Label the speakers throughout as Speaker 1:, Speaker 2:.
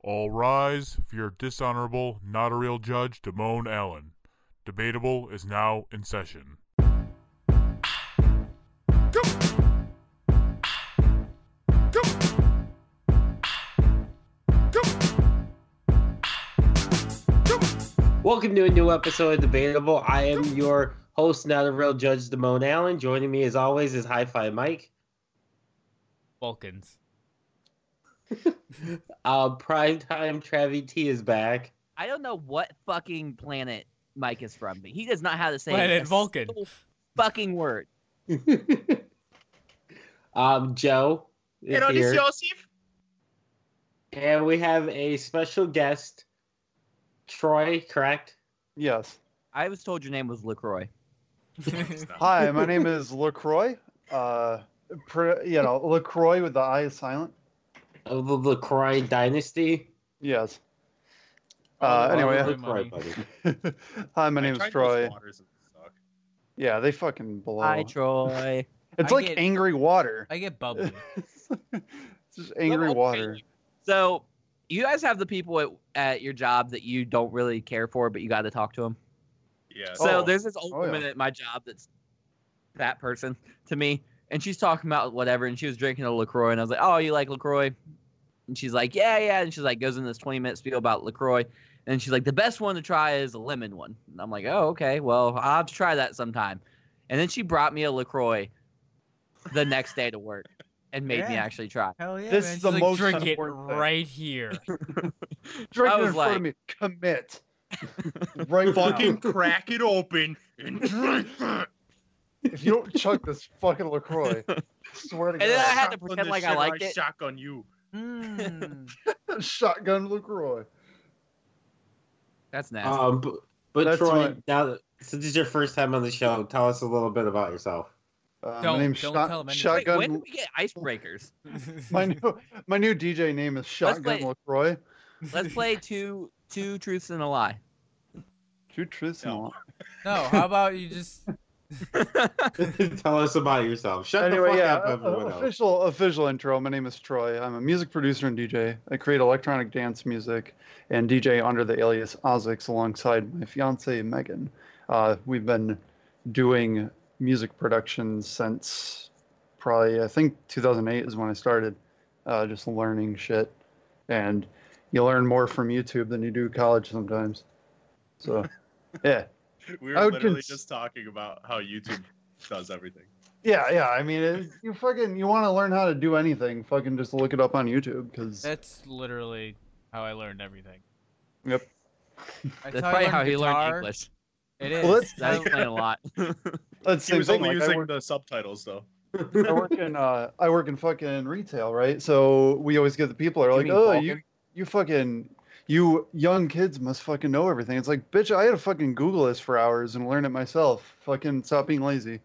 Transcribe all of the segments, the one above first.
Speaker 1: All rise for your dishonorable, not a real judge, Damone Allen. Debatable is now in session.
Speaker 2: Welcome to a new episode of Debatable. I am your host, not a real judge, Damone Allen. Joining me, as always, is Hi Fi Mike.
Speaker 3: Vulcans.
Speaker 2: Uh, Primetime Travie T is back.
Speaker 4: I don't know what fucking planet Mike is from, but he does not have the same
Speaker 3: Planet Vulcan.
Speaker 4: fucking word.
Speaker 2: um, Joe is
Speaker 5: Hello, this
Speaker 2: here.
Speaker 5: is Joseph.
Speaker 2: And we have a special guest, Troy, correct?
Speaker 6: Yes.
Speaker 4: I was told your name was Lacroix.
Speaker 6: Hi, my name is Lacroix. Uh, pr- you know, Lacroix with the I is silent.
Speaker 2: Of the LaCroix dynasty.
Speaker 6: Yes.
Speaker 2: Oh,
Speaker 6: Uh, anyway,
Speaker 2: LaCroix, buddy.
Speaker 6: hi, my
Speaker 5: I
Speaker 6: name is
Speaker 5: tried
Speaker 6: Troy.
Speaker 5: those waters and they suck.
Speaker 6: Yeah, they fucking blow.
Speaker 4: Hi, Troy.
Speaker 6: it's
Speaker 3: I
Speaker 6: like
Speaker 3: get-
Speaker 6: angry water.
Speaker 3: I get bubbly.
Speaker 6: it's just angry
Speaker 5: Level of
Speaker 6: water.
Speaker 4: so, you guys have the people at, at your job that you don't really care for, but you got to talk to them.
Speaker 5: Yeah.
Speaker 4: So
Speaker 6: Oh.
Speaker 4: there's this old
Speaker 6: Oh,
Speaker 4: woman
Speaker 6: yeah.
Speaker 4: at my job that's that person to me, and she's talking about whatever, and she was drinking a Lacroix, and I was like, "Oh, you like Lacroix?" And she's like, "Yeah, yeah," and she's like, goes into this 20 minute spiel about Lacroix, and she's like, "The best one to try is a lemon one," and I'm like, "Oh, okay, well, I'll have to try that sometime," and then she brought me a Lacroix the next day to work and made me
Speaker 3: Yeah.
Speaker 4: actually try.
Speaker 3: Hell yeah,
Speaker 6: This
Speaker 3: man.
Speaker 6: is
Speaker 3: She's
Speaker 6: the
Speaker 3: like,
Speaker 6: most
Speaker 3: drink it
Speaker 6: important thing."
Speaker 3: right here.
Speaker 6: Drink
Speaker 4: I
Speaker 6: it in
Speaker 4: was
Speaker 6: front of
Speaker 4: like-
Speaker 6: me. Commit. right fucking.
Speaker 5: crack it open and drink it.
Speaker 6: If you don't chug this fucking Lacroix, I swear to
Speaker 4: And then I
Speaker 6: God,
Speaker 4: had to
Speaker 5: Shotgun
Speaker 4: pretend
Speaker 5: the
Speaker 4: like I
Speaker 5: shit or
Speaker 4: liked it.
Speaker 5: Shotgun you.
Speaker 3: Mm.
Speaker 6: shotgun Lacroix.
Speaker 4: That's nasty.
Speaker 6: Uh,
Speaker 2: Um, but, but
Speaker 6: That's
Speaker 2: Troy,
Speaker 6: right.
Speaker 2: now that, since this is your first time on the show, tell us a little bit about yourself.
Speaker 6: Uh,
Speaker 3: Don't-
Speaker 6: my name's
Speaker 3: don't
Speaker 6: Shot-
Speaker 3: tell him anything.
Speaker 4: Wait,
Speaker 6: Shotgun.
Speaker 4: when did we get icebreakers?
Speaker 6: my new my new DJ name is
Speaker 4: Let's
Speaker 6: Shotgun
Speaker 4: play-
Speaker 6: Lacroix.
Speaker 4: Let's play two two truths and a lie.
Speaker 6: Two truths and a lie.
Speaker 3: no, how about you just
Speaker 2: tell us about yourself. Shut the
Speaker 6: Anyway,
Speaker 2: fuck
Speaker 6: yeah,
Speaker 2: up,
Speaker 6: uh,
Speaker 2: everyone else.
Speaker 6: official official intro. My name is Troy. I'm a music producer and DJ. I create electronic dance music and DJ under the alias Ozix alongside my fiance Megan. Uh, we've been doing music production since probably I think 2008 is when I started, uh, just learning shit, and you learn more from YouTube than you do college sometimes. So, yeah.
Speaker 5: We
Speaker 6: I
Speaker 5: were
Speaker 6: would
Speaker 5: literally
Speaker 6: cons-
Speaker 5: just talking about how YouTube does everything.
Speaker 6: Yeah, yeah. I mean, it, you fucking you want to learn how to do anything, fucking just look it up on YouTube because
Speaker 3: That's literally how I learned everything.
Speaker 6: Yep.
Speaker 3: That's,
Speaker 4: That's
Speaker 3: I
Speaker 4: probably how he
Speaker 3: guitar.
Speaker 4: learned English.
Speaker 3: It
Speaker 6: Well,
Speaker 3: is.
Speaker 6: that's-
Speaker 4: That explains a lot.
Speaker 6: that's the
Speaker 5: He
Speaker 6: same
Speaker 5: was
Speaker 6: thing.
Speaker 5: only
Speaker 6: like, I,
Speaker 5: using
Speaker 6: work,
Speaker 5: the subtitles though.
Speaker 6: I work in uh, I work in fucking retail, right? So we always get the people are like,
Speaker 4: mean
Speaker 6: oh,
Speaker 4: Vulcan?
Speaker 6: you you fucking you young kids must fucking know everything. It's like, bitch, I had to fucking Google this for hours and learn it myself. Fucking stop being lazy.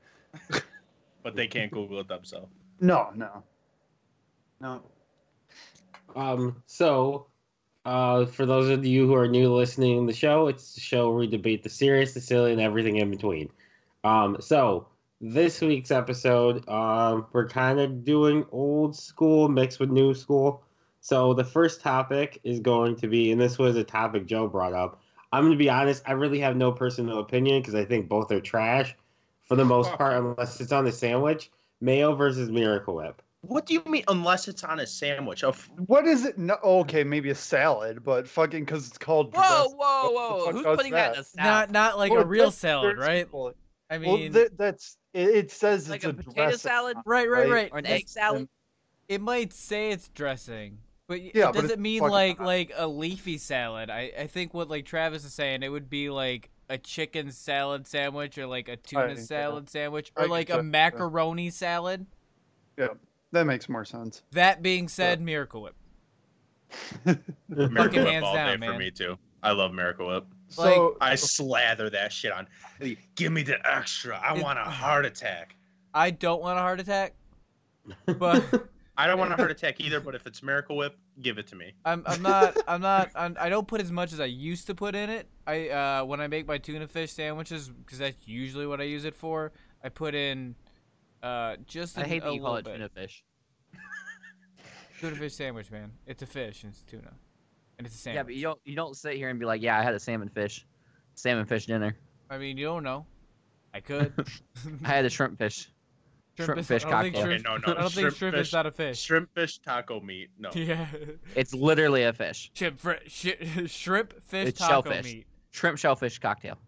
Speaker 5: But they can't Google it themselves.
Speaker 6: No, no, no.
Speaker 2: Um, so, uh, for those of you who are new listening to the show, it's the show where we debate the serious, the silly, and everything in between. Um, so this week's episode, um, we're kind of doing old school mixed with new school. So the first topic is going to be, and this was a topic Joe brought up. I'm going to be honest, I really have no personal opinion because I think both are trash for the most part, unless it's on the sandwich. Mayo versus Miracle Whip.
Speaker 5: What do you mean? Unless it's on a sandwich? Oh, A f-
Speaker 6: What is it? No, okay, maybe a salad, but fucking because it's called.
Speaker 4: Whoa,
Speaker 6: dressing.
Speaker 4: whoa,
Speaker 6: What the
Speaker 4: whoa!
Speaker 6: fuck
Speaker 4: Who's
Speaker 6: does
Speaker 4: putting that, in a salad?
Speaker 3: Not not like
Speaker 6: Well,
Speaker 3: a real
Speaker 6: that's-
Speaker 3: salad,
Speaker 6: there's-
Speaker 3: right?
Speaker 6: well,
Speaker 3: I
Speaker 6: Well,
Speaker 3: mean,
Speaker 6: that, that's it, it says
Speaker 4: Like
Speaker 6: it's
Speaker 4: a
Speaker 6: a
Speaker 4: potato
Speaker 6: dressing.
Speaker 4: salad?
Speaker 3: right, right,
Speaker 6: right?
Speaker 3: right.
Speaker 4: or an
Speaker 3: That's-
Speaker 4: egg salad?
Speaker 3: It might say it's dressing, but y- it
Speaker 6: Yeah, but it's
Speaker 3: doesn't mean
Speaker 6: fucking
Speaker 3: like
Speaker 6: not.
Speaker 3: like a leafy salad. I I think what like Travis is saying, it would be like a chicken salad sandwich or like a tuna
Speaker 6: yeah.
Speaker 3: salad sandwich
Speaker 6: I
Speaker 3: or
Speaker 6: get
Speaker 3: like
Speaker 6: that,
Speaker 3: a
Speaker 6: yeah.
Speaker 3: macaroni salad.
Speaker 6: That makes more sense.
Speaker 3: That being said, Miracle Whip.
Speaker 5: Miracle Whip
Speaker 3: hands
Speaker 5: all day
Speaker 3: down,
Speaker 5: for
Speaker 3: man. Oh.
Speaker 5: me too. I love Miracle Whip.
Speaker 6: So
Speaker 5: I slather that shit on. Give me the extra. I
Speaker 3: It-
Speaker 5: want a heart attack.
Speaker 3: I don't want a heart attack, but
Speaker 5: I don't want a heart attack either. But if it's Miracle Whip, give it to me.
Speaker 3: I'm I'm not I'm not I'm, I don't put as much as I used to put in it. I uh when I make my tuna fish sandwiches because that's usually what I use it for. I put in uh just
Speaker 4: I
Speaker 3: an-
Speaker 4: hate
Speaker 3: a
Speaker 4: that you call it
Speaker 3: little bit.
Speaker 4: tuna fish.
Speaker 3: Tuna fish sandwich, man. It's a fish and it's tuna. and it's the same.
Speaker 4: Yeah, but you don't you don't sit here and be like, yeah, I had a salmon fish, salmon fish dinner.
Speaker 3: I mean, you don't know. I could.
Speaker 4: I had a shrimp fish. Shrimp
Speaker 3: is-
Speaker 4: fish
Speaker 3: I don't think
Speaker 4: cocktail.
Speaker 5: Okay,
Speaker 3: shrimp-
Speaker 5: no,
Speaker 3: I
Speaker 5: no.
Speaker 3: don't think
Speaker 5: shrimp
Speaker 3: shrimp
Speaker 5: fish,
Speaker 3: is not a fish.
Speaker 5: Shrimp fish taco meat. No.
Speaker 3: Yeah.
Speaker 4: It's literally a fish.
Speaker 3: Shrimp, fr- shi- shrimp fish
Speaker 4: It's
Speaker 3: taco
Speaker 4: shellfish.
Speaker 3: meat.
Speaker 4: Shrimp shellfish cocktail.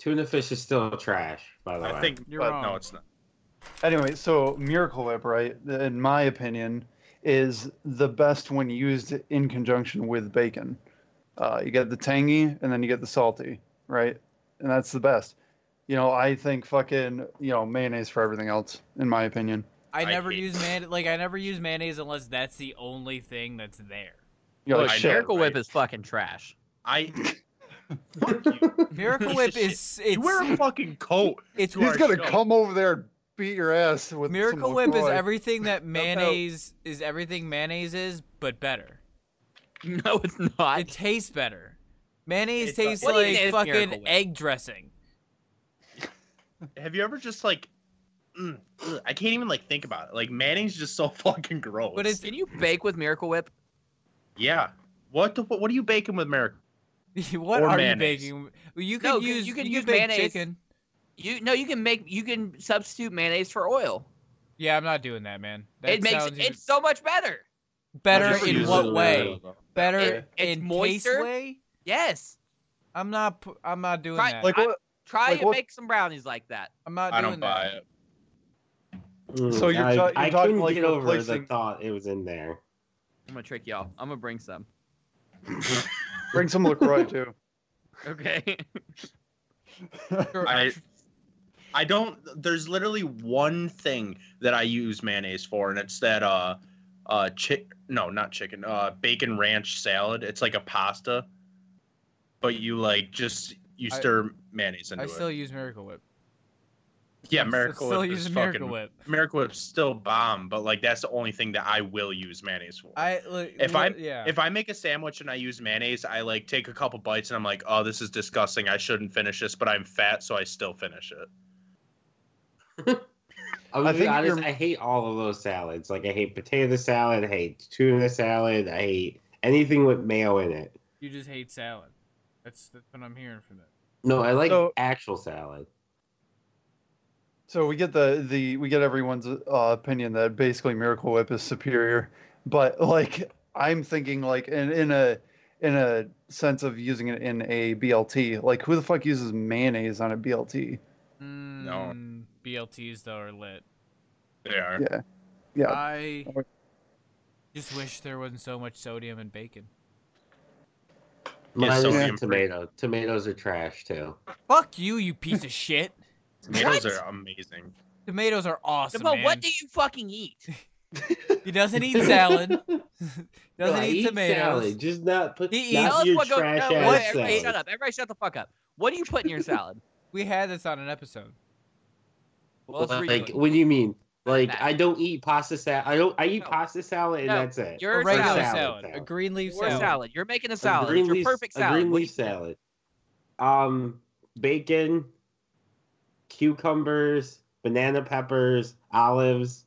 Speaker 2: Tuna fish is still trash, by the way.
Speaker 5: I think.
Speaker 3: You're
Speaker 5: but
Speaker 3: wrong.
Speaker 5: No, it's not.
Speaker 6: Anyway, so Miracle Whip, right, in my opinion, is the best when used in conjunction with bacon. Uh, you get the tangy and then you get the salty, right? And that's the best. You know, I think fucking, you know, mayonnaise for everything else, in my opinion.
Speaker 3: I
Speaker 5: I
Speaker 3: never
Speaker 5: hate-
Speaker 3: use man like I never use mayonnaise unless that's the only thing that's there.
Speaker 6: You know,
Speaker 5: Look,
Speaker 6: like
Speaker 5: I
Speaker 6: shit.
Speaker 5: know.
Speaker 4: Miracle Whip
Speaker 5: right?
Speaker 4: is fucking trash.
Speaker 5: I. Fuck you.
Speaker 3: Miracle
Speaker 5: Piece
Speaker 3: Whip
Speaker 5: of shit.
Speaker 3: is
Speaker 5: You wear a
Speaker 3: it's
Speaker 5: fucking coat.
Speaker 3: it's
Speaker 5: to
Speaker 6: He's
Speaker 5: our
Speaker 6: gonna
Speaker 5: show.
Speaker 6: come over there and beat your ass with some
Speaker 3: Miracle Whip is
Speaker 6: LaCroix.
Speaker 3: everything that mayonnaise is everything mayonnaise is, but better.
Speaker 4: No, it's not.
Speaker 3: It tastes better. Mayonnaise
Speaker 5: It does.
Speaker 3: tastes
Speaker 4: What do you
Speaker 3: like
Speaker 4: think is Miracle
Speaker 3: fucking
Speaker 4: Whip?
Speaker 3: egg dressing.
Speaker 5: Have you ever just like? Mm, ugh, I can't even like think about it. Like mayonnaise is just so fucking gross.
Speaker 3: But it's-
Speaker 4: Can you bake with Miracle Whip?
Speaker 5: yeah. What the, what are you baking with Miracle?
Speaker 3: what
Speaker 5: Or
Speaker 3: are
Speaker 5: mayonnaise.
Speaker 3: you baking? Well, You
Speaker 4: No,
Speaker 3: could
Speaker 4: you-
Speaker 3: use
Speaker 4: you can use
Speaker 3: bake
Speaker 4: mayonnaise.
Speaker 3: chicken.
Speaker 4: You no, you can make you can substitute mayonnaise for oil.
Speaker 3: Yeah, I'm not doing that, man. That
Speaker 4: it makes
Speaker 3: sounds even-
Speaker 4: it's so much better.
Speaker 3: better
Speaker 5: I've never
Speaker 3: in
Speaker 5: used
Speaker 3: what
Speaker 5: it.
Speaker 3: way? Better
Speaker 4: It- it's
Speaker 3: in taste
Speaker 4: moister.
Speaker 3: way?
Speaker 4: Yes,
Speaker 3: I'm not. pu- I'm not doing
Speaker 4: Right,
Speaker 3: that.
Speaker 6: like
Speaker 4: I-
Speaker 6: what?
Speaker 4: try
Speaker 6: Like
Speaker 4: and
Speaker 6: what-
Speaker 4: make some brownies like that.
Speaker 3: I'm not
Speaker 5: I
Speaker 3: doing
Speaker 5: don't
Speaker 3: that.
Speaker 5: buy it.
Speaker 2: Mm,
Speaker 6: So you're
Speaker 2: I,
Speaker 6: ta- you're
Speaker 2: I
Speaker 6: talking
Speaker 2: couldn't
Speaker 6: like
Speaker 2: get over the
Speaker 6: replacing-
Speaker 2: thought it was in there.
Speaker 4: I'm gonna trick y'all. I'm gonna bring some.
Speaker 6: Bring some LaCroix too.
Speaker 4: Okay.
Speaker 5: I I don't there's literally one thing that I use mayonnaise for and it's that uh uh chick no not chicken uh bacon ranch salad. It's like a pasta but you like just you
Speaker 3: I-
Speaker 5: stir mayonnaise into
Speaker 3: I still
Speaker 5: it.
Speaker 3: use Miracle Whip.
Speaker 5: Yeah,
Speaker 3: I'm s-
Speaker 5: Miracle
Speaker 3: still
Speaker 5: Whip
Speaker 3: use
Speaker 5: is
Speaker 3: Miracle
Speaker 5: fucking
Speaker 3: Whip.
Speaker 5: Miracle Whip's still bomb, but like that's the only thing that I will use mayonnaise for.
Speaker 3: I like,
Speaker 5: If
Speaker 3: li-
Speaker 5: I'm-
Speaker 3: yeah.
Speaker 5: if I make a sandwich and I use mayonnaise, I like take a couple bites and I'm like, "Oh, this is disgusting. I shouldn't finish this, but I'm fat, so I still finish it."
Speaker 2: I'm gonna
Speaker 6: I
Speaker 2: be
Speaker 6: think
Speaker 2: honest,
Speaker 6: you're-
Speaker 2: I hate all of those salads. Like I hate potato salad, I hate tuna salad, I hate anything with mayo in it.
Speaker 3: you just hate salad. That's that's what I'm hearing from that.
Speaker 2: No, I like
Speaker 6: So-
Speaker 2: actual salad.
Speaker 6: So we get the the we get everyone's uh, opinion that basically Miracle Whip is superior, but like I'm thinking like in in a in a sense of using it in a BLT, like who the fuck uses mayonnaise on a BLT?
Speaker 3: Mm, BLTs though are lit.
Speaker 5: They are.
Speaker 6: Yeah. Yeah.
Speaker 5: Uh,
Speaker 3: I
Speaker 6: Or-
Speaker 3: just wish there wasn't so much sodium in bacon.
Speaker 5: Yeah,
Speaker 2: Mine is
Speaker 5: sodium free.
Speaker 2: tomato. Tomatoes are trash too.
Speaker 3: Fuck you, you piece of shit.
Speaker 5: Tomatoes
Speaker 4: What?
Speaker 5: are amazing.
Speaker 3: Tomatoes are awesome.
Speaker 4: Jamal, what
Speaker 3: man.
Speaker 4: do you fucking eat?
Speaker 3: He doesn't eat salad.
Speaker 2: No,
Speaker 3: doesn't
Speaker 2: I
Speaker 3: eat, tomatoes.
Speaker 2: salad, just not put
Speaker 3: He
Speaker 2: not
Speaker 3: eats-
Speaker 4: Tell us
Speaker 2: your
Speaker 4: what goes. No,
Speaker 2: trash
Speaker 4: wait,
Speaker 2: ass
Speaker 4: everybody,
Speaker 2: salad.
Speaker 4: shut up. Everybody, shut the fuck up. What do you put in your salad?
Speaker 3: We had this on an episode.
Speaker 4: Well, let's redo
Speaker 2: like,
Speaker 4: it.
Speaker 2: what do you mean? Like,
Speaker 4: That.
Speaker 2: I don't eat pasta salad. I don't. I eat
Speaker 4: No.
Speaker 2: pasta salad, and
Speaker 4: No,
Speaker 2: that's it.
Speaker 3: A
Speaker 4: Your
Speaker 3: regular
Speaker 4: salad.
Speaker 3: salad,
Speaker 2: Salad,
Speaker 3: a
Speaker 2: salad.
Speaker 3: green leaf
Speaker 4: Your
Speaker 3: salad.
Speaker 4: salad. You're making a
Speaker 2: A
Speaker 4: salad.
Speaker 2: green
Speaker 4: It's your
Speaker 2: leaf-
Speaker 4: perfect salad.
Speaker 2: A green
Speaker 4: What do
Speaker 2: leaf
Speaker 4: you-
Speaker 2: salad. Um, bacon, cucumbers, banana peppers, olives,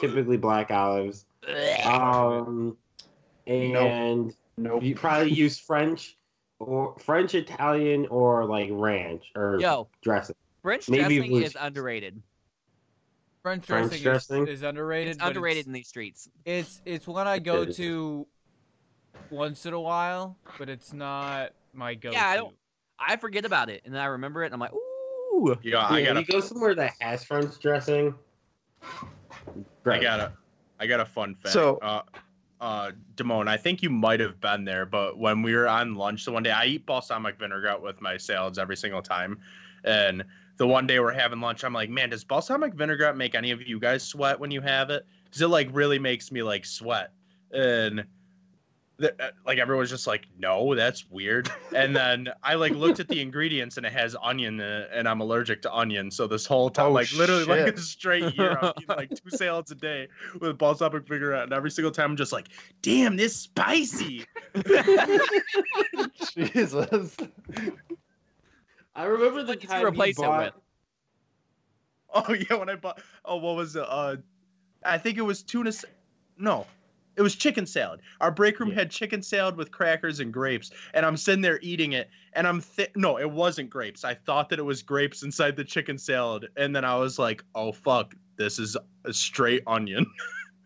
Speaker 2: typically black olives.
Speaker 4: Blech.
Speaker 2: Um, and
Speaker 6: Nope.
Speaker 2: you probably use French or French, Italian, or like ranch or
Speaker 4: Yo,
Speaker 2: dressing.
Speaker 4: French
Speaker 2: Maybe
Speaker 4: dressing
Speaker 2: we
Speaker 4: is
Speaker 2: should-
Speaker 4: underrated.
Speaker 3: French
Speaker 2: French dressing?
Speaker 3: dressing, Is, is underrated.
Speaker 4: It's
Speaker 3: but
Speaker 4: underrated in these streets.
Speaker 3: It's it's one I go
Speaker 2: It is.
Speaker 3: to once in a while, but it's not my go-to.
Speaker 4: I don't- I forget about it, and then I remember it, and I'm like, ooh.
Speaker 5: Yeah,
Speaker 2: Yeah,
Speaker 5: I got
Speaker 2: you
Speaker 5: a,
Speaker 2: go somewhere that has French dressing.
Speaker 5: I
Speaker 2: Great.
Speaker 5: got a, I got a fun fact.
Speaker 6: So-
Speaker 5: uh, uh, Damone, I think you might have been there, but when we were on lunch the one day, I eat balsamic vinaigrette with my salads every single time, and the one day we're having lunch, I'm like, man, does balsamic vinaigrette make any of you guys sweat when you have it? Because it like really makes me like sweat, and. The, uh, like everyone's just like, no, that's weird. And then I like looked at the ingredients and it has onion in it, and I'm allergic to onion. So this whole time,
Speaker 6: Oh,
Speaker 5: like literally like
Speaker 6: shit.
Speaker 5: a straight year, I'm eating like two salads a day with balsamic vinaigrette, and every single time I'm just like, damn, this spicy.
Speaker 6: Jesus.
Speaker 2: I remember the
Speaker 4: What did you
Speaker 2: time you
Speaker 4: replace it
Speaker 2: bought-
Speaker 4: with?
Speaker 5: Oh yeah, when I bought, oh what was it? Uh, I think it was tuna. s- No, It was chicken salad. Our break room
Speaker 2: Yeah.
Speaker 5: had chicken salad with crackers and grapes, and I'm sitting there eating it, and I'm thi- no, it wasn't grapes. I thought that it was grapes inside the chicken salad, and then I was like, oh fuck, this is a straight onion.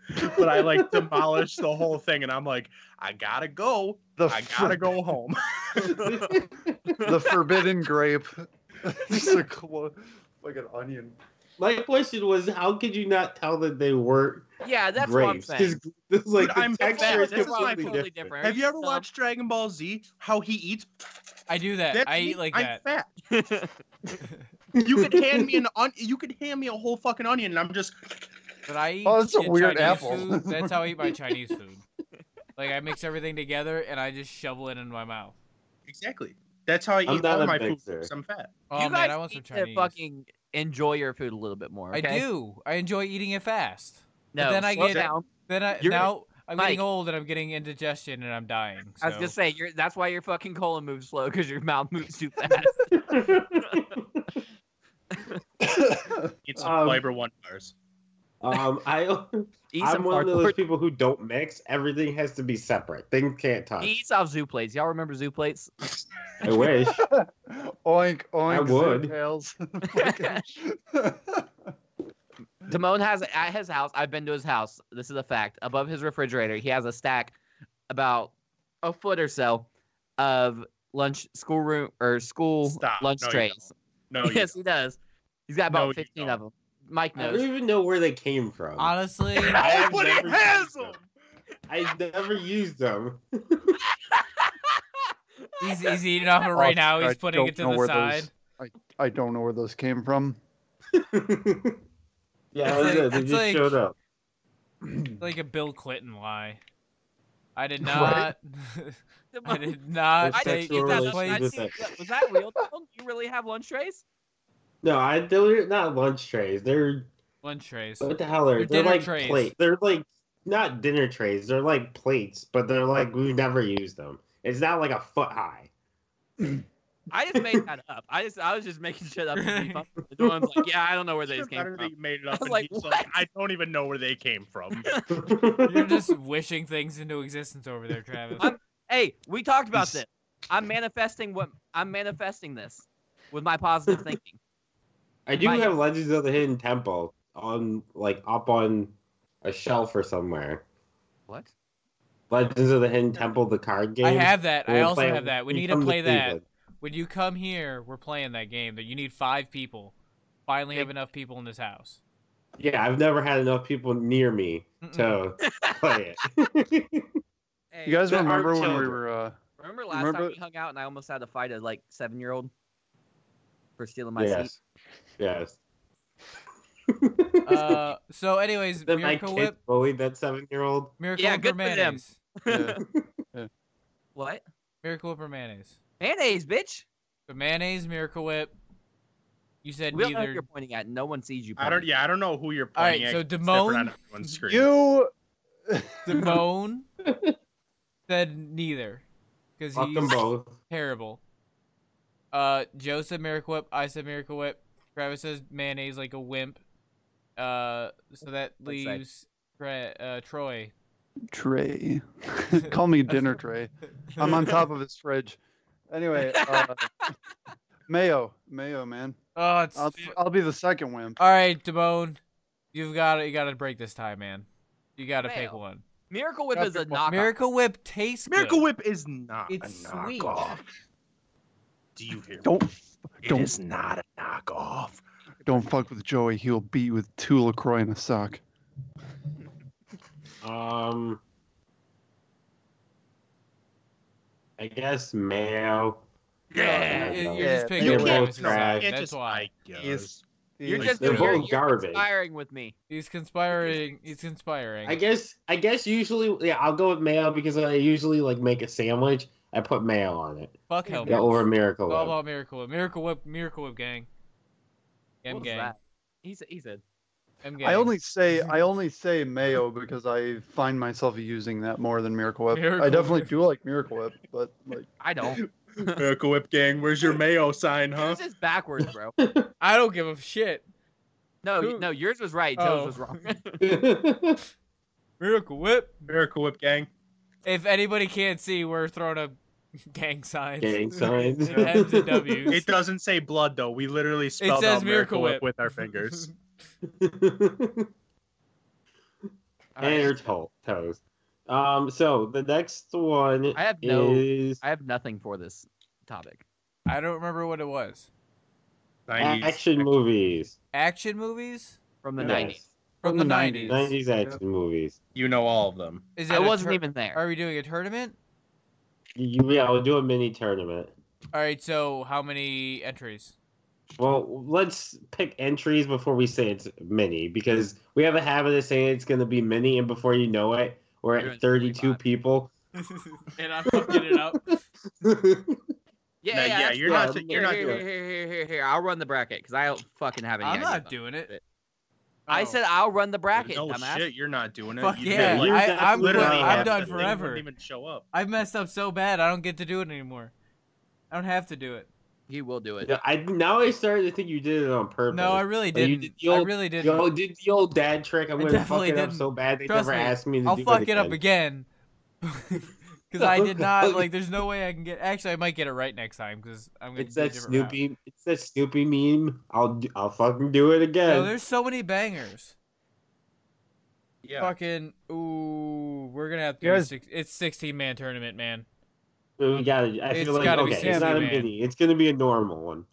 Speaker 5: but I like demolished the whole thing, and I'm like, I gotta go.
Speaker 6: The
Speaker 5: I gotta go home.
Speaker 6: the forbidden grape. Just a clo- like an onion.
Speaker 2: My question was, how could you not tell that they weren't
Speaker 4: Yeah, that's
Speaker 2: grapes?
Speaker 4: what I'm saying.
Speaker 2: 'Cause This is like
Speaker 5: Dude,
Speaker 2: the
Speaker 5: I'm
Speaker 2: texture is
Speaker 5: fat. This is
Speaker 2: completely
Speaker 5: why I'm
Speaker 2: different.
Speaker 5: Have you ever
Speaker 4: Dumb.
Speaker 5: watched Dragon Ball Z? How he eats?
Speaker 3: I do that.
Speaker 5: That's
Speaker 3: I
Speaker 5: me.
Speaker 3: eat like
Speaker 5: I'm
Speaker 3: that.
Speaker 5: fat. You could hand me an on. You could hand me a whole fucking onion, and I'm just.
Speaker 3: But I eat
Speaker 6: Oh, that's a
Speaker 3: shit
Speaker 6: weird
Speaker 3: Chinese
Speaker 6: apple.
Speaker 3: food. That's how I eat my Chinese food. Like I mix everything together and I just shovel it in my mouth.
Speaker 5: Exactly. That's how I
Speaker 2: I'm
Speaker 5: eat
Speaker 2: not
Speaker 5: all
Speaker 2: a
Speaker 5: my food.
Speaker 2: mixer.
Speaker 5: 'cause I'm fat.
Speaker 3: Oh
Speaker 4: you guys
Speaker 3: man, I want some
Speaker 4: need
Speaker 3: Chinese.
Speaker 4: to fucking enjoy your food a little bit more. Okay?
Speaker 3: I do. I enjoy eating it fast.
Speaker 4: No,
Speaker 3: then I
Speaker 4: slow
Speaker 3: get-
Speaker 4: down.
Speaker 3: Then I
Speaker 4: You're-
Speaker 3: now I'm
Speaker 4: Mike.
Speaker 3: getting old and I'm getting indigestion and I'm dying. So.
Speaker 4: I was gonna say you're, that's why your fucking colon moves slow because your mouth moves too fast.
Speaker 5: Eat some
Speaker 2: Um,
Speaker 5: flavor one bars.
Speaker 2: um, I
Speaker 4: Eat
Speaker 2: I'm
Speaker 4: some
Speaker 2: one of
Speaker 4: cardboard.
Speaker 2: those people who don't mix. Everything has to be separate. Things can't touch.
Speaker 4: He eats off zoo plates. Y'all remember zoo plates?
Speaker 2: I wish.
Speaker 6: Oink, oink.
Speaker 2: I would.
Speaker 6: zoo Tails. Fucking-
Speaker 4: Damone has at his house. I've been to his house. This is a fact. Above his refrigerator, he has a stack about a foot or so of lunch school room or school
Speaker 5: Stop.
Speaker 4: lunch
Speaker 5: No, you
Speaker 4: trays.
Speaker 5: No. you
Speaker 4: yes, he does. He's got
Speaker 5: No,
Speaker 4: about
Speaker 5: you
Speaker 4: 15
Speaker 5: don't.
Speaker 4: of them. Mike
Speaker 2: I don't
Speaker 4: knows.
Speaker 2: even know where they came from.
Speaker 3: Honestly,
Speaker 2: I have
Speaker 5: Nobody
Speaker 2: never
Speaker 5: has
Speaker 2: used them.
Speaker 5: them.
Speaker 2: I've never used them.
Speaker 3: he's, he's eating off it right now.
Speaker 6: I
Speaker 3: He's putting
Speaker 6: don't
Speaker 3: it to
Speaker 6: know
Speaker 3: the
Speaker 6: where
Speaker 3: side.
Speaker 6: those- I, I don't know where those came from.
Speaker 2: yeah, that was it.
Speaker 3: It's like-
Speaker 2: They
Speaker 3: it's
Speaker 2: just
Speaker 3: like-
Speaker 2: showed up.
Speaker 3: Like a Bill Clinton lie. I did
Speaker 6: Right?
Speaker 3: not. I did not
Speaker 2: Those
Speaker 4: I
Speaker 3: take
Speaker 2: sexual
Speaker 4: didn't eat that.
Speaker 3: this
Speaker 2: relations
Speaker 4: I
Speaker 3: place.
Speaker 2: with
Speaker 4: didn't
Speaker 2: it.
Speaker 4: eat that. Was that real? Damone? You really have lunch trays?
Speaker 2: No, I they were not lunch trays. They're
Speaker 3: Lunch trays.
Speaker 2: what the hell are
Speaker 3: They're
Speaker 2: they? They're
Speaker 3: dinner
Speaker 2: like
Speaker 3: trays.
Speaker 2: plate. They're like not dinner trays. They're like plates, but they're like we've never used them. It's not like a foot high.
Speaker 4: I just made that up. I just I was just making shit up. to be funny. The one's like, yeah, I don't know where these
Speaker 5: Doesn't
Speaker 4: came
Speaker 5: matter that
Speaker 4: from.
Speaker 5: you made it
Speaker 4: I was
Speaker 5: up. and
Speaker 4: like,
Speaker 5: he's
Speaker 4: what?
Speaker 5: I don't even know where they came from.
Speaker 3: You're just wishing things into existence over there, Travis.
Speaker 4: I'm- Hey, we talked about this. I'm manifesting what I'm manifesting this with my positive thinking.
Speaker 2: I do
Speaker 4: Mike.
Speaker 2: have Legends of the Hidden Temple on like up on a shelf or somewhere.
Speaker 4: What?
Speaker 2: Legends of the Hidden Temple, the card game.
Speaker 3: I have that.
Speaker 2: We'll
Speaker 3: I also
Speaker 2: play it
Speaker 3: have that. We
Speaker 2: when you
Speaker 3: need to
Speaker 2: come
Speaker 3: play that.
Speaker 2: Cleveland.
Speaker 3: When you come here, we're playing that game. That you need five people. Finally, have enough people in this house.
Speaker 2: Yeah, I've never had enough people near me to play it.
Speaker 6: You guys
Speaker 2: There are
Speaker 6: remember when we
Speaker 2: children.
Speaker 6: were uh,
Speaker 4: remember last
Speaker 6: remember-
Speaker 4: time we hung out and I almost had to fight a like seven year old for stealing my seat?
Speaker 2: yes. Yes.
Speaker 3: Uh, so, anyways,
Speaker 2: then my
Speaker 3: Miracle
Speaker 2: kid
Speaker 3: Whip,
Speaker 2: bullied that seven-year-old.
Speaker 3: Miracle
Speaker 4: Yeah,
Speaker 3: Whip
Speaker 4: good
Speaker 3: or
Speaker 4: for them.
Speaker 3: mayonnaise?
Speaker 6: yeah,
Speaker 4: What?
Speaker 3: Miracle Whip or mayonnaise?
Speaker 4: Mayonnaise, bitch.
Speaker 3: But mayonnaise, Miracle Whip. You said
Speaker 4: We don't know who
Speaker 3: neither.
Speaker 4: you're pointing at. No one sees you.
Speaker 5: I don't.
Speaker 4: pointing.
Speaker 5: Yeah, I don't know who you're
Speaker 3: All right,
Speaker 5: pointing at.
Speaker 3: so
Speaker 5: 'cause it's different
Speaker 3: Damone,
Speaker 5: on everyone's screen.
Speaker 6: you
Speaker 3: Damone said neither because
Speaker 2: Fuck them
Speaker 3: he's
Speaker 2: both.
Speaker 3: terrible. Uh, Joe said Miracle Whip. I said Miracle Whip. Travis says mayonnaise like a wimp. Uh, so that
Speaker 4: Let's say.
Speaker 3: leaves Tra- uh, Troy.
Speaker 6: tray. Call me dinner tray. I'm on top of his fridge. Anyway, uh, mayo, mayo, man.
Speaker 3: Oh, it's
Speaker 6: I'll, I'll be the second wimp.
Speaker 3: all right, Damone. You've got You got to break this time, man. You got to pick
Speaker 4: Fail.
Speaker 3: one.
Speaker 4: Miracle Whip
Speaker 6: Got
Speaker 4: is a
Speaker 6: people-
Speaker 4: knockoff.
Speaker 3: Miracle Whip tastes
Speaker 5: Miracle
Speaker 3: good.
Speaker 5: Whip is not
Speaker 3: It's
Speaker 5: a
Speaker 3: sweet.
Speaker 5: knockoff. Do you hear?
Speaker 6: Don't
Speaker 5: It
Speaker 6: don't-
Speaker 5: is not a knockoff.
Speaker 6: don't fuck with Joey. He'll beat you with two Lacroix in a sock.
Speaker 2: Um, I guess mayo.
Speaker 3: You-
Speaker 5: Yeah.
Speaker 3: You're
Speaker 2: Yeah,
Speaker 3: just picking
Speaker 6: they're
Speaker 3: Travis's
Speaker 2: both
Speaker 3: side.
Speaker 2: trash.
Speaker 5: Can't
Speaker 3: That's
Speaker 5: just-
Speaker 3: why.
Speaker 5: I guess.
Speaker 6: Yes.
Speaker 4: You're just
Speaker 2: They're
Speaker 4: you're,
Speaker 2: both
Speaker 4: you're
Speaker 2: garbage.
Speaker 4: conspiring with me.
Speaker 3: He's conspiring. He's conspiring.
Speaker 2: I guess. I guess usually, yeah, I'll go with mayo because I usually like make a sandwich. I put mayo on it.
Speaker 3: Fuck
Speaker 4: Oh,
Speaker 3: Hellman.
Speaker 2: Yeah, over Miracle
Speaker 3: It's all
Speaker 2: Whip.
Speaker 3: about Miracle Whip. Miracle Whip. Miracle Whip gang. M
Speaker 4: What was
Speaker 3: gang.
Speaker 4: that? He's he's a
Speaker 3: M gang.
Speaker 6: I only say I only say mayo because I find myself using that more than Miracle Whip. I
Speaker 3: Miracle
Speaker 6: definitely
Speaker 3: Whip.
Speaker 6: do like Miracle Whip, but like
Speaker 4: I don't.
Speaker 5: Miracle Whip gang, where's your mayo sign, huh?
Speaker 4: This is backwards, bro.
Speaker 3: I don't give a shit.
Speaker 4: No, y-
Speaker 3: Who-
Speaker 4: no, yours was right.
Speaker 3: Oh.
Speaker 4: Joe's was wrong.
Speaker 3: Miracle Whip.
Speaker 5: Miracle Whip gang.
Speaker 3: If anybody can't see, we're throwing up gang signs.
Speaker 2: Gang signs.
Speaker 3: And M's and W's.
Speaker 5: It doesn't say blood though. We literally spelled
Speaker 3: says
Speaker 5: out
Speaker 3: Miracle
Speaker 5: Miracle
Speaker 3: Whip.
Speaker 5: Whip with our fingers.
Speaker 2: and her toe, toes. Um, so the next one
Speaker 4: I have no-
Speaker 2: is
Speaker 4: I have nothing for this topic.
Speaker 3: I don't remember what it was.
Speaker 5: 90s.
Speaker 2: action movies
Speaker 3: Action movies
Speaker 4: From the
Speaker 2: Yes.
Speaker 4: 90s.
Speaker 3: from,
Speaker 6: From
Speaker 3: the
Speaker 6: the
Speaker 3: 90s.
Speaker 6: 90s.
Speaker 2: Nineties action movies.
Speaker 5: You know all of them.
Speaker 3: Is
Speaker 4: I
Speaker 3: a
Speaker 4: wasn't
Speaker 3: tur-
Speaker 4: even there.
Speaker 3: Are we doing a tournament?
Speaker 2: You, yeah, we'll do a mini tournament.
Speaker 3: All right. So how many entries?
Speaker 2: Well, let's pick entries before we say it's mini because we have a habit of saying it's going to be mini, and before you know it, we're
Speaker 4: You're at
Speaker 2: at 32
Speaker 4: 25.
Speaker 2: people.
Speaker 3: and I'm fucking it up.
Speaker 4: Yeah,
Speaker 5: No, yeah,
Speaker 4: that's
Speaker 5: you're
Speaker 4: fine.
Speaker 5: not-
Speaker 4: Here,
Speaker 5: you're not
Speaker 4: here,
Speaker 5: doing it.
Speaker 4: here, here, here, here. I'll run the bracket because I don't fucking have any.
Speaker 3: I'm
Speaker 4: idea
Speaker 3: not
Speaker 4: about
Speaker 3: doing
Speaker 4: this
Speaker 3: it.
Speaker 4: shit. I
Speaker 3: Oh.
Speaker 4: said I'll run the bracket.
Speaker 5: no
Speaker 4: dumbass.
Speaker 5: shit, you're not doing it.
Speaker 3: Fuck
Speaker 5: You
Speaker 3: yeah!
Speaker 5: did,
Speaker 2: you're
Speaker 5: like,
Speaker 3: I, I'm,
Speaker 5: literally
Speaker 2: fucking-
Speaker 3: I'm
Speaker 5: half
Speaker 3: done
Speaker 5: the thing
Speaker 3: forever.
Speaker 5: wouldn't even show up.
Speaker 3: I've messed up so bad. I don't get to do it anymore. I don't have to do it.
Speaker 4: He will do it.
Speaker 2: Yeah, I now I started to think you did it on purpose.
Speaker 3: No, I really
Speaker 2: But you
Speaker 3: didn't.
Speaker 2: did the
Speaker 3: I
Speaker 2: old-
Speaker 3: really didn't.
Speaker 2: Yo, did the old dad trick? I'm
Speaker 3: I
Speaker 2: going to fuck
Speaker 3: definitely
Speaker 2: it up
Speaker 3: didn't.
Speaker 2: so bad they
Speaker 3: Trust
Speaker 2: never
Speaker 3: me,
Speaker 2: asked me to
Speaker 3: I'll
Speaker 2: do
Speaker 3: fuck
Speaker 2: it
Speaker 3: it up again. Because I did not like. There's no way I can get. Actually, I might get it right next time. Because I'm gonna.
Speaker 2: It's
Speaker 3: do a
Speaker 2: that
Speaker 3: different route.
Speaker 2: Snoopy. It's that Snoopy meme. I'll do- I'll fucking do it
Speaker 3: No,
Speaker 2: again.
Speaker 3: there's so many bangers.
Speaker 5: Yeah.
Speaker 3: Fucking ooh, we're gonna have to.
Speaker 6: You
Speaker 3: do
Speaker 6: guys-
Speaker 3: six, it's 16 man tournament, man.
Speaker 2: we gotta. I
Speaker 3: It's
Speaker 2: feel like
Speaker 3: gotta be
Speaker 2: okay, it's not a
Speaker 6: 60,
Speaker 3: man.
Speaker 2: mini. It's going to be a normal one.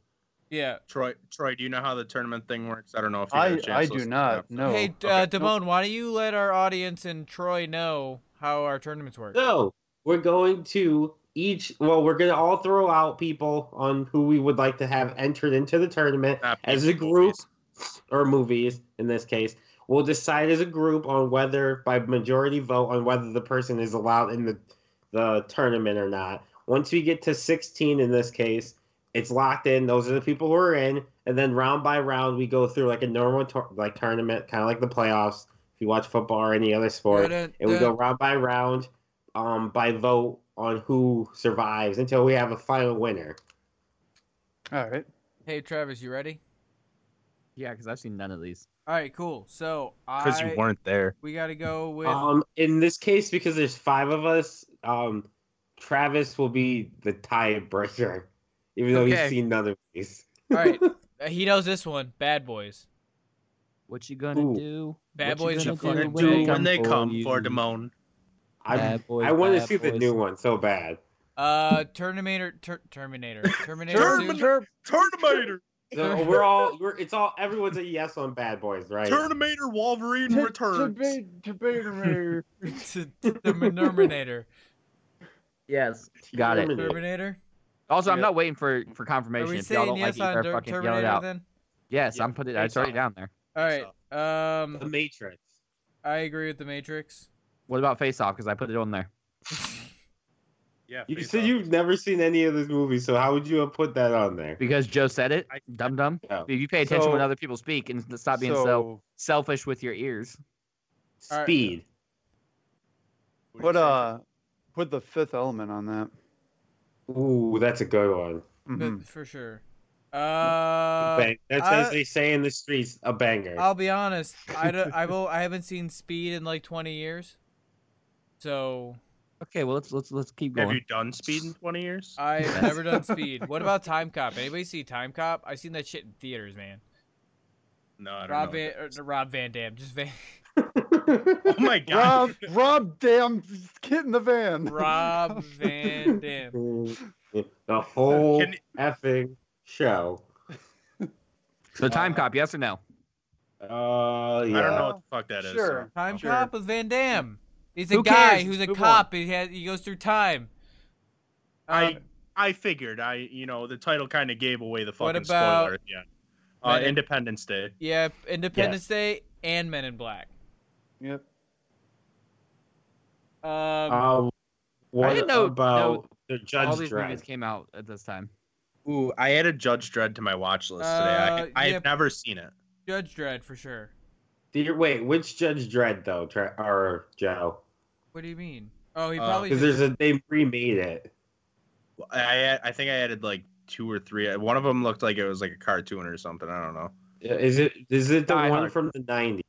Speaker 3: Yeah.
Speaker 5: Troy, Troy, do you know how the tournament thing works? I don't know if you had a
Speaker 6: I,
Speaker 5: chance
Speaker 6: I
Speaker 5: to
Speaker 6: do
Speaker 5: listen to
Speaker 6: not.
Speaker 5: that.
Speaker 6: No.
Speaker 3: hey,
Speaker 5: okay.
Speaker 3: uh, Damone, why don't you let our audience and Troy know how our tournaments work?
Speaker 2: No, we're going to each. Well, we're going to all throw out people on who we would like to have entered into the tournament
Speaker 5: Not
Speaker 2: as a
Speaker 5: people,
Speaker 2: group,
Speaker 5: please.
Speaker 2: or movies in this case. We'll decide as a group on whether, by majority vote, on whether the person is allowed in the the tournament or not. Once we get to 16 in this case, it's locked in. Those are the people who are in, and then round by round we go through like a normal tour like tournament, kind of like the playoffs. If you watch football or any other sport, and we go round by round um, by vote on who survives until we have a final winner.
Speaker 6: All right.
Speaker 3: Hey, Travis, you ready?
Speaker 4: Yeah, because I've seen none of these.
Speaker 3: All right, cool. So
Speaker 5: Because you
Speaker 3: I-
Speaker 5: weren't there.
Speaker 3: We gotta go with.
Speaker 4: Oh.
Speaker 2: Um, in this case, because there's five of us, um, Travis will be the tiebreaker, even though
Speaker 4: Okay.
Speaker 2: he's seen none of these.
Speaker 3: All right, Uh, he knows this one. Bad boys.
Speaker 4: What you gonna
Speaker 2: Ooh.
Speaker 4: do?
Speaker 3: Bad
Speaker 4: What you
Speaker 3: boys
Speaker 4: gonna
Speaker 3: are fucking
Speaker 4: when they
Speaker 5: Do when they
Speaker 4: for
Speaker 5: come
Speaker 4: you?
Speaker 5: for Damone.
Speaker 2: I
Speaker 4: Bad boys,
Speaker 2: I want to
Speaker 4: bad
Speaker 2: see the
Speaker 4: boys.
Speaker 2: new one so bad.
Speaker 3: Uh, Terminator, ter- Terminator, Terminator.
Speaker 5: Terminator.
Speaker 3: 2?
Speaker 5: Terminator. Terminator.
Speaker 2: So we're all we're, it's all everyone's a yes on Bad Boys, right?
Speaker 5: Terminator Wolverine returns.
Speaker 3: T- t- the Terminator.
Speaker 4: Yes, got it.
Speaker 2: Terminator.
Speaker 3: Terminator.
Speaker 4: Also, I'm
Speaker 6: Yeah.
Speaker 4: not waiting for for
Speaker 3: Are
Speaker 4: confirmation.
Speaker 3: we
Speaker 4: If y'all
Speaker 3: saying
Speaker 4: don't
Speaker 3: yes
Speaker 4: like it,
Speaker 3: on
Speaker 4: you better
Speaker 3: Ter-
Speaker 4: fucking yell it
Speaker 3: Terminator
Speaker 4: out.
Speaker 3: then?
Speaker 4: Yes,
Speaker 5: Yeah,
Speaker 4: I'm putting. It's already down there.
Speaker 3: All right.
Speaker 2: The
Speaker 3: Um,
Speaker 2: Matrix.
Speaker 3: I agree with the Matrix.
Speaker 4: What about Face Off? Because I put it on there.
Speaker 5: Yeah.
Speaker 2: You
Speaker 5: face
Speaker 2: said
Speaker 5: off.
Speaker 2: you've never seen any of these movies, so how would you have put that on there?
Speaker 4: Because Joe said it.
Speaker 5: I-
Speaker 4: Dum dum.
Speaker 2: Oh.
Speaker 4: If you pay attention when
Speaker 6: So-
Speaker 4: other people speak and stop being so,
Speaker 6: So,
Speaker 4: selfish with your ears.
Speaker 3: All right.
Speaker 2: Speed.
Speaker 5: What'd
Speaker 6: put
Speaker 5: you say?
Speaker 6: uh, put the fifth element on that.
Speaker 2: Ooh, that's a good one.
Speaker 5: Mm-hmm.
Speaker 6: Mhm.
Speaker 3: But for sure. Uh,
Speaker 2: Bang. That's
Speaker 3: I-
Speaker 2: as they say in the streets, a banger.
Speaker 3: I'll be honest. I don't, I've o- I haven't seen Speed in like 20 years. So
Speaker 4: Okay, well let's let's let's keep
Speaker 5: Have you
Speaker 4: going.
Speaker 5: done speed in 20 years?
Speaker 3: I've never done Speed. What about Time Cop? Anybody see Time Cop? I seen that shit in theaters, man.
Speaker 5: no, I don't
Speaker 3: Rob
Speaker 5: know.
Speaker 3: Van, or Rob Van Dam, just Van.
Speaker 5: Oh my god.
Speaker 6: Rob, Rob, damn, get in the van.
Speaker 3: Rob Van Dam.
Speaker 2: the whole
Speaker 5: Can-
Speaker 2: effing show.
Speaker 4: So time cop, yes or no?
Speaker 2: Uh, yeah.
Speaker 5: I don't know what the fuck that is. so-
Speaker 6: Sure.
Speaker 3: Time
Speaker 6: Sure.
Speaker 3: Cop with Van Dam. He's a
Speaker 4: Who
Speaker 3: guy
Speaker 4: cares?
Speaker 3: who's a
Speaker 4: Move
Speaker 3: cop. He has, he goes through time. Um,
Speaker 5: I I figured I you know the title kind of gave away the fucking
Speaker 3: What about-
Speaker 5: spoiler. Yeah. Uh,
Speaker 3: Men in-
Speaker 5: Independence Day.
Speaker 3: Yeah, Independence Day and Men in Black.
Speaker 6: Yep.
Speaker 3: Um,
Speaker 2: Um, what
Speaker 4: I didn't know-
Speaker 2: about
Speaker 4: know
Speaker 2: the
Speaker 4: All
Speaker 2: Judge
Speaker 4: these movies
Speaker 2: Dredd?
Speaker 4: came out at this time.
Speaker 5: Ooh, I added Judge Dredd to my watch list
Speaker 3: Uh,
Speaker 5: today. I, I
Speaker 3: yeah.
Speaker 5: have never seen it.
Speaker 3: Judge Dredd for sure.
Speaker 2: Did you- Wait, which Judge Dredd though? Tra- or
Speaker 3: Oh,
Speaker 2: Joe?
Speaker 3: What do you mean? Oh, he
Speaker 5: Uh,
Speaker 3: probably
Speaker 2: Because
Speaker 3: did-
Speaker 2: there's a they remade it.
Speaker 5: I I think I added like two or three. One of them looked like it was like a cartoon or something. I don't know.
Speaker 2: Is it is it the
Speaker 4: Die
Speaker 2: one
Speaker 4: Hard.
Speaker 2: from the '90s?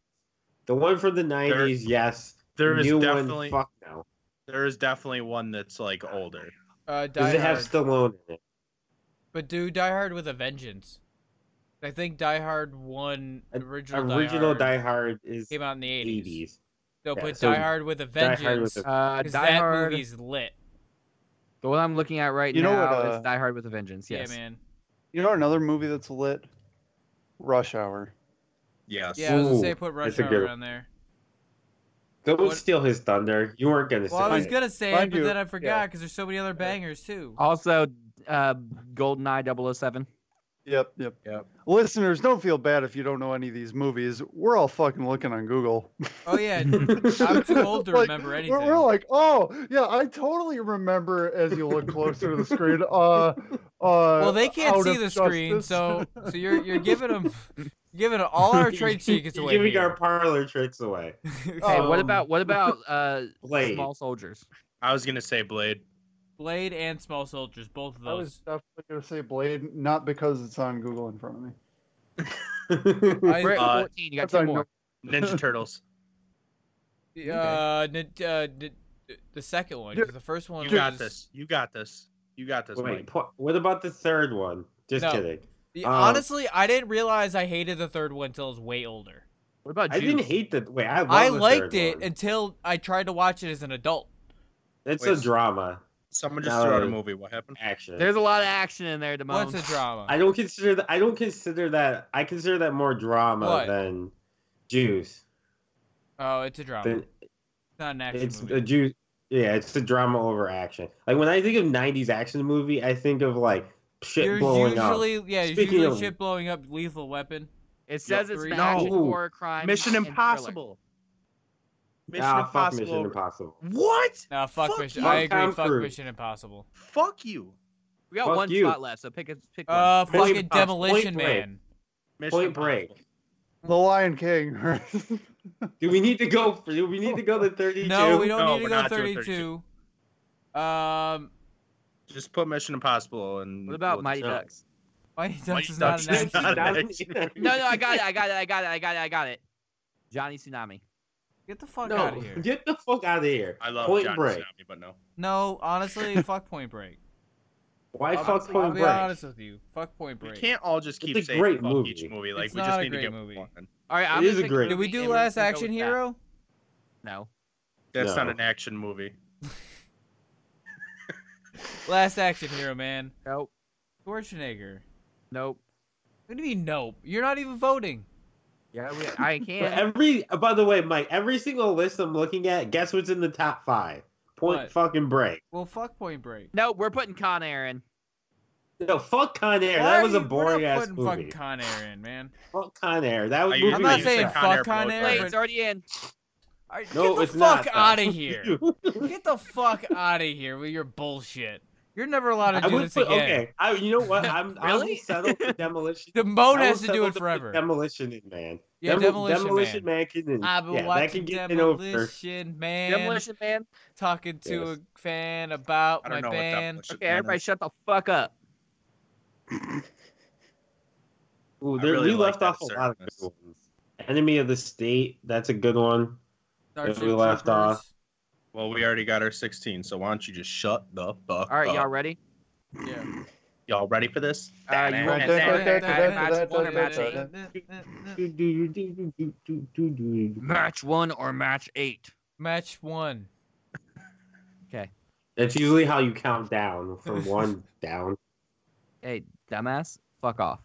Speaker 2: The one from the '90s, yes.
Speaker 5: There is
Speaker 2: New
Speaker 5: definitely
Speaker 2: one, fuck no.
Speaker 5: there is definitely one that's like older.
Speaker 3: Uh, Die
Speaker 2: Does it have
Speaker 3: Hard.
Speaker 2: Stallone in it?
Speaker 3: but do Die Hard with a vengeance. I think Die Hard one
Speaker 2: An
Speaker 3: original,
Speaker 2: Original
Speaker 3: Die Hard
Speaker 2: Die Hard is
Speaker 3: came out in the eighties.
Speaker 2: eighties.
Speaker 3: So
Speaker 2: Yeah,
Speaker 3: put
Speaker 2: so
Speaker 3: Die Hard with a
Speaker 2: Hard with
Speaker 3: vengeance.
Speaker 2: a-
Speaker 4: Uh,
Speaker 3: 'cause
Speaker 4: Die
Speaker 3: that
Speaker 4: Hard.
Speaker 3: movie's lit.
Speaker 4: The one I'm looking at right
Speaker 6: You know
Speaker 4: now
Speaker 6: what, uh,
Speaker 4: is Die Hard with a Vengeance. Yes.
Speaker 3: Yeah, man.
Speaker 6: You know another movie that's lit? Rush Hour.
Speaker 5: Yes.
Speaker 3: Yeah, I was gonna
Speaker 2: Ooh,
Speaker 3: say put Rush
Speaker 2: that's a good
Speaker 3: Hour
Speaker 2: one.
Speaker 3: on there.
Speaker 2: Don't
Speaker 3: What-
Speaker 2: steal his thunder. You weren't gonna
Speaker 3: Well, I
Speaker 2: say
Speaker 3: was
Speaker 2: it.
Speaker 3: gonna say it,
Speaker 6: Mind
Speaker 3: but
Speaker 6: you-
Speaker 3: then I forgot because there's so many other bangers too.
Speaker 4: Also, uh, GoldenEye 007.
Speaker 6: Yep, yep,
Speaker 5: Yep.
Speaker 6: Listeners, don't feel bad if you don't know any of these movies. We're all fucking looking on Google.
Speaker 3: Oh yeah, I'm too old to
Speaker 6: Like,
Speaker 3: remember
Speaker 6: we're-
Speaker 3: anything.
Speaker 6: We're, like, oh yeah, I totally remember. As you look closer to the screen, uh, uh.
Speaker 3: well, they can't
Speaker 6: Out
Speaker 3: see
Speaker 6: of
Speaker 3: the screen,
Speaker 6: Justice.
Speaker 3: so so you're you're giving them giving all our trade secrets
Speaker 2: You're
Speaker 3: away.
Speaker 2: Giving
Speaker 3: here.
Speaker 2: our parlor tricks away.
Speaker 4: Hey, what
Speaker 3: Oh.
Speaker 6: Um,
Speaker 4: about what about uh,
Speaker 2: Blade.
Speaker 4: Small Soldiers?
Speaker 5: I was gonna say Blade.
Speaker 3: Blade and Small Soldiers, both of
Speaker 6: I was
Speaker 3: those.
Speaker 6: definitely gonna say Blade, not because it's on Google in front of me.
Speaker 3: I,
Speaker 4: We're at
Speaker 5: Uh,
Speaker 4: 14. You got
Speaker 6: that's
Speaker 4: two
Speaker 6: on
Speaker 4: more.
Speaker 5: Ninja Turtles.
Speaker 3: uh, n- uh, n- the second one, 'cause the first one
Speaker 5: Oh, You got
Speaker 3: was-
Speaker 5: this. You got this. You got this,
Speaker 2: Wait,
Speaker 5: Mike.
Speaker 2: po- what about the third one? Just
Speaker 3: No.
Speaker 2: kidding.
Speaker 3: Yeah,
Speaker 2: Um,
Speaker 3: honestly, I didn't realize I hated the third one until I was way older.
Speaker 4: What about
Speaker 2: I didn't
Speaker 4: Juice?
Speaker 2: hate the wait. I, love
Speaker 3: I
Speaker 2: the
Speaker 3: liked
Speaker 2: third
Speaker 3: it
Speaker 2: one.
Speaker 3: until I tried to watch it as an adult.
Speaker 2: It's
Speaker 5: Wait.
Speaker 2: a drama
Speaker 5: Someone just
Speaker 2: No.
Speaker 5: threw out a movie. What happened?
Speaker 2: action.
Speaker 4: There's a lot of action in there,
Speaker 3: What's
Speaker 4: Damone.
Speaker 3: a drama?
Speaker 2: I don't consider that. I don't consider that. I consider that more drama
Speaker 3: What?
Speaker 2: than juice.
Speaker 3: oh, it's a drama.
Speaker 2: Than,
Speaker 3: it's not an action
Speaker 2: it's
Speaker 3: movie.
Speaker 2: a juice. Yeah, it's the drama over action. Like when I think of '90s action movie, I think of like shit
Speaker 3: You're
Speaker 2: blowing up.
Speaker 3: usually yeah, you're
Speaker 2: Speaking
Speaker 3: usually
Speaker 2: of-
Speaker 3: shit blowing up. Lethal Weapon.
Speaker 4: It says it's
Speaker 3: three.
Speaker 4: been action,
Speaker 2: No.
Speaker 4: horror, crime,
Speaker 5: Mission
Speaker 4: and thriller.
Speaker 5: Impossible. Mission
Speaker 2: ah, fuck
Speaker 5: Impossible.
Speaker 2: Mission Impossible.
Speaker 5: What?
Speaker 3: No, fuck,
Speaker 5: Fuck
Speaker 3: Mission.
Speaker 5: you.
Speaker 3: I agree.
Speaker 2: Tom
Speaker 3: Fuck
Speaker 2: Cruise.
Speaker 3: Mission Impossible.
Speaker 5: Fuck you.
Speaker 4: We got
Speaker 2: Fuck
Speaker 4: one
Speaker 2: you.
Speaker 4: spot left, so pick a pick one.
Speaker 3: Uh,
Speaker 2: Mission
Speaker 3: fucking
Speaker 2: Impossible.
Speaker 3: Demolition
Speaker 2: Point Break.
Speaker 3: Man.
Speaker 5: Mission
Speaker 2: Point Break.
Speaker 5: Impossible.
Speaker 6: The
Speaker 4: Mm.
Speaker 6: Lion King.
Speaker 2: Do we need to go? For, do we need to go to 32?
Speaker 3: No, we don't
Speaker 5: No,
Speaker 3: need to
Speaker 5: we're
Speaker 3: go
Speaker 5: not doing
Speaker 3: 32. Um,
Speaker 5: Just put Mission Impossible and.
Speaker 4: what about
Speaker 5: we'll-
Speaker 4: Mighty
Speaker 2: no.
Speaker 4: Ducks?
Speaker 3: Mighty Ducks
Speaker 5: Mighty
Speaker 3: is not an
Speaker 5: Ducks is
Speaker 3: action.
Speaker 5: not-
Speaker 3: movie.
Speaker 4: No, no, I got it, I got it, I got it, I got it, I got it. Johnny Tsunami.
Speaker 3: Get the fuck
Speaker 2: No,
Speaker 3: out of here.
Speaker 2: get the fuck out of here.
Speaker 5: I love
Speaker 2: Point
Speaker 5: John
Speaker 2: Break.
Speaker 5: Tsunami, but no.
Speaker 3: No, honestly, fuck Point Break.
Speaker 2: Why
Speaker 3: I'll
Speaker 2: fuck
Speaker 3: be-
Speaker 2: Point
Speaker 3: I'll be
Speaker 2: Break?
Speaker 3: honest with you. Fuck Point
Speaker 5: We
Speaker 3: Break.
Speaker 5: can't all just keep
Speaker 2: It's a
Speaker 5: saying
Speaker 2: great
Speaker 5: fuck
Speaker 2: movie.
Speaker 5: each movie. Like
Speaker 3: It's
Speaker 5: we
Speaker 3: not
Speaker 5: just
Speaker 3: a
Speaker 5: need to
Speaker 3: great
Speaker 5: get
Speaker 3: movie.
Speaker 5: one.
Speaker 4: All right, I'm
Speaker 2: It
Speaker 4: gonna
Speaker 2: is a
Speaker 4: pick
Speaker 2: great-
Speaker 3: Did we
Speaker 4: movie,
Speaker 3: do
Speaker 4: and we're
Speaker 3: Last
Speaker 4: just gonna go
Speaker 3: Action
Speaker 4: with that.
Speaker 3: Hero?
Speaker 4: No.
Speaker 5: That's not
Speaker 2: No.
Speaker 5: an action movie.
Speaker 3: Last Action Hero, man.
Speaker 4: Nope.
Speaker 3: Schwarzenegger.
Speaker 4: Nope.
Speaker 3: What do you mean, nope? You're not even voting.
Speaker 4: Yeah, we, I
Speaker 2: But
Speaker 4: can.
Speaker 2: every, by the way, Mike, every single list I'm looking at, guess what's in the top five? Point
Speaker 3: What?
Speaker 2: fucking break.
Speaker 3: Well, fuck Point Break.
Speaker 4: No, we're putting Con Air in.
Speaker 2: No, fuck Con Air.
Speaker 3: Why
Speaker 2: that
Speaker 3: are
Speaker 2: was a
Speaker 3: you- we're
Speaker 2: boring
Speaker 3: not
Speaker 2: ass
Speaker 3: putting
Speaker 2: movie.
Speaker 3: Fucking Con Air in, man.
Speaker 2: Fuck Con Air. That was
Speaker 5: I
Speaker 2: movie.
Speaker 3: I'm
Speaker 5: usually
Speaker 3: not
Speaker 5: use
Speaker 3: saying
Speaker 5: that
Speaker 3: fuck Con
Speaker 5: blows
Speaker 3: Air,
Speaker 5: up.
Speaker 4: Wait,
Speaker 3: but-
Speaker 4: it's already in.
Speaker 3: All right,
Speaker 2: No,
Speaker 3: get the
Speaker 2: it's not,
Speaker 3: fuck
Speaker 2: though.
Speaker 3: out of here.
Speaker 2: blows.
Speaker 3: get the fuck out of here with your bullshit. You're never allowed to
Speaker 2: I
Speaker 3: do
Speaker 2: would
Speaker 3: this
Speaker 2: put,
Speaker 3: again.
Speaker 2: okay. I, you know what? I'm I will
Speaker 4: Really?
Speaker 2: settle for demolition.
Speaker 3: The moan
Speaker 2: I will
Speaker 3: has to do
Speaker 2: settle
Speaker 3: it
Speaker 2: to put
Speaker 3: forever.
Speaker 2: Demolition in, man.
Speaker 3: yeah,
Speaker 2: Demo-
Speaker 3: Demolition,
Speaker 2: demolition
Speaker 3: Man.
Speaker 2: man. can.
Speaker 3: I've been
Speaker 2: yeah, that can
Speaker 3: watching
Speaker 2: get in over.
Speaker 3: Demolition Man.
Speaker 4: Demolition Man.
Speaker 3: Talking to
Speaker 2: Yes.
Speaker 3: a fan about
Speaker 5: I
Speaker 3: my
Speaker 5: don't know
Speaker 3: band.
Speaker 5: what that
Speaker 4: Okay, everybody, shut the fuck up.
Speaker 2: Ooh,
Speaker 5: I
Speaker 2: there,
Speaker 5: really
Speaker 2: we
Speaker 5: like
Speaker 2: left
Speaker 5: that
Speaker 2: off a lot of good
Speaker 5: service.
Speaker 2: ones. Enemy of the State, that's a good one.
Speaker 3: Starship
Speaker 2: we left
Speaker 3: Troopers.
Speaker 2: off.
Speaker 5: Well, we already got our 16, so why don't you just shut the fuck
Speaker 4: All right,
Speaker 5: up?
Speaker 2: Oh.
Speaker 4: y'all ready?
Speaker 3: Yeah.
Speaker 5: Y'all ready for this?
Speaker 4: Uh, you ready? Match one or match eight?
Speaker 3: Match one.
Speaker 2: That's usually how you count down from one down.
Speaker 4: Hey, dumbass, fuck off.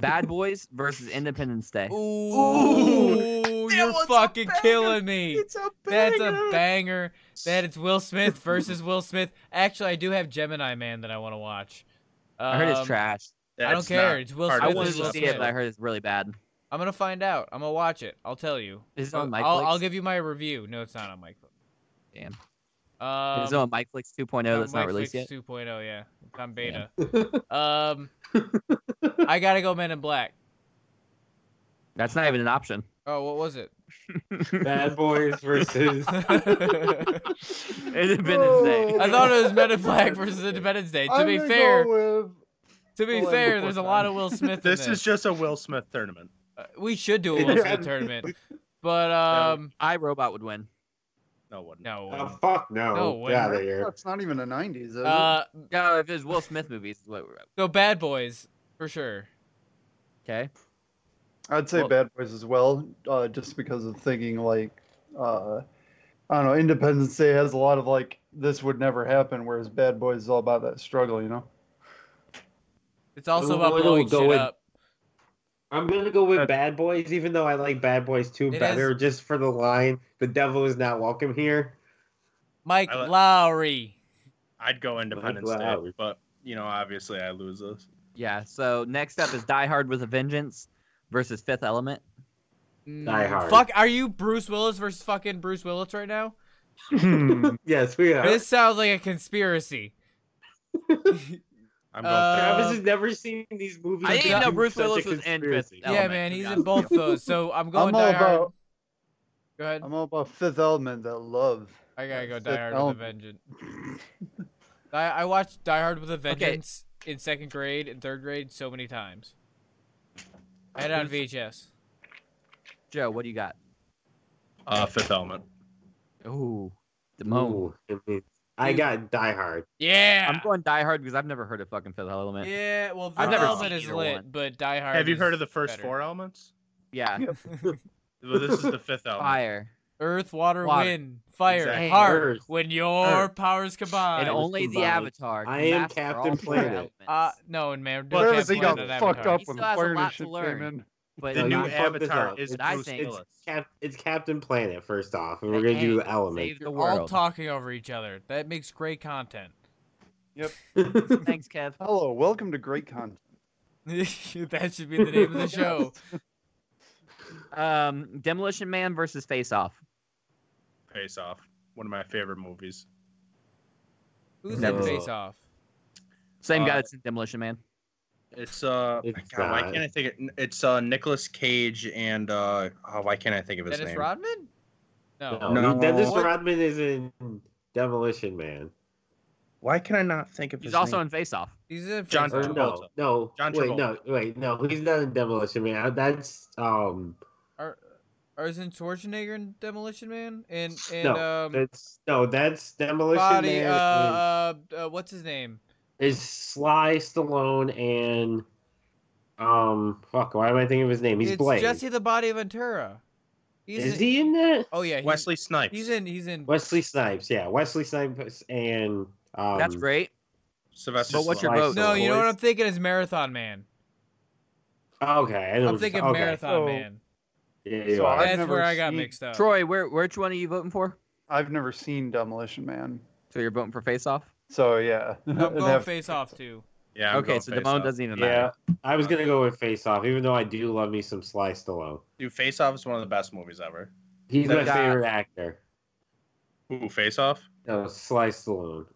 Speaker 4: Bad Boys versus Independence Day.
Speaker 3: Ooh,
Speaker 5: Ooh, that
Speaker 3: you're
Speaker 5: was a
Speaker 3: fucking
Speaker 5: banger.
Speaker 3: killing me.
Speaker 5: a
Speaker 3: That's a banger. That it's Will Smith versus Will Smith. Actually, I do have Gemini Man that I want to watch. Um,
Speaker 4: I heard it's trash.
Speaker 3: I don't care. It's Will
Speaker 5: part
Speaker 3: Smith.
Speaker 4: I
Speaker 5: of
Speaker 4: wanted
Speaker 5: this
Speaker 3: versus Will
Speaker 4: to
Speaker 5: episode.
Speaker 4: see it,
Speaker 3: Smith.
Speaker 4: but I heard it's really bad.
Speaker 3: I'm gonna find out. I'm gonna watch it. I'll tell you.
Speaker 4: Is it on
Speaker 3: I'll, I'll,
Speaker 4: Microflix?
Speaker 3: give you my review. No, it's not on Microflix.
Speaker 4: Damn.
Speaker 3: Um,
Speaker 4: Is it on MikeFlix 2.0 that's not released yet?
Speaker 3: 2.0, oh, yeah. It's on beta. um, I gotta go Men in Black.
Speaker 4: That's not even an option.
Speaker 3: Oh, what was it?
Speaker 2: Bad Boys versus.
Speaker 3: I
Speaker 4: Independence Day.
Speaker 3: thought it was Men in Black versus Independence Day. To
Speaker 6: I'm
Speaker 3: be
Speaker 6: gonna
Speaker 3: fair,
Speaker 6: go with-
Speaker 3: to be
Speaker 6: Land
Speaker 3: fair,
Speaker 6: Before
Speaker 3: there's a
Speaker 6: Time.
Speaker 3: lot of Will Smith. in
Speaker 5: This is just a Will Smith tournament.
Speaker 3: Uh, we should do a Will Smith
Speaker 2: Yeah.
Speaker 3: tournament, but um,
Speaker 4: I Robot would win.
Speaker 5: No, it wouldn't.
Speaker 3: No.
Speaker 7: Oh, fuck no.
Speaker 3: No way.
Speaker 7: Get out of here.
Speaker 6: That's not even the 90s. Is
Speaker 3: Uh,
Speaker 4: No, if it was Will Smith movies, is what we're
Speaker 3: so Bad Boys for sure.
Speaker 4: okay.
Speaker 6: it? I'd say
Speaker 4: well-
Speaker 6: Bad Boys as well, uh, just because of thinking like, uh, I don't know, Independence Day has a lot of like, this would never happen, whereas Bad Boys is all about that struggle, you know?
Speaker 3: It's also
Speaker 2: Well,
Speaker 3: about
Speaker 2: it'll
Speaker 3: blowing
Speaker 2: go
Speaker 3: shit
Speaker 2: in-
Speaker 3: up.
Speaker 2: I'm gonna go with Bad Boys, even though I like Bad Boys 2
Speaker 3: It
Speaker 2: better,
Speaker 3: is-
Speaker 2: just for the line "The devil is not welcome here."
Speaker 3: Mike
Speaker 5: I li-
Speaker 3: Lowry.
Speaker 5: I'd go Independence Day,
Speaker 2: Wow.
Speaker 5: but you know, obviously, I lose this.
Speaker 4: Yeah. So next up is Die Hard with a Vengeance versus Fifth Element.
Speaker 2: Die Hard.
Speaker 3: Mm, Fuck, are you Bruce Willis versus fucking Bruce Willis right now?
Speaker 4: Hmm.
Speaker 2: Yes, we are.
Speaker 3: This sounds like a conspiracy.
Speaker 5: I'm
Speaker 3: Uh,
Speaker 5: going.
Speaker 2: Travis has never seen these movies.
Speaker 4: I didn't even know
Speaker 2: It's
Speaker 4: Bruce
Speaker 2: such a
Speaker 4: Willis was in
Speaker 2: conspiracy.
Speaker 4: Fifth
Speaker 3: yeah,
Speaker 4: Element,
Speaker 3: man,
Speaker 4: to be
Speaker 3: he's in
Speaker 4: honest.
Speaker 3: both those. So I'm going
Speaker 6: I'm
Speaker 3: Die
Speaker 6: all
Speaker 3: Hard.
Speaker 6: about
Speaker 3: Go ahead.
Speaker 6: I'm all about Fifth Element, that love.
Speaker 3: I gotta go
Speaker 6: Fifth
Speaker 3: Die Hard
Speaker 6: Element.
Speaker 3: with a Vengeance. I, I watched Die Hard with a Vengeance in second grade and third grade so many times. I had it on VHS.
Speaker 4: Joe, what do you got?
Speaker 5: Uh, Fifth Element.
Speaker 4: Ooh, Damone.
Speaker 2: Ooh, it means- I got Die Hard.
Speaker 3: Yeah.
Speaker 4: I'm going Die Hard because I've never heard of fucking Fifth Element. Yeah.
Speaker 3: yeah. Well,
Speaker 4: I've
Speaker 3: Fifth
Speaker 4: never
Speaker 3: Element
Speaker 4: seen
Speaker 3: is
Speaker 4: either
Speaker 3: lit,
Speaker 4: one.
Speaker 3: but Die Hard.
Speaker 5: Have you
Speaker 3: is
Speaker 5: heard of the first
Speaker 3: better.
Speaker 5: four elements? Well, this is the fifth element.
Speaker 4: Fire.
Speaker 3: Earth, water,
Speaker 4: Water.
Speaker 3: wind, fire,
Speaker 5: Exactly.
Speaker 3: heart.
Speaker 2: Earth.
Speaker 3: When your powers combine.
Speaker 4: and
Speaker 2: was
Speaker 4: only the
Speaker 2: combined.
Speaker 4: Avatar.
Speaker 2: I
Speaker 4: can
Speaker 2: am
Speaker 4: master all
Speaker 2: Captain
Speaker 4: four
Speaker 2: Planet.
Speaker 4: elements.
Speaker 3: Uh, no, and man,
Speaker 5: Well,
Speaker 3: don't
Speaker 5: Travis,
Speaker 6: Travis,
Speaker 3: have
Speaker 6: he
Speaker 5: Captain
Speaker 6: got
Speaker 3: Planet
Speaker 5: Planet
Speaker 6: fucked
Speaker 3: Avatar.
Speaker 6: up
Speaker 4: He
Speaker 6: when
Speaker 4: still has a
Speaker 6: Fire
Speaker 4: lot
Speaker 6: and
Speaker 4: to
Speaker 6: Shit
Speaker 4: learn.
Speaker 6: came in.
Speaker 4: but
Speaker 5: The
Speaker 2: No,
Speaker 5: new
Speaker 2: not fuck this
Speaker 5: Avatar
Speaker 2: up.
Speaker 5: is
Speaker 4: Did I
Speaker 5: Bruce
Speaker 4: say-
Speaker 5: Willis.
Speaker 2: Cap- it's Captain Planet first off, and
Speaker 4: They
Speaker 2: we're gonna do
Speaker 4: can't
Speaker 2: the element.
Speaker 4: Save the
Speaker 3: You're all
Speaker 4: world.
Speaker 3: talking over each other. That makes great content.
Speaker 4: Thanks, Kev.
Speaker 6: Hello, welcome to Great Content.
Speaker 3: that should be the name of the show.
Speaker 4: Um, Demolition Man versus Face Off.
Speaker 5: Face Off, one of my favorite movies.
Speaker 3: Who's in
Speaker 2: No.
Speaker 3: Face Off?
Speaker 4: Same guy
Speaker 5: Uh,
Speaker 4: that's in Demolition Man.
Speaker 5: It's uh,
Speaker 2: It's
Speaker 5: God, why
Speaker 2: not.
Speaker 5: can't I think it? It's uh, Nicolas Cage and uh, oh, why can't I think of his
Speaker 3: Dennis
Speaker 5: name?
Speaker 3: Rodman? No.
Speaker 2: no,
Speaker 5: No.
Speaker 2: he- Dennis
Speaker 5: What?
Speaker 2: Rodman is in Demolition Man.
Speaker 5: Why can I not think of?
Speaker 4: He's
Speaker 5: his
Speaker 4: also
Speaker 5: name?
Speaker 4: in Face Off.
Speaker 3: He's in
Speaker 5: John
Speaker 2: Or
Speaker 3: Face Off.
Speaker 2: no,
Speaker 5: Travolta.
Speaker 2: no,
Speaker 5: John
Speaker 2: wait, no, wait, no, he's not in Demolition Man. Uh, That's um,
Speaker 3: Are, are is in Schwarzenegger and Demolition Man? And and
Speaker 2: No,
Speaker 3: um
Speaker 2: that's no, that's Demolition
Speaker 3: body
Speaker 2: Man.
Speaker 3: uh, uh uh what's his name?
Speaker 2: is Sly Stallone and um, fuck, why am I thinking of his name? He's
Speaker 3: it's
Speaker 2: Blade.
Speaker 3: Jesse the Body Ventura. He's
Speaker 2: is
Speaker 3: in-
Speaker 2: he in that?
Speaker 3: Oh yeah, he's,
Speaker 5: Wesley Snipes.
Speaker 3: He's in he's in
Speaker 2: Wesley Snipes, yeah, Wesley Snipes and um,
Speaker 4: That's great.
Speaker 5: Sylvester.
Speaker 4: But what's your
Speaker 5: Stallone.
Speaker 4: vote?
Speaker 3: No, you know what
Speaker 2: Boys.
Speaker 3: I'm thinking is Marathon Man.
Speaker 2: Okay, I know.
Speaker 3: I'm thinking
Speaker 2: okay.
Speaker 3: Marathon
Speaker 6: So-
Speaker 3: Man.
Speaker 2: Yeah, you
Speaker 6: So
Speaker 2: are.
Speaker 6: Oh, I've
Speaker 3: That's
Speaker 6: never
Speaker 3: where I got
Speaker 6: seen-
Speaker 3: mixed
Speaker 5: Oh.
Speaker 3: up.
Speaker 4: Troy, where which one are you voting for?
Speaker 6: I've never seen Demolition Man.
Speaker 4: So you're voting for Face Off?
Speaker 6: So yeah.
Speaker 3: I'm
Speaker 6: It'd
Speaker 3: going
Speaker 6: have-
Speaker 3: Face Off too.
Speaker 5: Yeah. I'm
Speaker 4: Okay,
Speaker 5: going
Speaker 4: so
Speaker 5: Face
Speaker 4: Damone
Speaker 5: Off.
Speaker 4: doesn't even
Speaker 2: Yeah,
Speaker 4: matter.
Speaker 2: I was gonna go with Face Off, even though I do love me some Sly Stallone.
Speaker 5: Dude, Face Off is one of the best movies ever.
Speaker 2: He's
Speaker 4: Then
Speaker 2: my
Speaker 4: I got-
Speaker 2: favorite actor.
Speaker 5: Ooh, Face Off.
Speaker 2: No, Sly Stallone.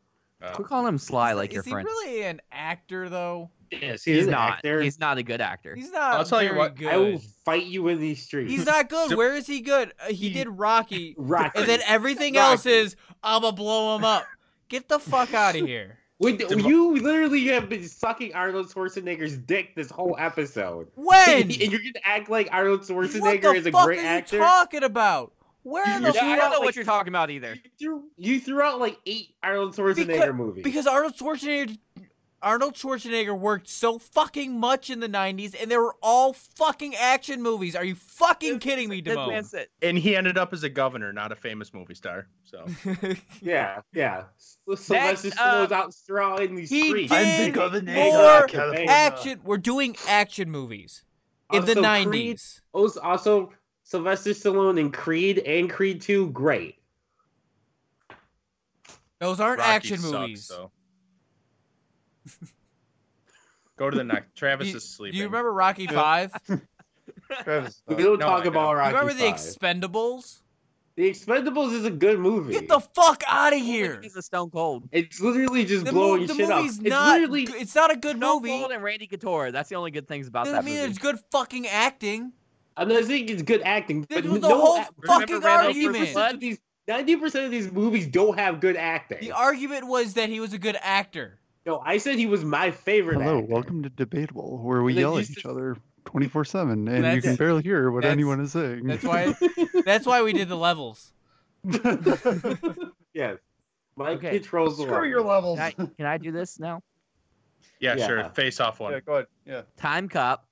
Speaker 5: Uh,
Speaker 4: Quit calling him Sly like
Speaker 3: is,
Speaker 4: your
Speaker 3: is
Speaker 4: friend.
Speaker 3: he really an actor though?
Speaker 2: Yes,
Speaker 4: he's
Speaker 2: he's, an
Speaker 4: not.
Speaker 2: actor.
Speaker 4: He's not a good actor.
Speaker 3: He's not
Speaker 5: I'll tell you
Speaker 3: very
Speaker 5: what,
Speaker 3: good.
Speaker 2: I will fight you in these streets.
Speaker 3: He's not good. Where is he good? Uh, he
Speaker 5: He-
Speaker 3: did Rocky,
Speaker 2: Rocky.
Speaker 3: and then everything
Speaker 2: Rocky.
Speaker 3: else is I'ma blow him up. Get the fuck out of here.
Speaker 2: Wait,
Speaker 5: Demo-
Speaker 2: you literally have been sucking Arnold Schwarzenegger's dick this whole episode.
Speaker 3: When?
Speaker 2: and you're gonna act like Arnold
Speaker 3: what
Speaker 2: Schwarzenegger
Speaker 3: the
Speaker 2: is a
Speaker 3: fuck
Speaker 2: great
Speaker 3: are you
Speaker 2: actor?
Speaker 3: talking about? Where in
Speaker 4: Yeah,
Speaker 2: You're
Speaker 3: the
Speaker 4: I
Speaker 3: fuck?
Speaker 4: don't know
Speaker 2: like-
Speaker 4: what you're talking about either.
Speaker 2: You threw, you threw out like eight Arnold Schwarzenegger movies.
Speaker 3: Because Arnold Schwarzenegger, Arnold Schwarzenegger worked so fucking much in the '90s, and they were all fucking action movies. Are you fucking kidding me,
Speaker 4: This man
Speaker 3: Damone?
Speaker 4: said,
Speaker 5: and he ended up as a governor, not a famous movie star. So
Speaker 2: yeah, yeah. So Sylvester
Speaker 4: Next up-
Speaker 2: Stallone's out strawing these
Speaker 3: He
Speaker 2: streets.
Speaker 3: did-
Speaker 6: I'm the governor.
Speaker 3: More
Speaker 6: of
Speaker 2: uh,
Speaker 6: California.
Speaker 3: action. We're doing action movies in the
Speaker 2: Also,
Speaker 3: '90s.
Speaker 2: Creed- also, also Sylvester Stallone in Creed and Creed Two, great.
Speaker 3: Those aren't
Speaker 5: Rocky
Speaker 3: action
Speaker 5: sucks,
Speaker 3: movies.
Speaker 5: though. Go to the next. Travis
Speaker 3: You-
Speaker 5: is sleeping.
Speaker 3: Do you remember Rocky Five? You
Speaker 6: Travis.
Speaker 2: We
Speaker 6: uh,
Speaker 2: don't
Speaker 5: no, I
Speaker 2: talk
Speaker 5: don't.
Speaker 2: about Rocky.
Speaker 3: remember The
Speaker 2: Five.
Speaker 3: Expendables?
Speaker 2: The Expendables is a good movie.
Speaker 3: Get the fuck out of here!
Speaker 4: "Oh, he's a Stone Cold.
Speaker 2: It's literally just
Speaker 3: The, mo-
Speaker 2: blowing
Speaker 3: the
Speaker 2: shit up.
Speaker 3: movie's
Speaker 2: It's
Speaker 3: not.
Speaker 2: literally
Speaker 3: g- It's not a good
Speaker 4: Stone
Speaker 3: movie.
Speaker 4: Cold and Randy Couture. That's the only good things about
Speaker 3: Doesn't
Speaker 4: that
Speaker 3: mean
Speaker 4: movie.
Speaker 3: there's good fucking acting.
Speaker 2: I'm not saying it's good acting,
Speaker 3: This
Speaker 2: but
Speaker 3: was the
Speaker 2: no
Speaker 3: whole
Speaker 2: act-
Speaker 3: fucking
Speaker 4: remember Randolph versus
Speaker 3: argument.
Speaker 4: Blood?
Speaker 2: of these ninety percent of these movies don't have good acting.
Speaker 3: The argument was that he was a good actor.
Speaker 2: no, I said he was my favorite.
Speaker 6: Hello,
Speaker 2: actor.
Speaker 6: welcome to Debatable, where we
Speaker 2: And then
Speaker 6: yell
Speaker 2: you
Speaker 6: at each
Speaker 2: just-
Speaker 6: other 24 7, and you
Speaker 3: That's-
Speaker 6: can barely hear what
Speaker 3: that's-
Speaker 6: anyone is saying.
Speaker 3: That's why. that's why we did the levels.
Speaker 2: yes. Mike
Speaker 4: Okay.
Speaker 2: controls the
Speaker 6: Screw your
Speaker 2: level.
Speaker 6: levels.
Speaker 4: Can I, can I do this now?
Speaker 5: Yeah,
Speaker 2: Yeah.
Speaker 5: sure. Face off one.
Speaker 6: yeah, go ahead. Yeah.
Speaker 4: Time cop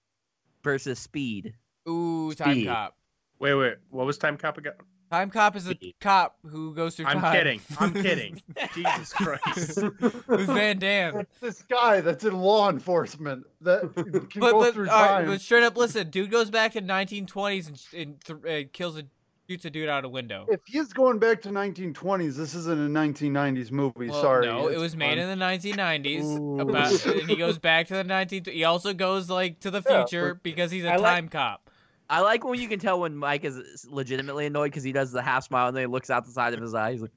Speaker 4: versus speed.
Speaker 3: Ooh, time
Speaker 2: Speed.
Speaker 3: cop.
Speaker 5: Wait, wait. What was time cop again?
Speaker 3: Time cop is a
Speaker 2: Speed.
Speaker 3: cop who goes through
Speaker 5: I'm
Speaker 3: time.
Speaker 5: kidding. I'm kidding. Jesus Christ.
Speaker 3: With Van Damme.
Speaker 6: It's this guy that's in law enforcement that can
Speaker 3: But,
Speaker 6: go
Speaker 3: but,
Speaker 6: through
Speaker 3: all right,
Speaker 6: time.
Speaker 3: but straight up, listen. Dude goes back to 1920s and, sh- and th- uh, kills a shoots a dude out a window.
Speaker 6: if he's going back to 1920s, this isn't a 1990s movie.
Speaker 3: Well,
Speaker 6: Sorry.
Speaker 3: no, it
Speaker 6: it's
Speaker 3: was made
Speaker 6: fun.
Speaker 3: in the 1990s.
Speaker 6: Ooh.
Speaker 3: About, and he goes back to the 19. He also goes like to the
Speaker 6: Yeah,
Speaker 3: future because he's a
Speaker 4: I like-
Speaker 3: time cop.
Speaker 4: I like when you can tell when Mike is legitimately annoyed because he does the half smile and then he looks out the side of his eye. He's like,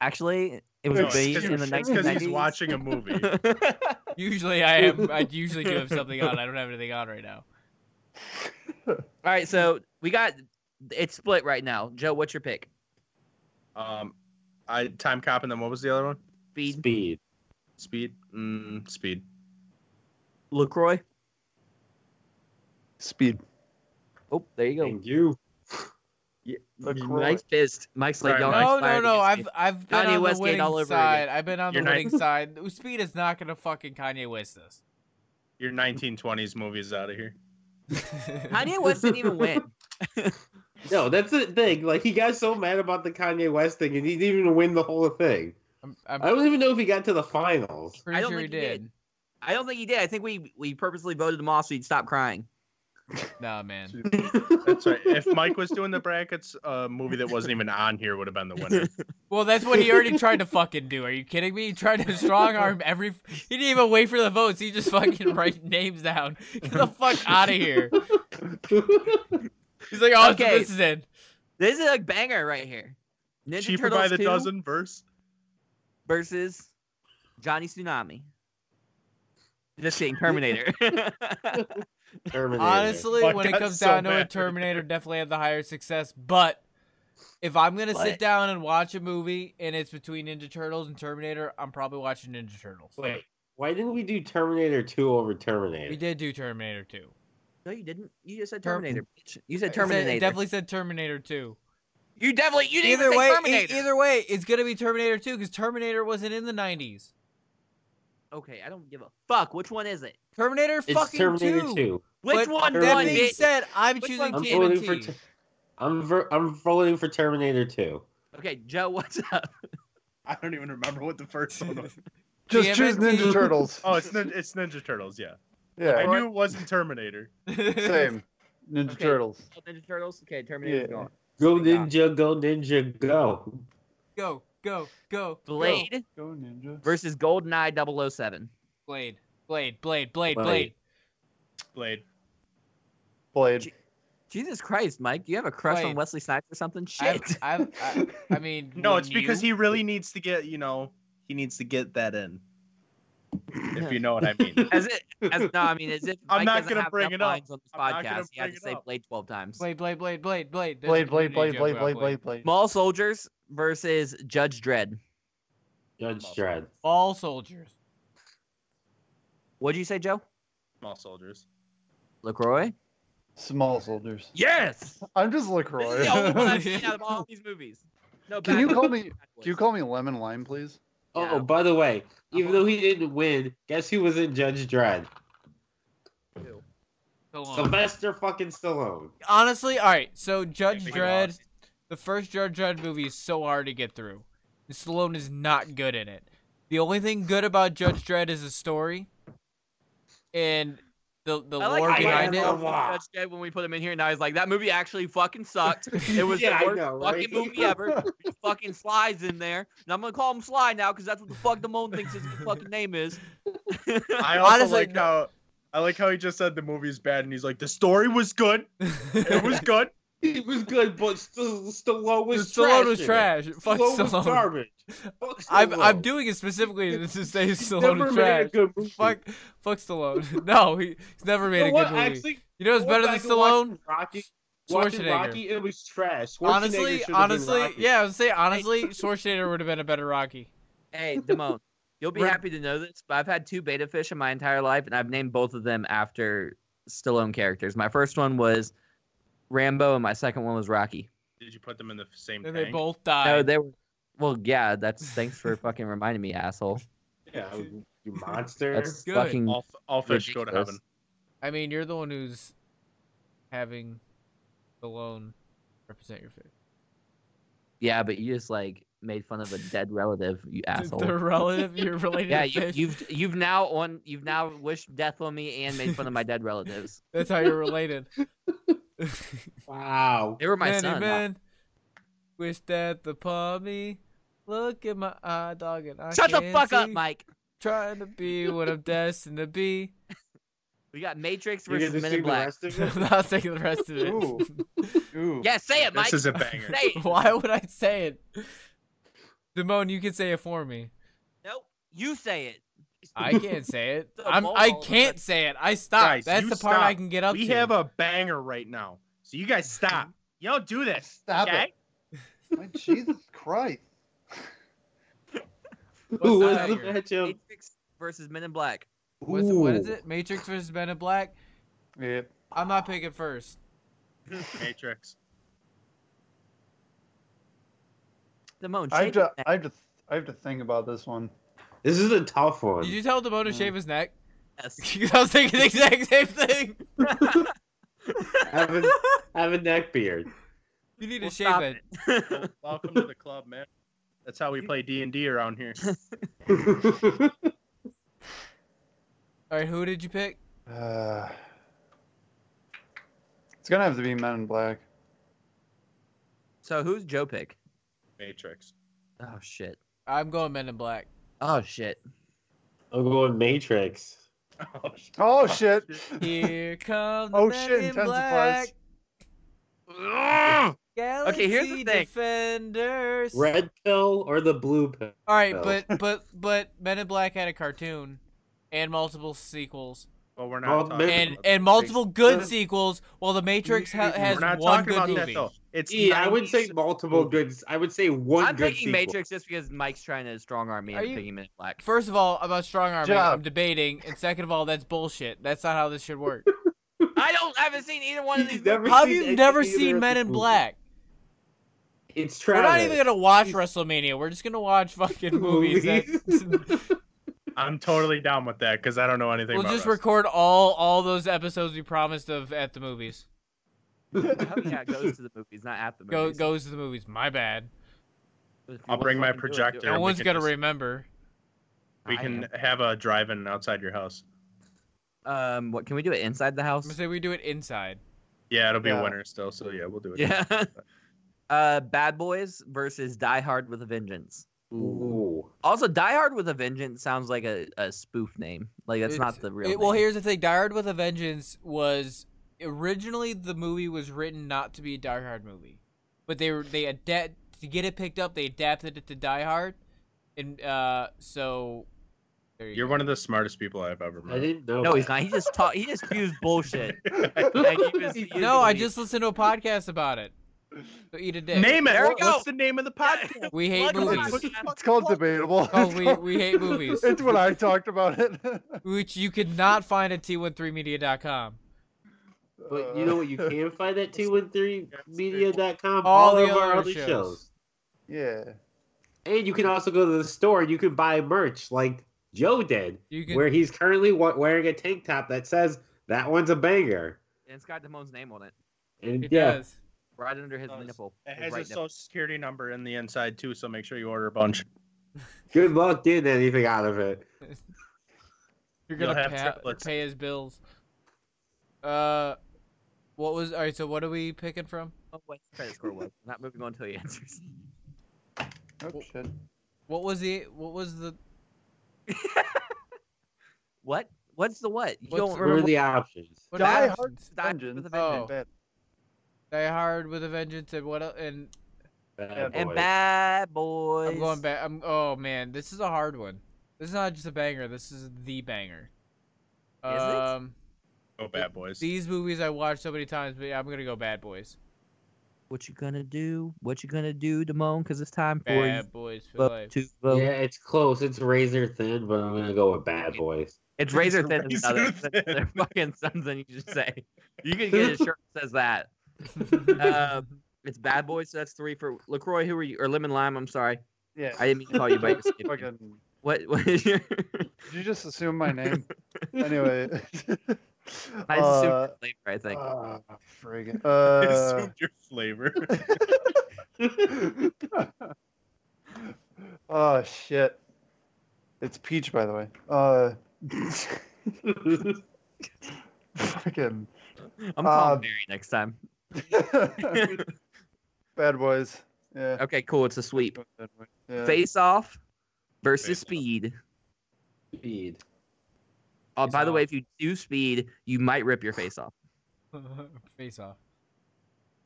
Speaker 4: actually, it was
Speaker 5: No, it's
Speaker 4: made
Speaker 5: 'cause-
Speaker 4: in the
Speaker 5: it's 'cause he's
Speaker 4: 1990s.
Speaker 5: watching a movie.
Speaker 3: Usually, I am. I usually do have something on. I don't have anything on right now.
Speaker 4: All right, so we got it's split right now. Joe, what's your pick?
Speaker 5: Um, I time cop and then what was the other one?
Speaker 4: Speed,
Speaker 2: Speed.
Speaker 5: Speed. Mm, speed.
Speaker 4: Lacroix.
Speaker 6: Speed.
Speaker 4: Oh, there you go.
Speaker 2: Thank you.
Speaker 6: LaCroix.
Speaker 4: Mike's pissed. Mike's like,
Speaker 5: Sorry,
Speaker 4: y'all
Speaker 5: Mike.
Speaker 4: are
Speaker 3: No, no, no.
Speaker 4: fired against
Speaker 3: I've
Speaker 4: me."
Speaker 3: I've been
Speaker 4: Kanye
Speaker 3: on the
Speaker 4: Westgate
Speaker 3: winning
Speaker 4: all over again.
Speaker 3: side. I've been on the
Speaker 5: You're not-
Speaker 3: winning side. Speed is not gonna fucking Kanye West this.
Speaker 5: Your 1920s movies out of here.
Speaker 4: Kanye West didn't even win.
Speaker 2: No, that's the thing. Like he got so mad about the Kanye West thing, and he didn't even win the whole thing.
Speaker 3: I'm,
Speaker 2: I
Speaker 3: I'm
Speaker 2: don't even know if he got to the finals.
Speaker 3: pretty
Speaker 4: don't
Speaker 3: sure he
Speaker 4: think he did.
Speaker 3: did.
Speaker 4: I don't think he did. I think we we purposely voted him off so he'd stop crying.
Speaker 3: Nah, man.
Speaker 5: That's right. If Mike was doing the brackets, a movie that wasn't even on here would have been the winner.
Speaker 3: Well, that's what he already tried to fucking do. Are you kidding me? He tried to strong arm every. He didn't even wait for the votes. He just fucking write names down. Get the fuck out of here. He's like, oh,
Speaker 4: Okay.
Speaker 3: this is it.
Speaker 4: This is a banger right here. Ninja
Speaker 5: Cheaper
Speaker 4: Turtles
Speaker 5: by the
Speaker 4: 2
Speaker 5: dozen verse.
Speaker 4: versus Johnny Tsunami. Just kidding, Terminator.
Speaker 2: Terminator.
Speaker 3: Honestly,
Speaker 5: Fuck,
Speaker 3: when it
Speaker 5: got
Speaker 3: comes
Speaker 5: so
Speaker 3: down to it,
Speaker 5: mad.
Speaker 3: Terminator definitely had the higher success. But if I'm gonna sit
Speaker 4: But-
Speaker 3: down and watch a movie and it's between Ninja Turtles and Terminator, I'm probably watching Ninja Turtles.
Speaker 2: Wait, why didn't we do Terminator 2 over Terminator?
Speaker 3: We did do Terminator 2.
Speaker 4: no, you didn't. You just said
Speaker 3: Term-
Speaker 4: Terminator. bitch. You said
Speaker 3: It said- it
Speaker 4: Terminator.
Speaker 3: definitely said Terminator 2.
Speaker 4: You definitely. You didn't
Speaker 3: Either
Speaker 4: even
Speaker 3: way,
Speaker 4: say
Speaker 3: e-
Speaker 4: Terminator.
Speaker 3: either way, it's gonna be Terminator 2 because Terminator wasn't in the 90s.
Speaker 4: Okay, I don't give a fuck. Which one is it?
Speaker 3: Terminator
Speaker 2: It's
Speaker 3: fucking
Speaker 2: Terminator 2.
Speaker 3: 2.
Speaker 4: Which
Speaker 3: But
Speaker 4: one?
Speaker 2: that
Speaker 4: won,
Speaker 3: That
Speaker 2: Terminator.
Speaker 3: being
Speaker 4: bitch?
Speaker 3: said, I'm
Speaker 4: Which
Speaker 3: choosing
Speaker 4: one?
Speaker 2: I'm
Speaker 4: T
Speaker 2: voting for.
Speaker 3: TMNT.
Speaker 2: Ter- I'm ver- I'm voting for Terminator 2.
Speaker 4: Okay, Joe, what's up?
Speaker 5: I don't even remember what the first one was.
Speaker 6: Just choose
Speaker 3: TMNT.
Speaker 6: Ninja Turtles.
Speaker 5: Oh, it's nin- it's Ninja Turtles. Yeah, I
Speaker 6: Yeah.
Speaker 5: knew it wasn't Terminator.
Speaker 6: Same. Ninja
Speaker 4: Okay.
Speaker 6: Turtles.
Speaker 4: Ninja Turtles. Okay, Terminator's
Speaker 6: Yeah.
Speaker 4: gone.
Speaker 2: Go
Speaker 4: Yeah.
Speaker 2: ninja, go ninja, go.
Speaker 3: Go, go, go. go.
Speaker 4: Blade
Speaker 6: Go Ninja.
Speaker 4: versus GoldenEye 007.
Speaker 3: Blade. Blade, Blade, Blade, Blade.
Speaker 2: Blade.
Speaker 5: Blade.
Speaker 6: Blade.
Speaker 4: Jesus Christ, Mike, do you have a crush on
Speaker 3: Blade.
Speaker 4: Wesley Snipes or something?
Speaker 3: I've-
Speaker 4: Shit.
Speaker 3: I've- I, I mean,
Speaker 5: No, it's
Speaker 3: wouldn't
Speaker 5: because
Speaker 3: you?
Speaker 5: he really needs to get. You know, he needs to get that in. If you know what I mean.
Speaker 4: As it, as, no, I mean, as if
Speaker 5: I'm
Speaker 4: Mike
Speaker 5: not
Speaker 4: doesn't
Speaker 5: gonna
Speaker 4: have
Speaker 5: bring
Speaker 4: enough lines
Speaker 5: it up.
Speaker 4: on this
Speaker 5: I'm not gonna
Speaker 4: podcast, he had
Speaker 5: bring
Speaker 4: to
Speaker 5: it
Speaker 4: say
Speaker 5: up.
Speaker 4: Blade 12 times.
Speaker 3: Blade, Blade, Blade, Blade, Blade. There's
Speaker 6: Blade,
Speaker 3: a
Speaker 6: Blade, Blade,
Speaker 3: community
Speaker 6: Blade,
Speaker 3: joke about
Speaker 6: Blade, Blade, Blade.
Speaker 4: Mall Soldiers versus Judge Dredd.
Speaker 2: Judge Dredd.
Speaker 3: All soldiers.
Speaker 4: What'd you say, Joe?
Speaker 5: Small soldiers.
Speaker 4: LaCroix?
Speaker 6: Small soldiers.
Speaker 4: Yes!
Speaker 6: I'm just
Speaker 4: This
Speaker 6: LaCroix.
Speaker 4: is the only one I've seen out of all these movies. No,
Speaker 6: Can you
Speaker 4: backwards,
Speaker 6: call me? Can
Speaker 4: backwards.
Speaker 6: you call me Lemon Lime, please?
Speaker 2: Oh, by the way, even
Speaker 4: on.
Speaker 2: though he didn't win, guess who was in Judge Dredd?
Speaker 3: So long.
Speaker 2: Sylvester fucking Stallone.
Speaker 3: Honestly, all right. So Judge
Speaker 5: Yeah, we
Speaker 3: Dredd,
Speaker 5: lost.
Speaker 3: the first Judge Dredd movie is so hard to get through. And Stallone is not good in it. The only thing good about Judge Dredd is the story, and the the
Speaker 4: I like
Speaker 3: lore
Speaker 4: how
Speaker 3: behind
Speaker 4: Mike
Speaker 3: it.
Speaker 4: loved Judge Dredd when we put him in here, now he's like, that movie actually fucking sucked. It was
Speaker 2: Yeah, I
Speaker 4: the worst
Speaker 2: know,
Speaker 4: fucking
Speaker 2: right?
Speaker 4: movie ever. He fucking Sly's in there, and I'm gonna call him Sly now because that's what the fuck Damone thinks his fucking name is.
Speaker 5: I also
Speaker 3: Honestly,
Speaker 5: like
Speaker 3: no.
Speaker 5: how I like how he just said the movie's bad, and he's like, the story was good. It was good.
Speaker 2: He was good, but St- Stallone was
Speaker 3: Stallone
Speaker 2: trash.
Speaker 3: was
Speaker 2: in it.
Speaker 3: trash. Fuck
Speaker 2: Stallone was
Speaker 3: Stallone.
Speaker 2: garbage. Fuck
Speaker 3: I'm I'm
Speaker 2: Stallone.
Speaker 3: doing it specifically to say
Speaker 2: He's
Speaker 3: Stallone
Speaker 2: never
Speaker 3: is
Speaker 2: made
Speaker 3: trash.
Speaker 2: a good movie.
Speaker 3: Fuck, fuck Stallone. no, he, he's never made
Speaker 2: You know
Speaker 3: a
Speaker 2: what?
Speaker 3: good movie.
Speaker 2: Actually,
Speaker 3: you know what's
Speaker 2: going
Speaker 3: better than
Speaker 2: back and watching
Speaker 3: Stallone?
Speaker 2: Rocky, watching
Speaker 3: Schwarzenegger.
Speaker 2: Rocky, it was trash. Schwarzenegger
Speaker 3: honestly,
Speaker 2: should've been
Speaker 3: honestly,
Speaker 2: Rocky.
Speaker 3: yeah, I would say honestly, Schwarzenegger would have been a better Rocky.
Speaker 4: Hey, Damone, you'll be
Speaker 3: We're-
Speaker 4: happy to know this, but I've had two beta fish in my entire life, and I've named both of them after Stallone characters. My first one was Rambo, and my second one was Rocky.
Speaker 5: Did you put them in the same
Speaker 3: And they
Speaker 5: tank?
Speaker 3: both
Speaker 4: No,
Speaker 3: died.
Speaker 4: they were. Well, yeah, that's thanks for fucking reminding me, asshole.
Speaker 2: Yeah, you monster.
Speaker 4: That's
Speaker 3: Good.
Speaker 4: fucking.
Speaker 5: all, f- all fish go to
Speaker 4: ridiculous.
Speaker 5: heaven.
Speaker 3: I mean, you're the one who's having the loan represent your faith.
Speaker 4: Yeah, but you just like made fun of a dead relative, you asshole.
Speaker 3: They're relative. You're related.
Speaker 4: Yeah,
Speaker 3: to
Speaker 4: you,
Speaker 3: fish.
Speaker 4: you've you've now on you've now wished death on me and made fun of my dead relatives.
Speaker 3: That's how you're related.
Speaker 2: Wow.
Speaker 4: They were my
Speaker 3: Many
Speaker 4: son.
Speaker 3: men wish that the me. Look at my eye, dog, and I
Speaker 4: Shut the
Speaker 3: can't
Speaker 4: fuck up,
Speaker 3: see.
Speaker 4: Mike.
Speaker 3: Trying to be what I'm destined to be.
Speaker 4: We got Matrix
Speaker 2: You get
Speaker 4: versus
Speaker 2: to
Speaker 4: Men
Speaker 2: see
Speaker 4: in
Speaker 2: the
Speaker 4: Black.
Speaker 2: rest of
Speaker 3: I'm
Speaker 2: it?
Speaker 3: not taking the rest of
Speaker 6: Ooh.
Speaker 3: it.
Speaker 5: Ooh,
Speaker 4: Yeah, say it, Mike.
Speaker 5: this is a banger.
Speaker 4: Say it.
Speaker 3: Why would I say it? Damone, you can say it for me.
Speaker 4: Nope. You say it.
Speaker 3: I can't say it.
Speaker 4: The
Speaker 3: I'm, I
Speaker 4: ball.
Speaker 3: can't say it. I stop.
Speaker 5: Guys,
Speaker 3: That's
Speaker 5: you
Speaker 3: the part I
Speaker 5: stop.
Speaker 3: can get up
Speaker 5: we
Speaker 3: to.
Speaker 5: have a banger right now, so you guys stop. You don't do this.
Speaker 6: Stop
Speaker 5: okay?
Speaker 6: it. My Jesus Christ.
Speaker 2: Who was
Speaker 3: that
Speaker 2: the
Speaker 3: here?
Speaker 2: matchup?
Speaker 4: Matrix versus Men in Black.
Speaker 3: What's, what is
Speaker 6: Ooh.
Speaker 3: it? Matrix versus Men in Black?
Speaker 6: Yeah.
Speaker 3: I'm not picking first.
Speaker 5: Matrix.
Speaker 4: Damone,
Speaker 6: I have
Speaker 4: shake
Speaker 6: to,
Speaker 4: it.
Speaker 6: I have to, I have to think about this one.
Speaker 2: This is a tough one.
Speaker 3: Did you tell Damone to
Speaker 6: Mm.
Speaker 3: shave his neck?
Speaker 4: Yes.
Speaker 3: I was thinking the exact same thing.
Speaker 2: have, a, have a neck beard.
Speaker 3: You need
Speaker 4: Well,
Speaker 3: to shave
Speaker 4: stop
Speaker 3: it.
Speaker 4: it.
Speaker 5: Welcome to the club, man. That's how we play D and D around here.
Speaker 3: All right, who did you pick?
Speaker 6: Uh, it's gonna have to be Men in Black.
Speaker 4: so who's Joe pick?
Speaker 5: Matrix.
Speaker 4: Oh shit.
Speaker 3: I'm going Men in Black.
Speaker 4: Oh shit.
Speaker 2: I'm going Matrix.
Speaker 5: Oh, shit.
Speaker 6: Oh shit!
Speaker 3: Here comes
Speaker 6: Oh,
Speaker 3: Men
Speaker 6: shit,
Speaker 3: in Black.
Speaker 6: intensifies.
Speaker 5: Ugh.
Speaker 3: Galaxy
Speaker 4: here's the thing.
Speaker 3: Defenders.
Speaker 2: Red pill or the blue pill?
Speaker 3: All right,
Speaker 2: No.
Speaker 3: but but but Men in Black had a cartoon, and multiple sequels,
Speaker 5: well, we're
Speaker 2: Well,
Speaker 5: not talking
Speaker 2: maybe-
Speaker 3: and
Speaker 5: about that.
Speaker 3: and multiple good sequels, while the Matrix ha- has
Speaker 5: We're not
Speaker 3: one
Speaker 5: talking
Speaker 3: good
Speaker 5: about
Speaker 3: movie.
Speaker 5: that though. It's
Speaker 2: Yeah, I would say
Speaker 5: 90s.
Speaker 2: multiple good. I would say one
Speaker 4: I'm
Speaker 2: good
Speaker 4: picking
Speaker 2: sequel.
Speaker 4: Matrix just because Mike's trying to strong arm me
Speaker 3: Are
Speaker 4: and
Speaker 3: you-
Speaker 4: picking Men in Black.
Speaker 3: First of all, about strong arm,
Speaker 6: Job.
Speaker 3: I'm debating, and second of all, that's bullshit. That's not how this should work.
Speaker 4: I don't I haven't seen either one of
Speaker 2: He's
Speaker 4: these.
Speaker 2: never
Speaker 4: movies.
Speaker 3: How have
Speaker 2: seen
Speaker 3: you
Speaker 2: any
Speaker 3: never
Speaker 2: of
Speaker 3: seen
Speaker 2: the
Speaker 3: Men in
Speaker 2: movies.
Speaker 3: Black?
Speaker 2: It's
Speaker 3: We're
Speaker 2: Travis.
Speaker 3: not even gonna watch WrestleMania. We're just gonna watch fucking movies. That,
Speaker 5: I'm totally down with that because I don't know anything
Speaker 3: we'll
Speaker 5: about
Speaker 3: just
Speaker 5: wrestling.
Speaker 3: record all all those episodes we promised of at the movies.
Speaker 4: Oh, yeah, it goes to the movies, not at the
Speaker 3: Go
Speaker 4: movies.
Speaker 3: goes to the movies. My bad.
Speaker 4: If you
Speaker 5: I'll
Speaker 4: wanna
Speaker 5: bring my
Speaker 4: fucking do it, do it.
Speaker 5: projector.
Speaker 3: No
Speaker 5: we
Speaker 3: one's
Speaker 5: can
Speaker 3: gonna
Speaker 5: just-
Speaker 3: remember.
Speaker 5: We
Speaker 4: I
Speaker 5: can have a drive-in outside your house.
Speaker 4: am. Um, what can we do it inside the
Speaker 3: I'm gonna
Speaker 4: house?
Speaker 3: say we do it inside.
Speaker 5: Yeah, it'll be
Speaker 6: Yeah.
Speaker 5: winter still, so yeah, we'll do it.
Speaker 4: Yeah. uh, Bad Boys versus Die Hard with a Vengeance.
Speaker 2: Ooh.
Speaker 4: Also, Die Hard with a Vengeance sounds like a, a spoof name. Like that's
Speaker 3: It's-
Speaker 4: not the real.
Speaker 3: It- well,
Speaker 4: name.
Speaker 3: here's the thing: Die Hard with a Vengeance was originally the movie was written not to be a Die Hard movie, but they were they adapt to get it picked up. They adapted it to Die Hard, and uh, so there you
Speaker 5: You're
Speaker 3: go.
Speaker 5: one of the smartest people I've ever
Speaker 2: I
Speaker 5: met.
Speaker 2: didn't know.
Speaker 4: No, he's not. He just taught. He just spews bullshit. Like, he just- he just
Speaker 3: no, I
Speaker 4: believes-
Speaker 3: just listened to a podcast about it. So eat a dick.
Speaker 5: Name it.
Speaker 4: There we
Speaker 5: What- What's
Speaker 4: go.
Speaker 5: the name of the podcast?
Speaker 3: we hate
Speaker 4: Welcome to
Speaker 3: movies,
Speaker 4: podcast.
Speaker 6: It's called debatable.
Speaker 3: Oh,
Speaker 6: It's
Speaker 3: we-
Speaker 6: called-
Speaker 3: we hate movies.
Speaker 6: It's what I talked about it.
Speaker 3: which you could not find at t13media.com.
Speaker 2: But you know what? You
Speaker 6: Uh,
Speaker 2: can find that 213media.com. All,
Speaker 3: All the
Speaker 2: of our
Speaker 3: other
Speaker 2: other
Speaker 3: shows.
Speaker 2: shows.
Speaker 6: Yeah.
Speaker 2: And you can also go to the store and you can buy merch like Joe did,
Speaker 3: You can
Speaker 2: where he's currently wa- wearing a tank top that says, That one's a banger.
Speaker 4: And it's got Damone's name on it,
Speaker 2: And
Speaker 3: it
Speaker 2: yeah,
Speaker 3: does.
Speaker 4: right under his
Speaker 5: Does.
Speaker 4: nipple.
Speaker 5: Oh, It
Speaker 4: His
Speaker 5: has a
Speaker 4: right nipple.
Speaker 5: social security number in the inside too, so make sure you order a bunch.
Speaker 2: good luck getting anything out of it.
Speaker 3: You're
Speaker 5: You'll
Speaker 3: gonna
Speaker 5: have
Speaker 3: pa-
Speaker 5: triplets.
Speaker 3: pay his bills. Uh, what was all right? So what are we picking from?
Speaker 4: Oh, wait, credit score was. I'm not moving on until he answers.
Speaker 6: Oh shit.
Speaker 3: What was the what was the
Speaker 4: What? What's the what? You
Speaker 3: What's
Speaker 4: don't
Speaker 3: the-
Speaker 2: What are
Speaker 4: remember
Speaker 2: the options?
Speaker 3: what
Speaker 6: Die
Speaker 3: happened?
Speaker 6: Hard
Speaker 4: Die Hard with
Speaker 6: Vengeance.
Speaker 4: a Vengeance.
Speaker 3: Oh. Die Hard with a Vengeance and what el- and
Speaker 2: Bad
Speaker 6: And
Speaker 4: And
Speaker 2: boy.
Speaker 4: Bad Boys.
Speaker 3: I'm going back. I'm oh man, this is a hard one. This is not just a banger. This is the banger.
Speaker 4: Is it?
Speaker 3: Um,
Speaker 5: Oh, bad boys.
Speaker 3: these movies I watched so many times, but I'm gonna go Bad Boys.
Speaker 4: What you gonna do? What you gonna do, Damone? Because it's time for you
Speaker 3: Bad Boys for
Speaker 4: vote
Speaker 3: life.
Speaker 4: to
Speaker 2: Yeah,
Speaker 4: vote.
Speaker 2: it's close. It's razor thin, but I'm gonna go with Bad Boys.
Speaker 4: It's razor
Speaker 5: It's
Speaker 4: thin. is another-
Speaker 5: razor
Speaker 4: that's Their fucking sons, and you just say you can get a shirt that says that. Um, It's Bad Boy, so that's three for Lacroix. Who are you? Or Lemon Lime? I'm sorry,
Speaker 6: Yeah.
Speaker 4: I didn't mean to call you by your skin. name.
Speaker 6: Fucking,
Speaker 4: What? What is your?
Speaker 6: did you just assume my name? anyway.
Speaker 4: I assume
Speaker 6: uh,
Speaker 4: flavor. I think.
Speaker 6: uh, friggin-
Speaker 5: I
Speaker 6: uh,
Speaker 5: assumed your flavor.
Speaker 6: oh shit. It's peach by the way. Uh fucking
Speaker 4: I'm calling
Speaker 6: uh,
Speaker 4: Mary next time.
Speaker 6: bad boys. Yeah.
Speaker 4: Okay, cool. It's a sweep.
Speaker 6: Bad Boys, yeah.
Speaker 4: Face off versus
Speaker 5: Face Off.
Speaker 4: Speed.
Speaker 2: Speed.
Speaker 4: Oh,
Speaker 3: Face
Speaker 4: by the way,
Speaker 3: Off.
Speaker 4: if you do Speed, you might rip your face off.
Speaker 3: Face off.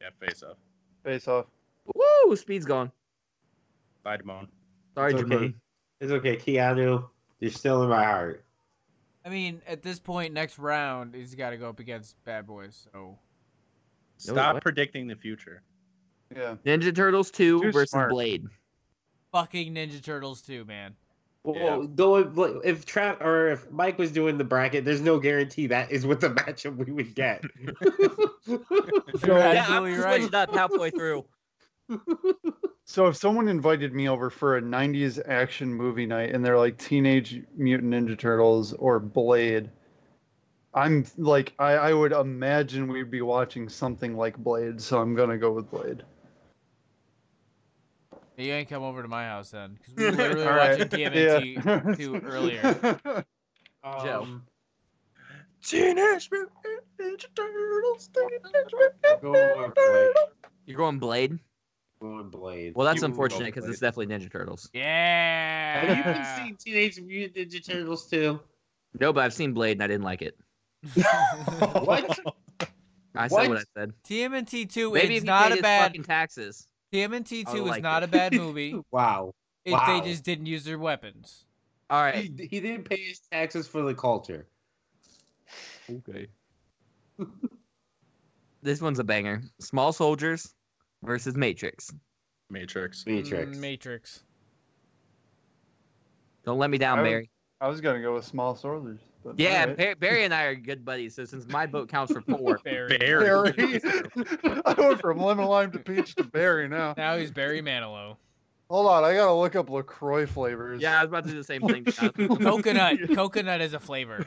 Speaker 5: yeah, face up.
Speaker 6: Face off.
Speaker 4: Woo! Speed's gone.
Speaker 5: Bye, Damone.
Speaker 4: Sorry,
Speaker 2: It's okay.
Speaker 4: Jamon.
Speaker 2: It's okay, Keanu. You're still in my heart.
Speaker 3: I mean, at this point, next round, he's got to go up against Bad Boys. So
Speaker 5: Stop
Speaker 4: what?
Speaker 5: predicting the future.
Speaker 6: Yeah.
Speaker 4: Ninja Turtles 2
Speaker 6: Too
Speaker 4: versus
Speaker 6: smart.
Speaker 4: Blade.
Speaker 3: fucking Ninja Turtles too, man.
Speaker 2: Well, though, if Trap or if Mike was doing the bracket, there's no guarantee that is what the matchup we would get.
Speaker 3: You're
Speaker 4: Yeah, I'm
Speaker 3: absolutely
Speaker 4: just
Speaker 3: right.
Speaker 4: switching up halfway through.
Speaker 6: So if someone invited me over for a 90s action movie night and they're like Teenage Mutant Ninja Turtles or Blade, I'm like I, I would imagine we'd be watching something like Blade, so I'm gonna go with Blade.
Speaker 3: You ain't come over to my house then, because we were literally
Speaker 6: All right.
Speaker 3: watching TMNT.
Speaker 6: Yeah.
Speaker 3: too earlier.
Speaker 4: Joe.
Speaker 2: Um,
Speaker 5: Teenage Mutant Ninja Turtles. Teenage Mutant
Speaker 2: Go over Blade.
Speaker 4: You're going Blade?
Speaker 2: Going Blade.
Speaker 4: Well, that's
Speaker 5: You-
Speaker 4: unfortunate because it's definitely Ninja Turtles.
Speaker 3: Yeah.
Speaker 2: Have you been seeing Teenage Mutant Ninja Turtles too?
Speaker 4: No, but I've seen Blade and I didn't like it.
Speaker 2: What?
Speaker 4: I
Speaker 2: What?
Speaker 4: said what I said.
Speaker 3: TMNT two
Speaker 4: Maybe if
Speaker 3: is
Speaker 4: he
Speaker 3: not
Speaker 4: paid
Speaker 3: a
Speaker 4: his
Speaker 3: bad
Speaker 4: fucking taxes.
Speaker 3: TMNT
Speaker 4: I
Speaker 3: two is
Speaker 4: like
Speaker 3: not
Speaker 4: it.
Speaker 3: a bad movie
Speaker 2: Wow.
Speaker 3: if
Speaker 2: Wow.
Speaker 3: they just didn't use their weapons.
Speaker 4: All
Speaker 2: He,
Speaker 4: right.
Speaker 2: he didn't pay his taxes for the culture.
Speaker 4: Okay. this one's a banger. Small Soldiers versus Matrix.
Speaker 5: Matrix.
Speaker 2: Matrix.
Speaker 3: Mm, Matrix.
Speaker 4: Don't let me
Speaker 6: I
Speaker 4: down,
Speaker 6: would-
Speaker 4: Barry.
Speaker 6: I was gonna go with Small Soldiers. But
Speaker 4: Yeah,
Speaker 6: alright.
Speaker 4: Bar- Barry and I are good buddies. So since my vote counts for four,
Speaker 3: Barry.
Speaker 5: Bear.
Speaker 6: Barry. I went from lemon lime to peach to berry now.
Speaker 3: Now he's Barry Manilow.
Speaker 6: Hold on, I gotta look up Lacroix flavors.
Speaker 4: yeah, I was about to do the same thing. to be honest.
Speaker 3: Coconut. Coconut is a flavor.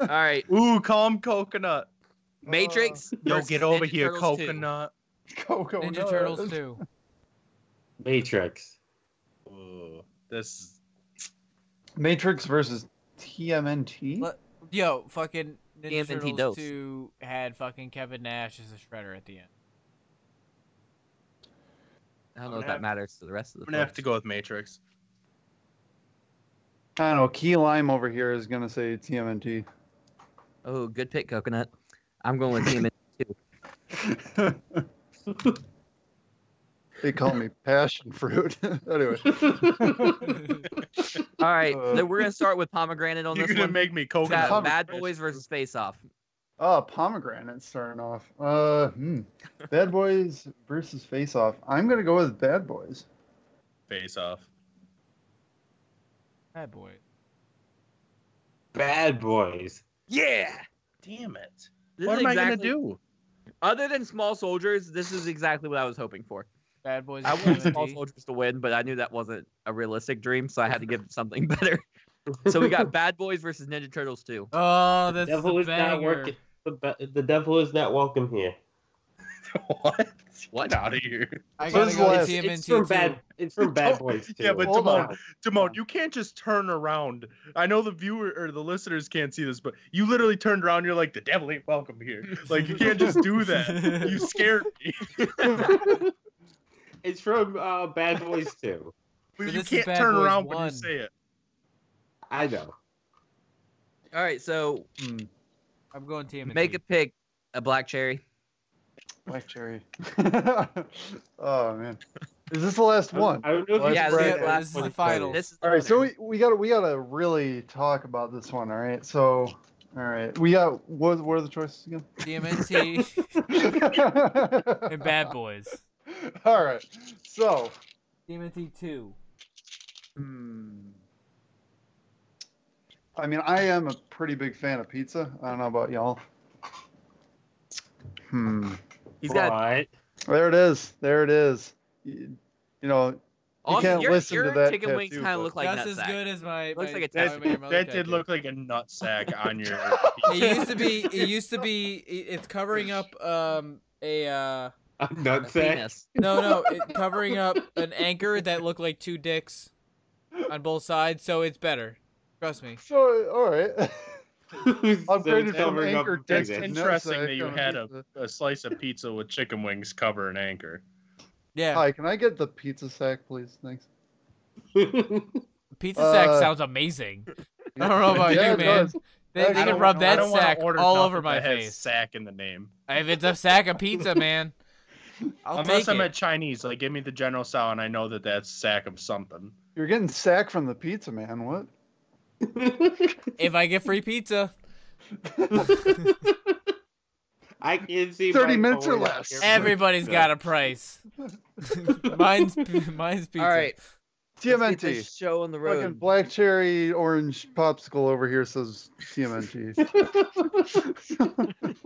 Speaker 4: All right,
Speaker 5: Ooh, call him Coconut.
Speaker 6: Uh,
Speaker 4: Matrix.
Speaker 5: Yo,
Speaker 4: versus
Speaker 5: get over
Speaker 4: Ninja
Speaker 5: here,
Speaker 4: Turtles two.
Speaker 5: Coconut.
Speaker 6: Cocoa
Speaker 3: Ninja
Speaker 6: Nut.
Speaker 3: Turtles two.
Speaker 2: Matrix.
Speaker 5: Ooh, this.
Speaker 6: Matrix versus TMNT.
Speaker 3: What? Yo, fucking Ninja
Speaker 4: TMNT
Speaker 3: Turtles
Speaker 4: dose.
Speaker 3: two had fucking Kevin Nash as a shredder at the end.
Speaker 4: I don't know if that matters to the rest of the.
Speaker 5: I'm gonna have
Speaker 4: folks.
Speaker 5: to go with Matrix.
Speaker 6: I don't know. Key Lime over here is gonna say TMNT.
Speaker 4: Oh, good pick, Coconut. I'm going with TMNT.
Speaker 6: They call me passion fruit. anyway,
Speaker 4: All right,
Speaker 6: Uh,
Speaker 4: then we're gonna start with pomegranate on
Speaker 5: You're
Speaker 4: this
Speaker 5: gonna
Speaker 4: one.
Speaker 5: make me
Speaker 4: We got
Speaker 5: Coconut.
Speaker 4: Bad Boys versus Face Off.
Speaker 6: oh, pomegranate starting off. Uh, hmm. Bad Boys versus Face Off. I'm gonna go with Bad Boys.
Speaker 5: Face off.
Speaker 3: Bad boy.
Speaker 2: Bad Boys.
Speaker 4: Yeah.
Speaker 5: Damn it.
Speaker 4: This
Speaker 5: what
Speaker 4: is
Speaker 5: am I gonna
Speaker 4: exactly-
Speaker 5: do?
Speaker 4: Other than Small Soldiers, this is exactly what I was hoping for.
Speaker 3: Bad boys.
Speaker 4: I
Speaker 3: is
Speaker 4: wanted Small
Speaker 3: TMNT.
Speaker 4: Soldiers to win, but I knew that wasn't a realistic dream, so I had to give something better. So we got Bad Boys versus Ninja Turtles 2.
Speaker 3: Oh, that's
Speaker 2: devil
Speaker 3: the
Speaker 2: is not
Speaker 3: banger.
Speaker 2: working. The, be- the devil is not welcome here.
Speaker 5: what?
Speaker 4: What?
Speaker 5: Get out of here.
Speaker 3: I
Speaker 6: What
Speaker 3: gotta
Speaker 6: is
Speaker 3: go
Speaker 6: last?
Speaker 3: with
Speaker 2: It's
Speaker 3: TMNT
Speaker 6: It's
Speaker 2: from
Speaker 3: too.
Speaker 2: bad. It's from Bad
Speaker 5: Don't-
Speaker 2: Boys. Too.
Speaker 5: Yeah, but
Speaker 6: Hold
Speaker 5: Damone,
Speaker 6: on.
Speaker 5: Damone, you can't just turn around. I know the viewer or the listeners can't see this, but you literally turned around. You're like, the devil ain't welcome here. Like you can't just do that. You scared me.
Speaker 2: it's from uh, Bad Boys too.
Speaker 5: But
Speaker 3: But
Speaker 5: you
Speaker 3: this is
Speaker 5: can't
Speaker 3: Bad
Speaker 5: turn
Speaker 3: Boys
Speaker 5: around when
Speaker 3: one.
Speaker 5: you say it.
Speaker 2: I know.
Speaker 4: All right, so
Speaker 6: Hmm.
Speaker 3: I'm going TMNT.
Speaker 4: make a pick a black cherry.
Speaker 6: Black cherry. oh man, is this the last one?
Speaker 2: I don't know if you
Speaker 6: Let's
Speaker 4: Yeah,
Speaker 2: guys
Speaker 4: this is-
Speaker 2: know
Speaker 4: this is
Speaker 3: the
Speaker 2: what it
Speaker 3: final.
Speaker 4: This is the
Speaker 6: All right, so
Speaker 4: winner.
Speaker 6: we, we gotta we gotta really talk about this one. All right, so all right, we got what what are the choices again?
Speaker 3: TMNT and
Speaker 6: and
Speaker 3: Bad Boys.
Speaker 6: All right, so
Speaker 3: TMNT two.
Speaker 6: hmm, I mean, I am a pretty big fan of pizza. I don't know about y'all. Hmm.
Speaker 4: He's
Speaker 2: But
Speaker 4: got
Speaker 6: There it is. There it is. You, you know, You
Speaker 4: Austin,
Speaker 6: can't
Speaker 4: your,
Speaker 6: listen
Speaker 4: your
Speaker 6: to that
Speaker 4: chicken wings
Speaker 6: tattoo,
Speaker 4: kind of
Speaker 6: but-
Speaker 4: look like
Speaker 3: Just as
Speaker 4: nutsack.
Speaker 3: good as my.
Speaker 4: Looks
Speaker 3: my
Speaker 4: like a
Speaker 3: How I
Speaker 5: That,
Speaker 3: Met Your Mother
Speaker 5: that did
Speaker 3: tattoo.
Speaker 5: look like a nut sack on your.
Speaker 3: It used to be. It used to be. It, it's covering up um a uh
Speaker 2: A
Speaker 4: A
Speaker 2: nutsack.
Speaker 4: penis.
Speaker 3: no no it, covering up an anchor that looked like two dicks on both sides, so it's better. Trust me.
Speaker 6: so all right. Upgraded from
Speaker 2: covering up
Speaker 6: anchor
Speaker 2: a
Speaker 6: dicks
Speaker 2: pig.
Speaker 6: to
Speaker 5: Interesting
Speaker 6: nutsack
Speaker 5: that you
Speaker 6: on
Speaker 5: had a,
Speaker 6: pizza.
Speaker 5: a slice of pizza with chicken wings cover an anchor.
Speaker 3: Yeah,
Speaker 6: Hi, can I get the pizza sack, please? Thanks.
Speaker 3: pizza sack
Speaker 6: uh,
Speaker 3: sounds amazing. I don't know about
Speaker 6: Yeah,
Speaker 3: you,
Speaker 6: it
Speaker 3: man.
Speaker 6: does.
Speaker 3: They, they
Speaker 6: I
Speaker 3: can
Speaker 6: don't
Speaker 3: rub
Speaker 6: wanna- I
Speaker 3: that
Speaker 6: don't
Speaker 5: wanna
Speaker 3: sack
Speaker 5: order
Speaker 3: all
Speaker 5: something
Speaker 3: over my
Speaker 5: that has
Speaker 3: face.
Speaker 5: Sack in the name.
Speaker 3: If it's a sack of pizza, man, I'll
Speaker 5: Unless
Speaker 3: take
Speaker 5: I'm
Speaker 3: it.
Speaker 5: at Chinese, like give me the general style, and I know that that's sack of something.
Speaker 6: You're getting sack from the pizza man. What?
Speaker 3: If I get free pizza,
Speaker 2: I can see. my
Speaker 6: 30 minutes or
Speaker 2: phone out
Speaker 6: less.
Speaker 2: here.
Speaker 3: everybody's got a price. mine's mine's pizza.
Speaker 4: All right, let's get
Speaker 6: TMNT.
Speaker 4: this show on the
Speaker 6: Fucking
Speaker 4: road.
Speaker 6: black cherry orange popsicle over here says TMNT.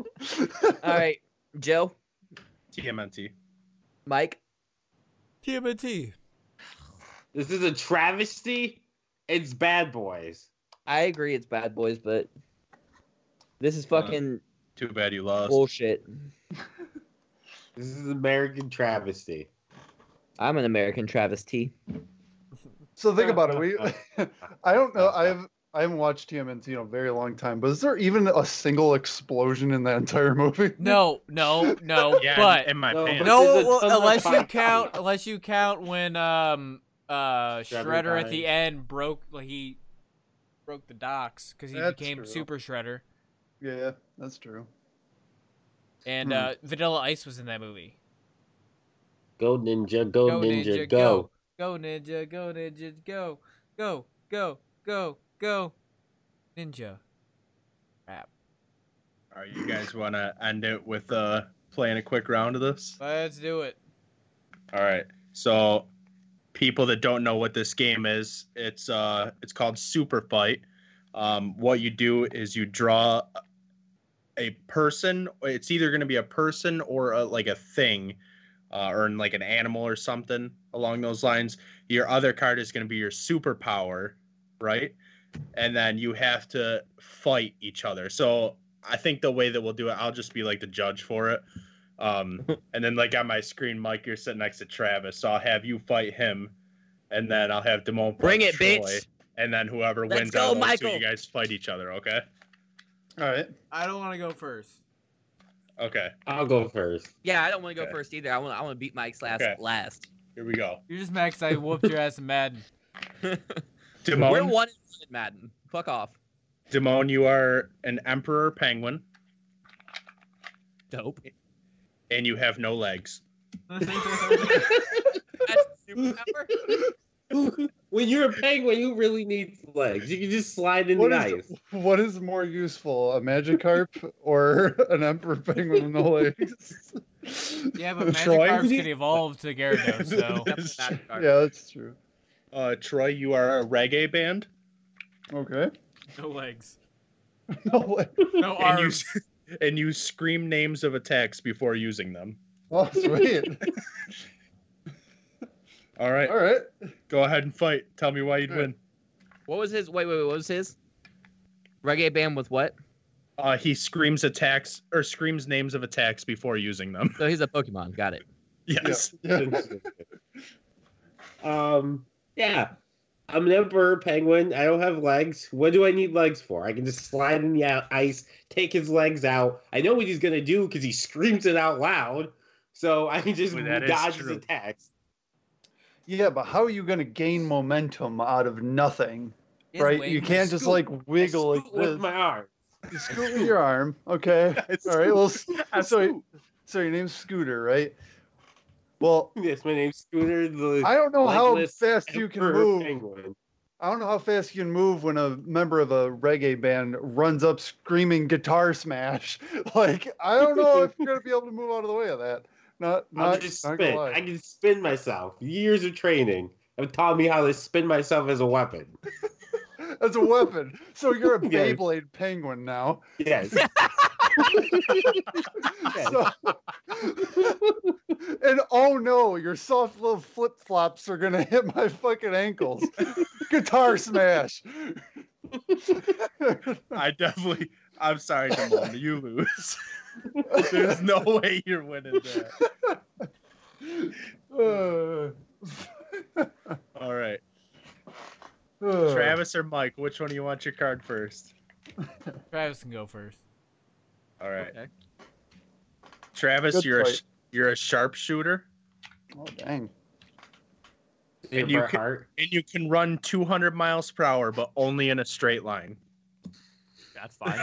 Speaker 4: All right, Joe,
Speaker 5: TMNT.
Speaker 4: Mike.
Speaker 3: TMNT.
Speaker 2: This is a travesty. It's bad boys.
Speaker 4: I agree, it's Bad Boys, but this is fucking
Speaker 5: Too bad you lost.
Speaker 4: bullshit.
Speaker 2: This is American travesty.
Speaker 4: I'm an American travesty.
Speaker 6: So think about it. We, I don't know. I've I haven't watched TMNT in a very long time, but is there even a single explosion in that entire movie?
Speaker 3: No, no, no.
Speaker 5: yeah,
Speaker 3: but
Speaker 5: in my
Speaker 2: No,
Speaker 5: pants.
Speaker 2: but
Speaker 3: no,
Speaker 2: there's a
Speaker 3: well,
Speaker 2: ton of
Speaker 3: unless you
Speaker 2: fights.
Speaker 3: count, unless you count when um uh
Speaker 2: Shredder
Speaker 3: Shredder at
Speaker 2: died.
Speaker 3: the end broke, like he broke the docks because he
Speaker 6: That's
Speaker 3: became
Speaker 6: true.
Speaker 3: Super Shredder,
Speaker 6: Yeah, that's true.
Speaker 3: and
Speaker 6: Hmm.
Speaker 3: uh Vanilla Ice was in that movie.
Speaker 2: Go ninja, go, ninja, go.
Speaker 3: go. Go ninja, go ninja, go. Go, go, go, go. Ninja.
Speaker 5: All right, you guys want to end it with uh, playing a quick round of this?
Speaker 3: Let's do it.
Speaker 5: All right. So, people that don't know what this game is, it's uh, it's called Super Fight. Um, what you do is you draw a person. It's either going to be a person or a, like a thing, uh, or in, like an animal or something along those lines. Your other card is going to be your superpower, right? And then you have to fight each other. So I think the way that we'll do it, I'll just be like the judge for it. Um, and then like on my screen, Mike, you're sitting next to Travis, so I'll have you fight him, and then I'll have Damone fight
Speaker 4: Bring it,
Speaker 5: Troy,
Speaker 4: bitch.
Speaker 5: And then whoever
Speaker 4: Let's
Speaker 5: wins
Speaker 4: go,
Speaker 5: out of those two,
Speaker 4: Michael.
Speaker 5: you guys fight each other. Okay.
Speaker 6: All right.
Speaker 3: I don't want to go first.
Speaker 5: Okay.
Speaker 2: I'll go first.
Speaker 4: Yeah, I don't want to go
Speaker 5: Okay.
Speaker 4: first either. I want I want to beat Mike's last.
Speaker 5: Okay.
Speaker 4: Last.
Speaker 5: Here we go.
Speaker 3: You're just mad 'cause I whooped your ass in Madden.
Speaker 5: Damone,
Speaker 4: We're one and one in Madden. Fuck off.
Speaker 5: Damone, you are an emperor penguin,
Speaker 4: Dope.
Speaker 5: and you have no legs.
Speaker 4: That's the superpower.
Speaker 2: when you're a penguin, you really need legs. You can just slide in
Speaker 6: What
Speaker 2: the
Speaker 6: is-
Speaker 2: ice.
Speaker 6: What is more useful, a Magikarp or an Emperor Penguin with no legs?
Speaker 3: yeah, but
Speaker 5: Troy?
Speaker 3: Magikarps can evolve to Gyarados, so.
Speaker 4: That's not
Speaker 6: yeah,
Speaker 4: dark.
Speaker 6: that's true.
Speaker 5: Uh, Troy, you are a reggae band,
Speaker 6: Okay.
Speaker 3: No legs.
Speaker 6: No way.
Speaker 3: No
Speaker 5: And you
Speaker 3: arms.
Speaker 5: and you scream names of attacks before using them.
Speaker 6: Oh, sweet.
Speaker 5: All right,
Speaker 6: All right.
Speaker 5: go ahead and fight. Tell me why you'd
Speaker 6: All right.
Speaker 5: win.
Speaker 4: What was his? Wait, wait, wait. What was his? Reggae band with what?
Speaker 5: Uh, he screams attacks or screams names of attacks before using them.
Speaker 4: So he's a Pokemon. Got it.
Speaker 5: Yes.
Speaker 6: Yeah. yeah.
Speaker 2: um, yeah. I'm an emperor penguin. I don't have legs. What do I need legs for? I can just slide in the out- ice, take his legs out. I know what he's gonna do because he screams it out loud. So I can just
Speaker 5: Ooh, that is
Speaker 2: dodge his
Speaker 5: true.
Speaker 2: attacks.
Speaker 6: Yeah, but how are you going to gain momentum out of nothing?
Speaker 3: He has
Speaker 6: right? You
Speaker 3: wings.
Speaker 6: can't just like wiggle like
Speaker 2: Scoot with
Speaker 6: this.
Speaker 2: my arm.
Speaker 6: You scoot with your arm. Okay. All right. Well, s-
Speaker 5: I
Speaker 6: so, so your name's Scooter, right? Well,
Speaker 2: Yes, my name's Scooter. The
Speaker 6: I don't know how
Speaker 2: Legless
Speaker 6: fast you can
Speaker 2: emperor
Speaker 6: move.
Speaker 2: Penguin.
Speaker 6: I don't know how fast you can move when a member of a reggae band runs up screaming guitar smash. Like, I don't know if you're gonna be able to move out of the way of that. Not
Speaker 2: I'll
Speaker 6: not,
Speaker 2: just
Speaker 6: not
Speaker 2: spin.
Speaker 6: gonna
Speaker 2: I
Speaker 6: lie.
Speaker 2: can spin myself. Years of training have taught me how to spin myself as a weapon.
Speaker 6: As a weapon. So you're a
Speaker 2: Yeah.
Speaker 6: Beyblade penguin now.
Speaker 2: Yes.
Speaker 6: So- and oh no, your soft little flip flops are gonna hit my fucking ankles. Guitar smash.
Speaker 5: I definitely. I'm sorry, Damon. You lose. There's no way you're winning that.
Speaker 6: Uh,
Speaker 5: All right,
Speaker 6: uh,
Speaker 5: Travis or Mike, which one do you want your card first?
Speaker 3: Travis can go first.
Speaker 5: All right,
Speaker 4: Okay.
Speaker 5: Travis,
Speaker 6: Good
Speaker 5: you're a,
Speaker 6: fight.
Speaker 5: sh- you're a sharpshooter,
Speaker 6: Oh dang.
Speaker 5: And
Speaker 2: Super
Speaker 5: you can-
Speaker 2: heart.
Speaker 5: and you can run 200 miles per hour, but only in a straight line.
Speaker 4: That's fine.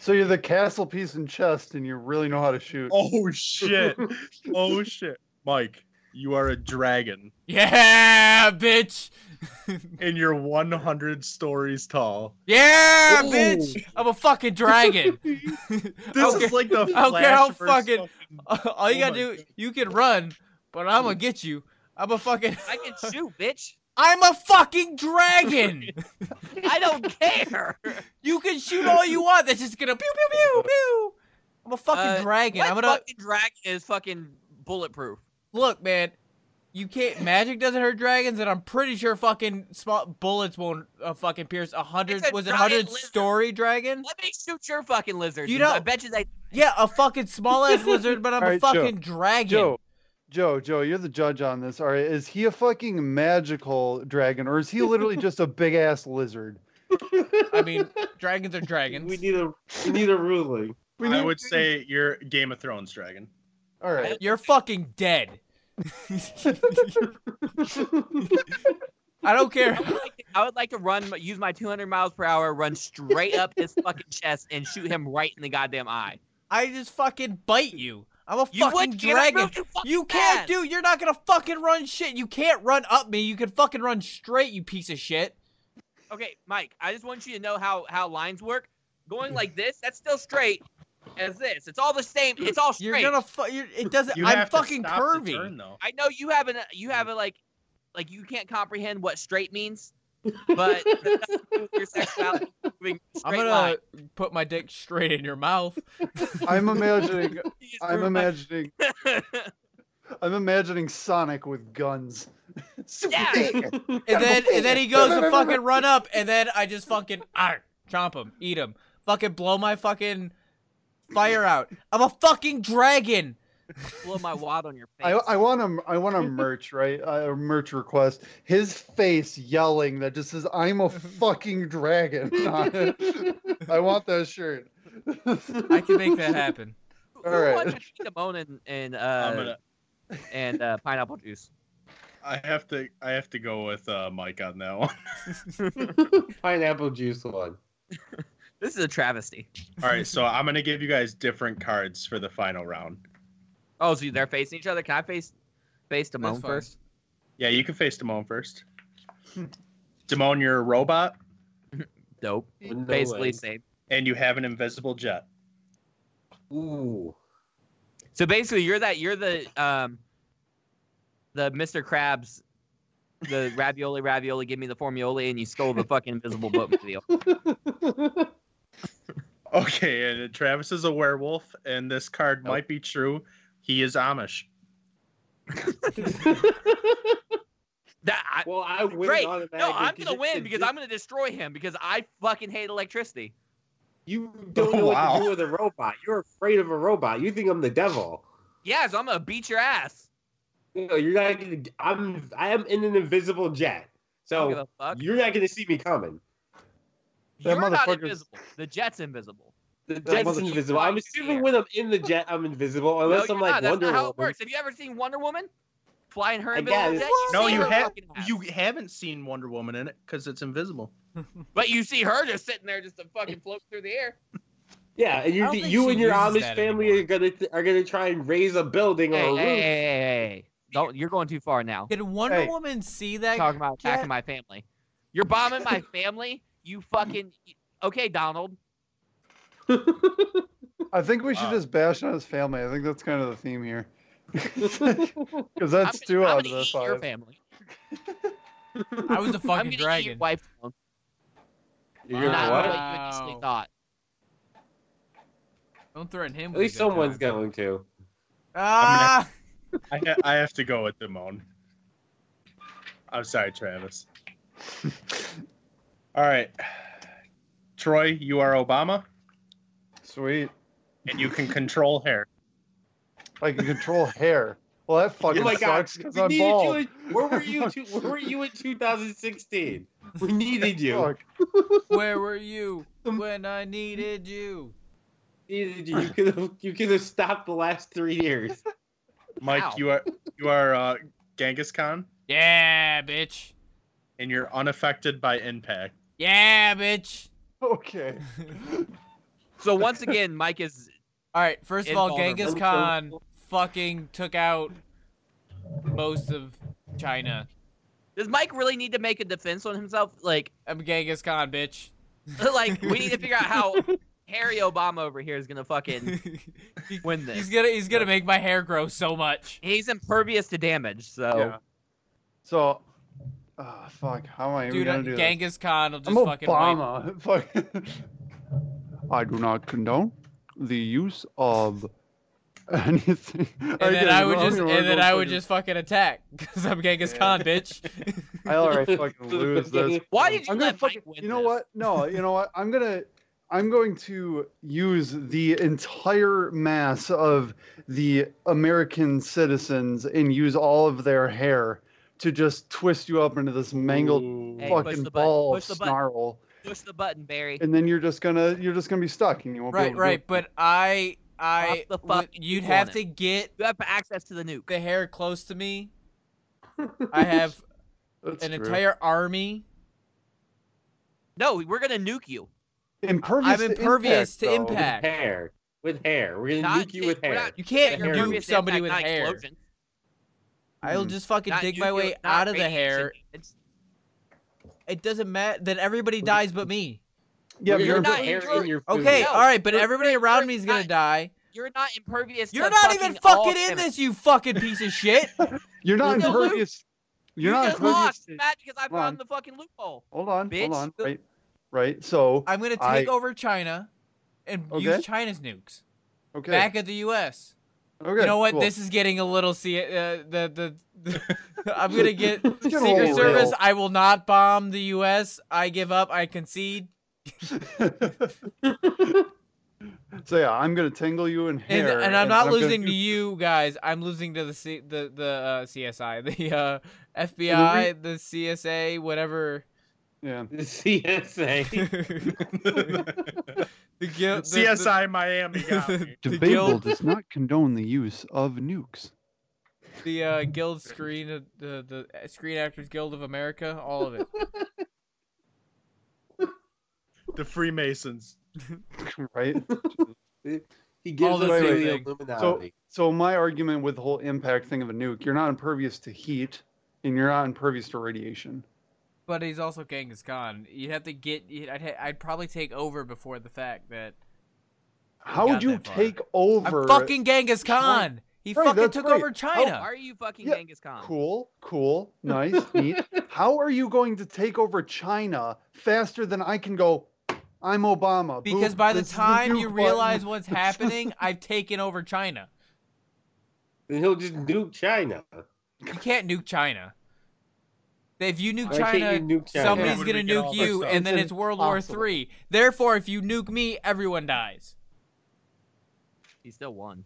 Speaker 6: So you're the castle piece in chest, and you really know how to shoot.
Speaker 5: Oh shit! oh shit! Mike, you are a dragon,
Speaker 3: Yeah, bitch.
Speaker 5: and you're 100 stories tall.
Speaker 3: Yeah, bitch. I'm a fucking dragon.
Speaker 5: This
Speaker 3: Okay.
Speaker 5: is like the.
Speaker 3: don't care how
Speaker 5: Flash versus
Speaker 3: fucking- All you gotta
Speaker 5: Oh my
Speaker 3: do,
Speaker 5: God.
Speaker 3: you can run, but I'm gonna get you. I'm a fucking.
Speaker 4: I can shoot, bitch.
Speaker 3: I'm a fucking dragon.
Speaker 4: I don't care.
Speaker 3: you can shoot all you want. That's just gonna pew pew pew pew. I'm a fucking
Speaker 4: Uh,
Speaker 3: dragon.
Speaker 4: What
Speaker 3: I'm gonna
Speaker 4: fucking dragon is fucking bulletproof?
Speaker 3: look, man. You can't. Magic doesn't hurt dragons, and I'm pretty sure fucking small bullets won't uh, fucking pierce a hundred.
Speaker 4: It's a
Speaker 3: Was it a
Speaker 4: giant
Speaker 3: hundred
Speaker 4: lizard.
Speaker 3: story dragon?
Speaker 4: Let me shoot your fucking lizard.
Speaker 3: You
Speaker 4: dude. I
Speaker 3: don't-
Speaker 4: bet you they.
Speaker 3: Yeah, a fucking small ass lizard, but I'm a
Speaker 6: Alright, Joe.
Speaker 3: fucking dragon.
Speaker 6: Joe, Joe, Joe, you're the judge on this. All right, is he a fucking magical dragon, or is he literally just a big ass lizard?
Speaker 3: I mean, dragons are dragons.
Speaker 2: We need a we need a ruling.
Speaker 6: We
Speaker 5: I
Speaker 6: need-
Speaker 5: would say you're Game of Thrones dragon.
Speaker 6: All right.
Speaker 3: You're fucking dead. I don't care.
Speaker 4: I would, like to, I would like to run, use my 200 miles per hour, run straight up his fucking chest and shoot him right in the goddamn eye.
Speaker 3: I just fucking bite you. I'm a
Speaker 4: You
Speaker 3: fucking
Speaker 4: would dude, I
Speaker 3: dragon.
Speaker 4: moved too fucking
Speaker 3: You can't
Speaker 4: fast.
Speaker 3: do. You're not gonna fucking run shit. You can't run up me. You can fucking run straight. You piece of shit.
Speaker 4: Okay, Mike, I just want you to know how how lines work.
Speaker 3: Mm.
Speaker 4: Going like this, that's still straight as this. It's all the same. It's all
Speaker 3: You're
Speaker 4: straight.
Speaker 3: gonna. Fu- you're, it doesn't.
Speaker 5: You
Speaker 3: I'm
Speaker 5: have to
Speaker 3: fucking
Speaker 5: stop the
Speaker 3: curvy.
Speaker 5: turn, though.
Speaker 4: I know you haven't. You haven't like, like you can't comprehend what straight means, but that's nothing to do with your sexuality. Moving
Speaker 3: I'm
Speaker 4: straight
Speaker 3: gonna
Speaker 4: line.
Speaker 3: put my dick straight in your mouth.
Speaker 6: I'm imagining.
Speaker 4: You just
Speaker 6: I'm
Speaker 4: moved my-
Speaker 6: imagining. I'm imagining Sonic with guns.
Speaker 4: Yeah.
Speaker 3: And then and then he goes to fucking run up, and then I just fucking arr, chomp him, eat him, fucking blow my fucking fire out. I'm a fucking dragon.
Speaker 4: blow my wad on your face.
Speaker 6: I, I want him. I want a merch, right? A merch request. His face yelling that just says, "I'm a fucking dragon." on it. I want that shirt.
Speaker 3: I can make that happen.
Speaker 4: Who
Speaker 6: all
Speaker 4: who
Speaker 6: right.
Speaker 4: wants to eat a bone and and uh,
Speaker 5: I'm gonna.
Speaker 4: and uh, pineapple juice?
Speaker 5: I have to. I have to go with uh, Mike on that one.
Speaker 2: Pineapple juice one.
Speaker 4: This is a travesty.
Speaker 5: All right, so I'm gonna give you guys different cards for the final round.
Speaker 4: Oh, so they're facing each other. Can I face face
Speaker 3: That's
Speaker 4: Damone
Speaker 3: fine.
Speaker 4: first?
Speaker 5: Yeah, you can face Damone first. Damone, you're a robot,
Speaker 4: Dope.
Speaker 2: No
Speaker 4: Basically
Speaker 2: way.
Speaker 4: same.
Speaker 5: and you have an invisible jet.
Speaker 2: Ooh.
Speaker 4: So basically, you're that you're the um, the Mr. Krabs, the ravioli, ravioli, give me the formioli, and you stole the fucking invisible book deal.
Speaker 5: Okay, and Travis is a werewolf, and this card
Speaker 4: Nope.
Speaker 5: might be true. He is Amish.
Speaker 4: That I,
Speaker 2: well, I win
Speaker 4: Great.
Speaker 2: automatically.
Speaker 4: no, I'm gonna
Speaker 2: 'cause
Speaker 4: win
Speaker 2: it's
Speaker 4: because
Speaker 2: a-
Speaker 4: I'm gonna destroy him because I fucking hate electricity.
Speaker 2: You don't know
Speaker 5: Oh, wow.
Speaker 2: what to do with a robot. You're afraid of a robot. You think I'm the devil.
Speaker 4: Yeah, so I'm gonna beat your ass.
Speaker 2: No, you're not gonna. I'm. I am in an invisible jet,
Speaker 4: I don't give
Speaker 2: so
Speaker 4: a fuck.
Speaker 2: you're not gonna see me coming.
Speaker 4: You're
Speaker 6: That
Speaker 4: not
Speaker 6: motherfucker's-
Speaker 4: invisible. The jet's invisible.
Speaker 2: The
Speaker 6: That
Speaker 2: jet's
Speaker 6: mother-
Speaker 2: invisible. I'm assuming when I'm in the jet, I'm invisible,
Speaker 4: No,
Speaker 2: unless
Speaker 4: you're
Speaker 2: I'm like
Speaker 4: not. That's
Speaker 2: Wonder
Speaker 4: not how it
Speaker 2: Woman.
Speaker 4: works. Have you ever seen Wonder Woman flying her
Speaker 2: I
Speaker 4: invisible
Speaker 2: guess.
Speaker 4: jet?
Speaker 5: No,
Speaker 4: see
Speaker 5: you
Speaker 4: her
Speaker 5: have-
Speaker 4: fucking ass.
Speaker 5: You haven't seen Wonder Woman in it because it's invisible.
Speaker 4: But you see her just sitting there, just to fucking float through the air.
Speaker 2: Yeah, and
Speaker 3: I
Speaker 2: you,
Speaker 3: don't think
Speaker 2: you
Speaker 3: she
Speaker 2: and your
Speaker 3: uses
Speaker 2: Amish
Speaker 3: that
Speaker 2: family
Speaker 3: anymore.
Speaker 2: are gonna are gonna try and raise a building
Speaker 4: Hey,
Speaker 2: or a
Speaker 4: hey, hey, hey,
Speaker 2: roof.
Speaker 4: hey, hey. Don't. You're going too far now.
Speaker 3: Did Wonder
Speaker 6: Hey.
Speaker 3: Woman see that?
Speaker 4: talking about
Speaker 3: cat-
Speaker 4: attacking my family. You're bombing my family. You fucking okay, Donald.
Speaker 6: I think we should
Speaker 5: Wow.
Speaker 6: just bash on his family. I think that's kind of the theme here. Because that's
Speaker 4: I'm,
Speaker 6: two
Speaker 4: gonna- I'm
Speaker 6: out of
Speaker 4: gonna
Speaker 6: the
Speaker 4: eat your
Speaker 6: five.
Speaker 4: family.
Speaker 3: I was a
Speaker 4: I'm
Speaker 3: fucking
Speaker 4: gonna eat your
Speaker 3: dragon.
Speaker 4: wife.
Speaker 2: You're
Speaker 3: Wow.
Speaker 2: gonna
Speaker 4: Not
Speaker 2: what?
Speaker 4: what you initially
Speaker 3: Wow.
Speaker 4: thought.
Speaker 3: Don't threaten him.
Speaker 2: At
Speaker 3: with a
Speaker 2: least
Speaker 3: good
Speaker 2: someone's
Speaker 3: time.
Speaker 2: going to.
Speaker 3: Ah,
Speaker 5: I, ha- I have to go with Damone. I'm sorry, Travis. All right. Troy, you are Obama,
Speaker 6: Sweet.
Speaker 5: and you can control hair.
Speaker 6: I can control hair. Well, that fucking
Speaker 2: oh my God!
Speaker 6: sucks because
Speaker 2: We
Speaker 6: I'm
Speaker 2: needed you.
Speaker 6: bald.
Speaker 2: In, where were you? Two, where were you in 2016? We needed you.
Speaker 6: Fuck.
Speaker 3: where were you
Speaker 2: Um,
Speaker 3: when I needed you?
Speaker 2: needed you. You could have. You could have stopped the last three years.
Speaker 5: Mike,
Speaker 4: Ow.
Speaker 5: you are you are uh, Genghis Khan,
Speaker 3: Yeah, bitch.
Speaker 5: and you're unaffected by impact.
Speaker 3: Yeah, bitch.
Speaker 6: Okay.
Speaker 4: So once again, Mike is
Speaker 3: All right. First of all,
Speaker 4: Invulnerable.
Speaker 3: Genghis Khan fucking took out most of China.
Speaker 4: does Mike really need to make a defense on himself? Like
Speaker 3: I'm Genghis Khan, bitch.
Speaker 4: like we need to figure out how Harry Obama over here is gonna fucking
Speaker 3: He-
Speaker 4: win
Speaker 3: he's
Speaker 4: this.
Speaker 3: gonna he's gonna make my hair grow so much.
Speaker 4: He's impervious to damage, so
Speaker 6: Yeah. So, ah, fuck. How am I even
Speaker 3: Dude,
Speaker 6: gonna
Speaker 3: uh,
Speaker 6: do
Speaker 3: Genghis Khan will
Speaker 6: this?
Speaker 3: just
Speaker 6: I'm
Speaker 3: fucking wipe.
Speaker 6: Obama. Fuck. I do not condone the use of anything.
Speaker 3: And then
Speaker 6: did
Speaker 3: I would
Speaker 6: wrong
Speaker 3: just
Speaker 6: or
Speaker 3: and then I would
Speaker 6: motherfuckers.
Speaker 3: just fucking attack because I'm Genghis
Speaker 6: Yeah.
Speaker 3: Khan, bitch.
Speaker 6: I already fucking lose this.
Speaker 4: why did you
Speaker 6: I'm gonna
Speaker 4: let
Speaker 6: fucking.
Speaker 4: Mike win
Speaker 6: You know
Speaker 4: this?
Speaker 6: what? No. You know what? I'm gonna. I'm going to use the entire mass of the American citizens and use all of their hair to just twist you up into this mangled
Speaker 2: Ooh.
Speaker 4: Hey, push
Speaker 6: fucking
Speaker 4: the button,
Speaker 6: ball
Speaker 4: push the button.
Speaker 6: snarl,
Speaker 4: Push the button, Barry.
Speaker 6: and then you're just gonna you're just gonna be stuck, and you won't be
Speaker 3: right,
Speaker 6: able to
Speaker 3: right. But I I
Speaker 4: Drop the
Speaker 3: would-
Speaker 4: fucking
Speaker 3: you'd
Speaker 4: nuke
Speaker 3: have
Speaker 4: on
Speaker 3: to get
Speaker 4: You have access to the nuke.
Speaker 3: the hair close to me. I have
Speaker 6: do it. That's
Speaker 3: an
Speaker 6: true.
Speaker 3: entire army.
Speaker 4: No, we're gonna nuke you.
Speaker 6: impervious.
Speaker 3: I'm impervious to impact.
Speaker 2: With hair. With hair. We're gonna
Speaker 4: Not-
Speaker 2: nuke you with
Speaker 4: we're
Speaker 2: hair.
Speaker 4: not-
Speaker 3: You can't
Speaker 4: You're
Speaker 3: nuke
Speaker 4: impervious to
Speaker 3: somebody with
Speaker 4: impact, not
Speaker 3: hair.
Speaker 4: explosion.
Speaker 3: I'll
Speaker 6: Mm.
Speaker 3: just fucking
Speaker 4: Not
Speaker 3: dig my
Speaker 4: nuclear-
Speaker 3: way
Speaker 4: not
Speaker 3: out of the
Speaker 4: radiation
Speaker 3: hair.
Speaker 4: damage.
Speaker 3: It doesn't matter. Then everybody dies but me.
Speaker 6: Yeah,
Speaker 2: We're
Speaker 6: but
Speaker 2: gonna
Speaker 4: you're
Speaker 2: put
Speaker 4: not
Speaker 2: hair
Speaker 4: injured.
Speaker 2: in your food.
Speaker 3: Okay,
Speaker 4: No,
Speaker 3: all right, but
Speaker 4: you're-
Speaker 3: everybody
Speaker 4: you're-
Speaker 3: around
Speaker 4: you're
Speaker 3: me is gonna
Speaker 4: not-
Speaker 3: die.
Speaker 4: You're not impervious. to
Speaker 3: You're not even
Speaker 4: all
Speaker 3: fucking in
Speaker 4: damage.
Speaker 3: this, you fucking piece of shit.
Speaker 6: you're not
Speaker 4: You're gonna lose.
Speaker 6: impervious. You're
Speaker 4: you
Speaker 6: not
Speaker 4: just
Speaker 6: impervious.
Speaker 4: lost,
Speaker 6: to-
Speaker 4: Matt, because I
Speaker 6: Hold
Speaker 4: found
Speaker 6: on.
Speaker 4: the fucking loophole.
Speaker 6: Hold on,
Speaker 4: bitch.
Speaker 6: hold on. Right, right. So
Speaker 3: I'm gonna
Speaker 6: I-
Speaker 3: take over China and
Speaker 6: Okay.
Speaker 3: use China's nukes
Speaker 6: okay,
Speaker 3: back at the U.S.
Speaker 6: okay.
Speaker 3: you know what?
Speaker 6: cool.
Speaker 3: This is getting a little. See, uh, the the, the I'm gonna get
Speaker 6: It's getting a
Speaker 3: Secret
Speaker 6: little
Speaker 3: Service.
Speaker 6: real.
Speaker 3: I will not bomb the U.S. I give up. I concede.
Speaker 6: so yeah, I'm gonna tangle you in
Speaker 3: And,
Speaker 6: hair,
Speaker 3: and I'm not
Speaker 6: gonna
Speaker 3: losing
Speaker 6: do-
Speaker 3: to you guys. I'm losing to the C, the the uh, CSI, the uh, FBI, the CSA, whatever.
Speaker 6: Yeah,
Speaker 2: The CSA.
Speaker 3: the guild.
Speaker 5: CSI Miami got me.
Speaker 3: The
Speaker 6: debatable
Speaker 3: guild,
Speaker 6: does not condone the use of nukes.
Speaker 3: the uh, guild screen, uh, the the Screen Actors Guild of America, all of it.
Speaker 5: the Freemasons.
Speaker 6: Right.
Speaker 2: he
Speaker 3: All
Speaker 2: gives
Speaker 3: the
Speaker 2: us
Speaker 6: same
Speaker 2: the
Speaker 3: thing.
Speaker 6: So,
Speaker 2: Illuminati.
Speaker 6: so my argument with the whole impact thing of a nuke, you're not impervious to heat, and you're not impervious to radiation.
Speaker 3: But he's also Genghis Khan. You'd have to get. you'd- I'd, ha- I'd probably take over before the fact that
Speaker 6: How would
Speaker 3: got
Speaker 6: you
Speaker 3: that far.
Speaker 6: take over?
Speaker 3: I'm fucking Genghis Khan. He
Speaker 6: Right,
Speaker 3: fucking
Speaker 6: that's
Speaker 3: took
Speaker 6: right. Oh,
Speaker 3: over China.
Speaker 4: Are you fucking
Speaker 6: Yeah,
Speaker 4: Genghis Khan?
Speaker 6: Cool, cool, nice, neat. How are you going to take over China faster than I can go? I'm Obama.
Speaker 3: because
Speaker 6: Boop,
Speaker 3: by the
Speaker 6: this is
Speaker 3: time
Speaker 6: nuke
Speaker 3: you
Speaker 6: button."
Speaker 3: realize what's happening, I've taken over China.
Speaker 2: Then he'll just nuke China.
Speaker 3: You can't nuke China. If you nuke
Speaker 2: Why can't
Speaker 3: China,
Speaker 2: you nuke China?
Speaker 3: somebody's
Speaker 5: Where would
Speaker 3: gonna
Speaker 5: we get all
Speaker 3: nuke
Speaker 5: this
Speaker 3: you,
Speaker 5: stuff?
Speaker 3: and then
Speaker 6: It's
Speaker 3: it's World War
Speaker 6: impossible.
Speaker 3: Three. Therefore, if you nuke me, everyone dies.
Speaker 4: He still won.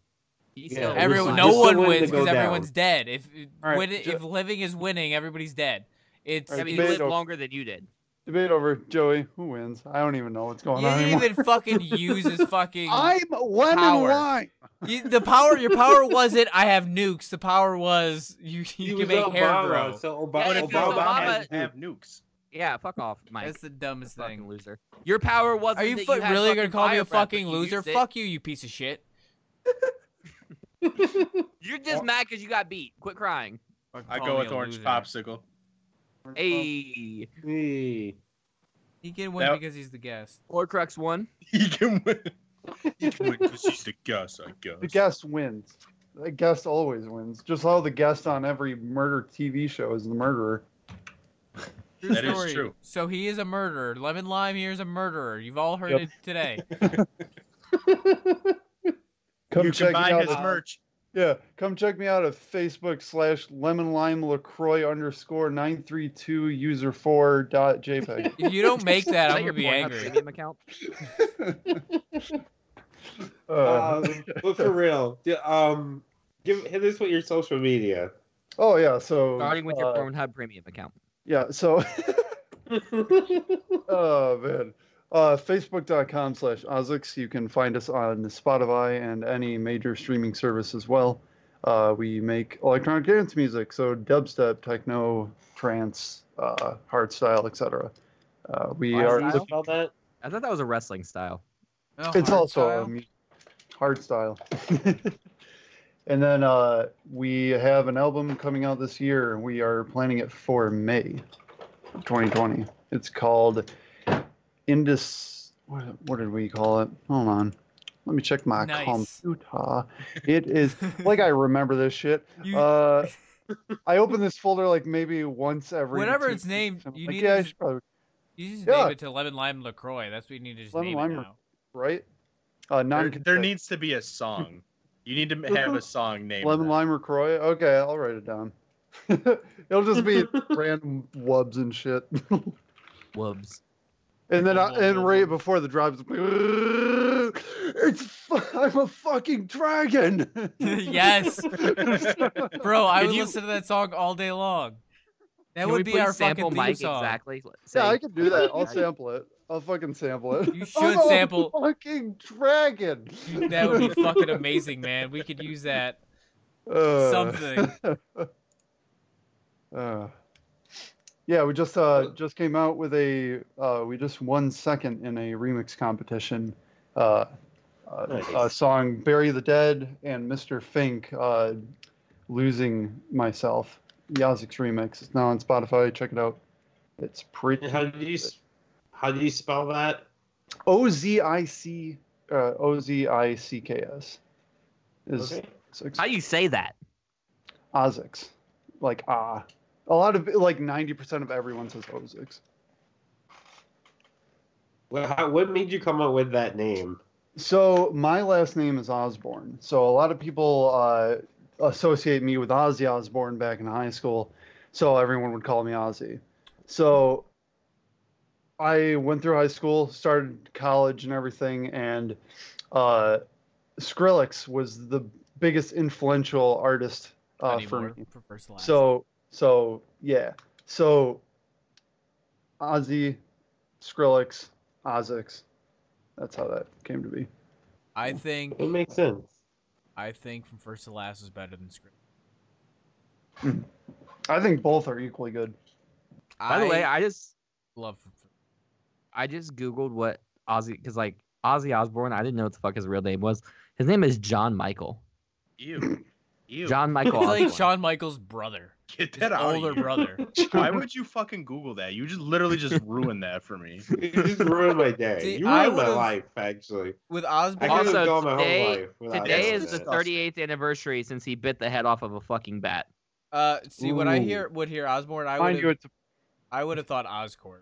Speaker 4: He
Speaker 2: Yeah,
Speaker 4: still
Speaker 2: we're
Speaker 3: Everyone,
Speaker 2: fine.
Speaker 3: no
Speaker 2: Just the one
Speaker 3: one
Speaker 2: to
Speaker 3: wins
Speaker 2: go
Speaker 3: because
Speaker 2: down.
Speaker 3: everyone's dead. If
Speaker 6: All right,
Speaker 3: when, it-
Speaker 6: ju-
Speaker 3: if living is winning, everybody's dead. It's,
Speaker 6: All
Speaker 4: I
Speaker 6: right,
Speaker 4: mean,
Speaker 3: it's
Speaker 4: he
Speaker 6: Beto-
Speaker 4: lived longer than you did.
Speaker 6: Debate over, Joey. Who wins? I don't even know what's going
Speaker 3: You
Speaker 6: on
Speaker 3: didn't
Speaker 6: anymore.
Speaker 3: even fucking use his fucking.
Speaker 6: I'm lemon
Speaker 3: Power.
Speaker 6: lime.
Speaker 3: You- the power, your power wasn't. I have nukes. The power was you. You
Speaker 2: was
Speaker 3: can make hair
Speaker 2: Obama,
Speaker 3: grow.
Speaker 2: So Oba-
Speaker 4: Yeah,
Speaker 5: But
Speaker 4: if
Speaker 5: if
Speaker 4: there's
Speaker 2: Obama,
Speaker 4: Obama-
Speaker 5: Obama
Speaker 2: had-
Speaker 5: have nukes,
Speaker 4: Yeah, fuck off, Mike.
Speaker 3: That's the dumbest
Speaker 4: fucking
Speaker 3: thing.
Speaker 4: loser. Your power wasn't.
Speaker 3: Are you,
Speaker 4: that
Speaker 3: fu-
Speaker 4: had
Speaker 3: really gonna
Speaker 4: fucking
Speaker 3: call me
Speaker 4: fire
Speaker 3: a
Speaker 4: breath, but
Speaker 3: fucking
Speaker 4: you
Speaker 3: loser?
Speaker 4: used it.
Speaker 3: Fuck you, you piece of shit.
Speaker 4: You're just mad because you got beat. Quit crying.
Speaker 5: I
Speaker 3: Call
Speaker 5: go
Speaker 3: me
Speaker 5: with
Speaker 3: a
Speaker 5: orange
Speaker 3: loser.
Speaker 5: popsicle.
Speaker 4: Hey,
Speaker 2: Hey.
Speaker 3: He can win
Speaker 5: That-
Speaker 3: because he's the guest.
Speaker 4: Orcrux won.
Speaker 5: You can win. You can win because he's the Gus, I guess.
Speaker 6: The guest wins. The guest always wins. Just how the guest on every murder TV show is the murderer.
Speaker 3: True
Speaker 5: That is
Speaker 3: story.
Speaker 5: true.
Speaker 3: So he is a murderer. Lemon Lime here is a murderer. You've all heard
Speaker 6: Yep.
Speaker 3: it today.
Speaker 6: Come
Speaker 5: you
Speaker 6: check me
Speaker 5: can buy
Speaker 6: out
Speaker 5: his
Speaker 6: at-
Speaker 5: merch.
Speaker 6: Yeah, come check me out at Facebook slash lemon lime lacroix underscore nine three two user four dot JPEG.
Speaker 3: If you don't make
Speaker 4: Is
Speaker 3: that, I'm
Speaker 4: your
Speaker 3: gonna be
Speaker 4: Pornhub
Speaker 3: angry.
Speaker 4: premium account?
Speaker 6: Uh,
Speaker 2: um, but for real, d- um, give hit us with your social media.
Speaker 6: oh yeah, so
Speaker 4: Starting with your
Speaker 6: uh,
Speaker 4: Pornhub premium account.
Speaker 6: yeah, so oh man. Uh, Facebook.com slash Ozix. You can find us on Spotify and any major streaming service as well. Uh, we make electronic dance music, so dubstep, techno, trance, uh, hardstyle, etc. Uh, we
Speaker 4: Why is
Speaker 6: are
Speaker 4: that?
Speaker 2: Can you spell that?
Speaker 4: I thought that was a wrestling style.
Speaker 3: No,
Speaker 6: it's
Speaker 3: hard
Speaker 6: also
Speaker 3: style.
Speaker 6: um, a mu- hard style. and then uh, we have an album coming out this year. We are planning it for May 2020. It's called Indus. What, what did we call it? Hold on. Let me check my
Speaker 3: Nice.
Speaker 6: computer. It is like I remember this shit.
Speaker 3: You-
Speaker 6: Uh, I open this folder like maybe once every.
Speaker 3: Whenever
Speaker 6: two
Speaker 3: it's named,
Speaker 6: weeks. I'm
Speaker 3: you
Speaker 6: like,
Speaker 3: need
Speaker 6: yeah,
Speaker 3: to
Speaker 6: I
Speaker 3: just-
Speaker 6: should probably
Speaker 3: you just
Speaker 6: yeah.
Speaker 3: name it to Lemon Lime Lacroix. That's what you need to just
Speaker 6: Lemon
Speaker 3: name
Speaker 6: Lime
Speaker 3: it
Speaker 6: Lac-
Speaker 3: now.
Speaker 6: right. Uh,
Speaker 5: There,
Speaker 6: non.
Speaker 5: there needs to be a song. You need to have a song named.
Speaker 6: Lemon
Speaker 5: that.
Speaker 6: lime LaCroix. Okay, I'll write it down. It'll just be random wubs and shit.
Speaker 4: Whoops.
Speaker 6: and then I,
Speaker 3: Wub,
Speaker 6: and
Speaker 3: wub,
Speaker 6: right
Speaker 3: wub.
Speaker 6: before the drop, it's like, it's fu- I'm a fucking dragon.
Speaker 3: Yes. Bro, I
Speaker 4: Did
Speaker 3: would
Speaker 4: you-
Speaker 3: listen to that song all day long. That
Speaker 4: Can we
Speaker 3: would be
Speaker 4: please
Speaker 3: our fucking
Speaker 4: sample
Speaker 3: theme
Speaker 4: Mike
Speaker 3: song.
Speaker 4: exactly? Say,
Speaker 6: yeah, I can do that. I'll
Speaker 4: Dragon.
Speaker 6: sample it. I'll fucking sample it.
Speaker 3: You should
Speaker 6: I'm a
Speaker 3: sample-
Speaker 6: fucking dragon.
Speaker 3: That would be fucking amazing, man. We could use that.
Speaker 6: Uh,
Speaker 3: something.
Speaker 6: uh, yeah, we just uh, just came out with a uh, we just won second in a remix competition. Uh, uh,
Speaker 2: Nice.
Speaker 6: A song "Bury the Dead" and Mr. Fink uh, "Losing Myself." Yazik's remix. It's now on Spotify. Check it out. It's pretty.
Speaker 2: And How do you s- how do you spell that?
Speaker 6: O Z I C uh, O Z I C K S is
Speaker 2: Okay.
Speaker 4: How do you say that?
Speaker 6: Ozix. Like ah. A lot of like ninety percent of everyone says Ozix.
Speaker 2: Well, how, what made you come up with that name?
Speaker 6: So my last name is Osborne. So a lot of people uh, associate me with Ozzy Osborne back in high school. So everyone would call me Ozzy. So I went through high school, started college and everything, and uh, Skrillex was the biggest influential artist uh, for
Speaker 3: Anymore,
Speaker 6: me.
Speaker 3: for first last.
Speaker 6: So so yeah. So Ozzy, Skrillex, Ozix. That's how that came to be.
Speaker 3: I think
Speaker 2: It makes sense.
Speaker 3: I think from first to last was better than script.
Speaker 6: I think both are equally good.
Speaker 4: By the way, I just
Speaker 3: love
Speaker 4: I just googled what Ozzy because like Ozzy Osbourne, I didn't know what the fuck his real name was. His name is John Michael.
Speaker 5: Ew. Ew.
Speaker 4: John Michael.
Speaker 3: it's like
Speaker 4: Osbourne.
Speaker 3: Shawn Michaels' brother,
Speaker 5: Get
Speaker 3: his
Speaker 5: that out.
Speaker 3: older
Speaker 5: Of you.
Speaker 3: brother.
Speaker 5: Why would you fucking Google that? You just literally just ruined that for me.
Speaker 2: You just ruined my day.
Speaker 3: See,
Speaker 2: you
Speaker 3: I
Speaker 2: ruined my
Speaker 3: would've-
Speaker 2: life, actually.
Speaker 3: With
Speaker 2: I
Speaker 3: Osborne,
Speaker 2: could
Speaker 4: Also,
Speaker 2: have gone my
Speaker 4: today-
Speaker 2: whole life without
Speaker 4: Today
Speaker 2: knowing
Speaker 4: is the
Speaker 2: that.
Speaker 4: 38th anniversary since he bit the head off of a fucking bat.
Speaker 3: uh, see what I
Speaker 6: Ooh.
Speaker 3: hear would hear Osborne, I
Speaker 6: Mind
Speaker 3: would
Speaker 6: you,
Speaker 3: have
Speaker 6: it's
Speaker 3: I would have thought Oscorp.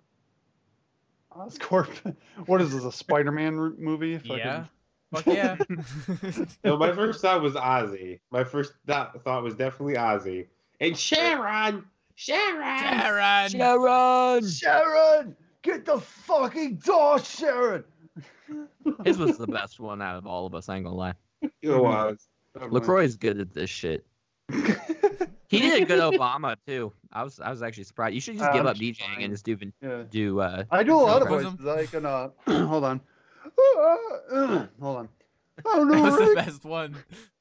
Speaker 6: Oscorp. What is this? A Spider-Man r- movie? If I could-
Speaker 3: Yeah, fuck yeah.
Speaker 2: No, my first thought was Ozzy. My first thought, thought was definitely Ozzy. And Sharon! Sharon!
Speaker 3: Sharon,
Speaker 4: Sharon.
Speaker 6: Hmm. Sharon, get the fucking door, Sharon.
Speaker 4: His was the best one out of all of us. I ain't gonna lie.
Speaker 2: It was.
Speaker 4: Lacroix's good at this shit. He did a good Obama too. I was I was actually surprised. You should just
Speaker 6: Uh,
Speaker 4: give
Speaker 6: I'm
Speaker 4: up
Speaker 6: just
Speaker 4: DJing
Speaker 6: fine.
Speaker 4: and just do
Speaker 6: yeah.
Speaker 4: do uh
Speaker 6: I do a lot of
Speaker 3: Bosom.
Speaker 6: voices. I can uh, hold on. hold on. I don't
Speaker 3: that
Speaker 6: know,
Speaker 3: was the
Speaker 6: Rick.
Speaker 3: best one.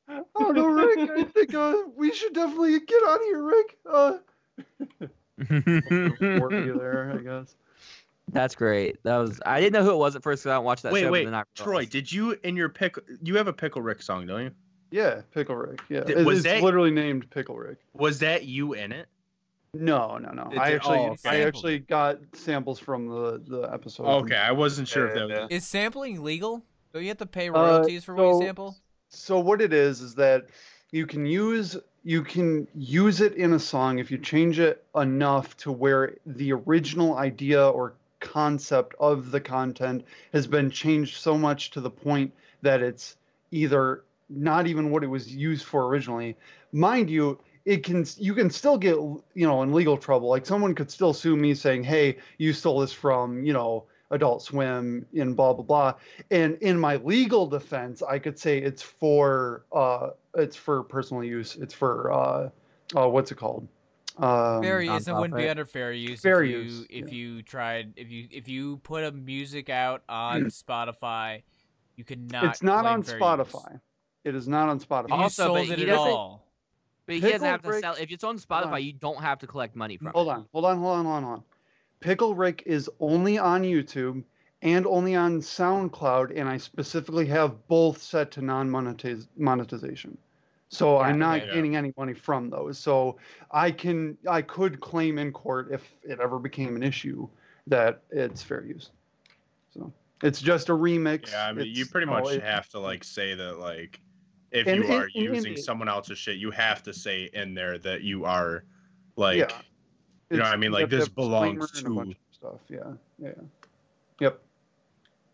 Speaker 6: I don't know, Rick. I think uh, we should definitely get out of here, Rick. Uh, work you there, I guess.
Speaker 4: That's great. That was I didn't know who it was at first because I don't watch that
Speaker 5: wait,
Speaker 4: show. but
Speaker 5: wait.
Speaker 4: then I
Speaker 5: Troy,
Speaker 4: realized.
Speaker 5: did you in your pick? You have a Pickle Rick song, don't you?
Speaker 6: Yeah, Pickle Rick. Yeah,
Speaker 5: Th-
Speaker 6: It-
Speaker 5: was
Speaker 6: it's
Speaker 5: that-
Speaker 6: literally named Pickle Rick.
Speaker 5: Was that you in it?
Speaker 6: No, no, no.
Speaker 5: It
Speaker 6: I
Speaker 5: did-
Speaker 6: actually,
Speaker 5: oh,
Speaker 6: I
Speaker 3: okay.
Speaker 6: actually got samples from the the episode.
Speaker 5: Okay, I wasn't sure if that was.
Speaker 3: Is sampling legal? Don't you have to pay
Speaker 6: Uh,
Speaker 3: royalties for what
Speaker 6: so-
Speaker 3: you sample?
Speaker 6: So what it is is that you can use you can use it in a song if you change it enough to where the original idea or concept of the content has been changed so much to the point that it's either not even what it was used for originally. Mind you, it can you can still get you know in legal trouble. Like someone could still sue me saying, "Hey, you stole this from you know Adult Swim and blah blah blah." And in my legal defense, I could say it's for uh, it's for personal use. It's for uh, uh, what's it called? Um,
Speaker 3: Fair use. It wouldn't be
Speaker 4: nonprofit.
Speaker 3: under fair use.
Speaker 6: Fair
Speaker 3: if you,
Speaker 6: use,
Speaker 3: If
Speaker 6: yeah.
Speaker 3: you tried, if you if you put a music out on Spotify, you could not.
Speaker 6: it's not
Speaker 3: claim
Speaker 6: on
Speaker 3: fair
Speaker 6: Spotify. It is not on
Speaker 3: Use.
Speaker 6: Spotify.
Speaker 3: You
Speaker 4: Also,
Speaker 3: sold
Speaker 4: but
Speaker 3: it
Speaker 4: he
Speaker 3: at
Speaker 4: doesn't-
Speaker 3: all.
Speaker 4: But he
Speaker 6: Pickle
Speaker 4: doesn't have to
Speaker 6: Rick-
Speaker 4: sell. If it's on
Speaker 6: Hold on.
Speaker 4: Spotify, you don't have to collect money from.
Speaker 6: Hold
Speaker 4: it.
Speaker 6: on, hold on, hold on, hold on, hold on. Pickle Rick is only on YouTube and only on SoundCloud, and I specifically have both set to non monetization. So I'm not
Speaker 5: yeah, yeah.
Speaker 6: getting any money from those. So I can I could claim in court if it ever became an issue that it's fair use. So it's just a remix.
Speaker 5: Yeah, I mean, you
Speaker 6: It's-
Speaker 5: pretty
Speaker 6: no,
Speaker 5: much
Speaker 6: it-
Speaker 5: have to like say that like if
Speaker 6: And
Speaker 5: you
Speaker 6: in-
Speaker 5: are
Speaker 6: in
Speaker 5: using
Speaker 6: India-
Speaker 5: someone else's shit, you have to say in there that you are like
Speaker 6: Yeah.
Speaker 5: You know
Speaker 6: It's-
Speaker 5: what I mean?
Speaker 6: you
Speaker 5: Like,
Speaker 6: have to
Speaker 5: this
Speaker 6: have a disclaimer
Speaker 5: belongs
Speaker 6: and a bunch
Speaker 5: to-
Speaker 6: of stuff. Yeah, yeah, yep.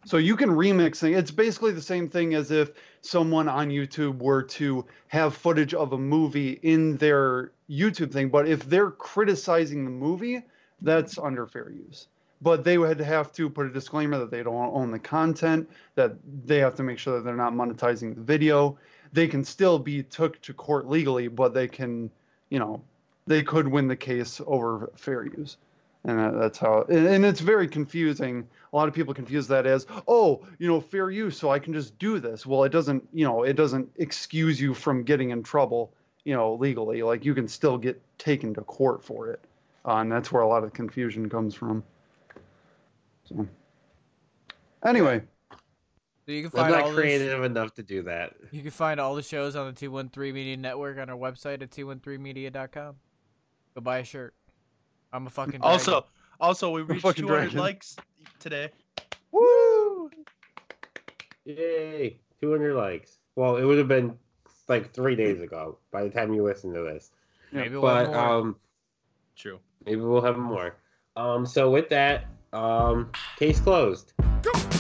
Speaker 6: So you can remix it. It's basically the same thing as if someone on YouTube were to have footage of a movie in their YouTube thing, but if they're criticizing the movie, that's under fair use. But they would have to put a disclaimer that they don't own the content, that they have to make sure that they're not monetizing the video. They can still be took to court legally, but they can, you know, they could win the case over fair use. And that, that's how, and, and it's very confusing. A lot of people confuse that as, oh, you know, fair use, so I can just do this. Well, it doesn't, you know, it doesn't excuse you from getting in trouble, you know, legally. Like you can still get taken to court for it. Uh, and that's where a lot of confusion comes from. So, anyway,
Speaker 3: So you can
Speaker 2: I'm
Speaker 3: find all
Speaker 2: not
Speaker 3: this-
Speaker 2: creative enough to do that.
Speaker 3: You can find all the shows on the 213 Media Network on our website at 213media.com. Go buy a shirt. I'm a fucking dragon.
Speaker 5: also also we reached
Speaker 6: fucking
Speaker 5: 200
Speaker 6: dragon.
Speaker 5: likes today.
Speaker 6: woo!
Speaker 2: Yay! 200 likes. Well, it would have been like three days ago by the time you listen to this.
Speaker 3: maybe we'll have
Speaker 2: But
Speaker 3: more.
Speaker 2: um,
Speaker 5: True.
Speaker 2: maybe we'll have more. Um, so with that, um, case closed.
Speaker 1: Go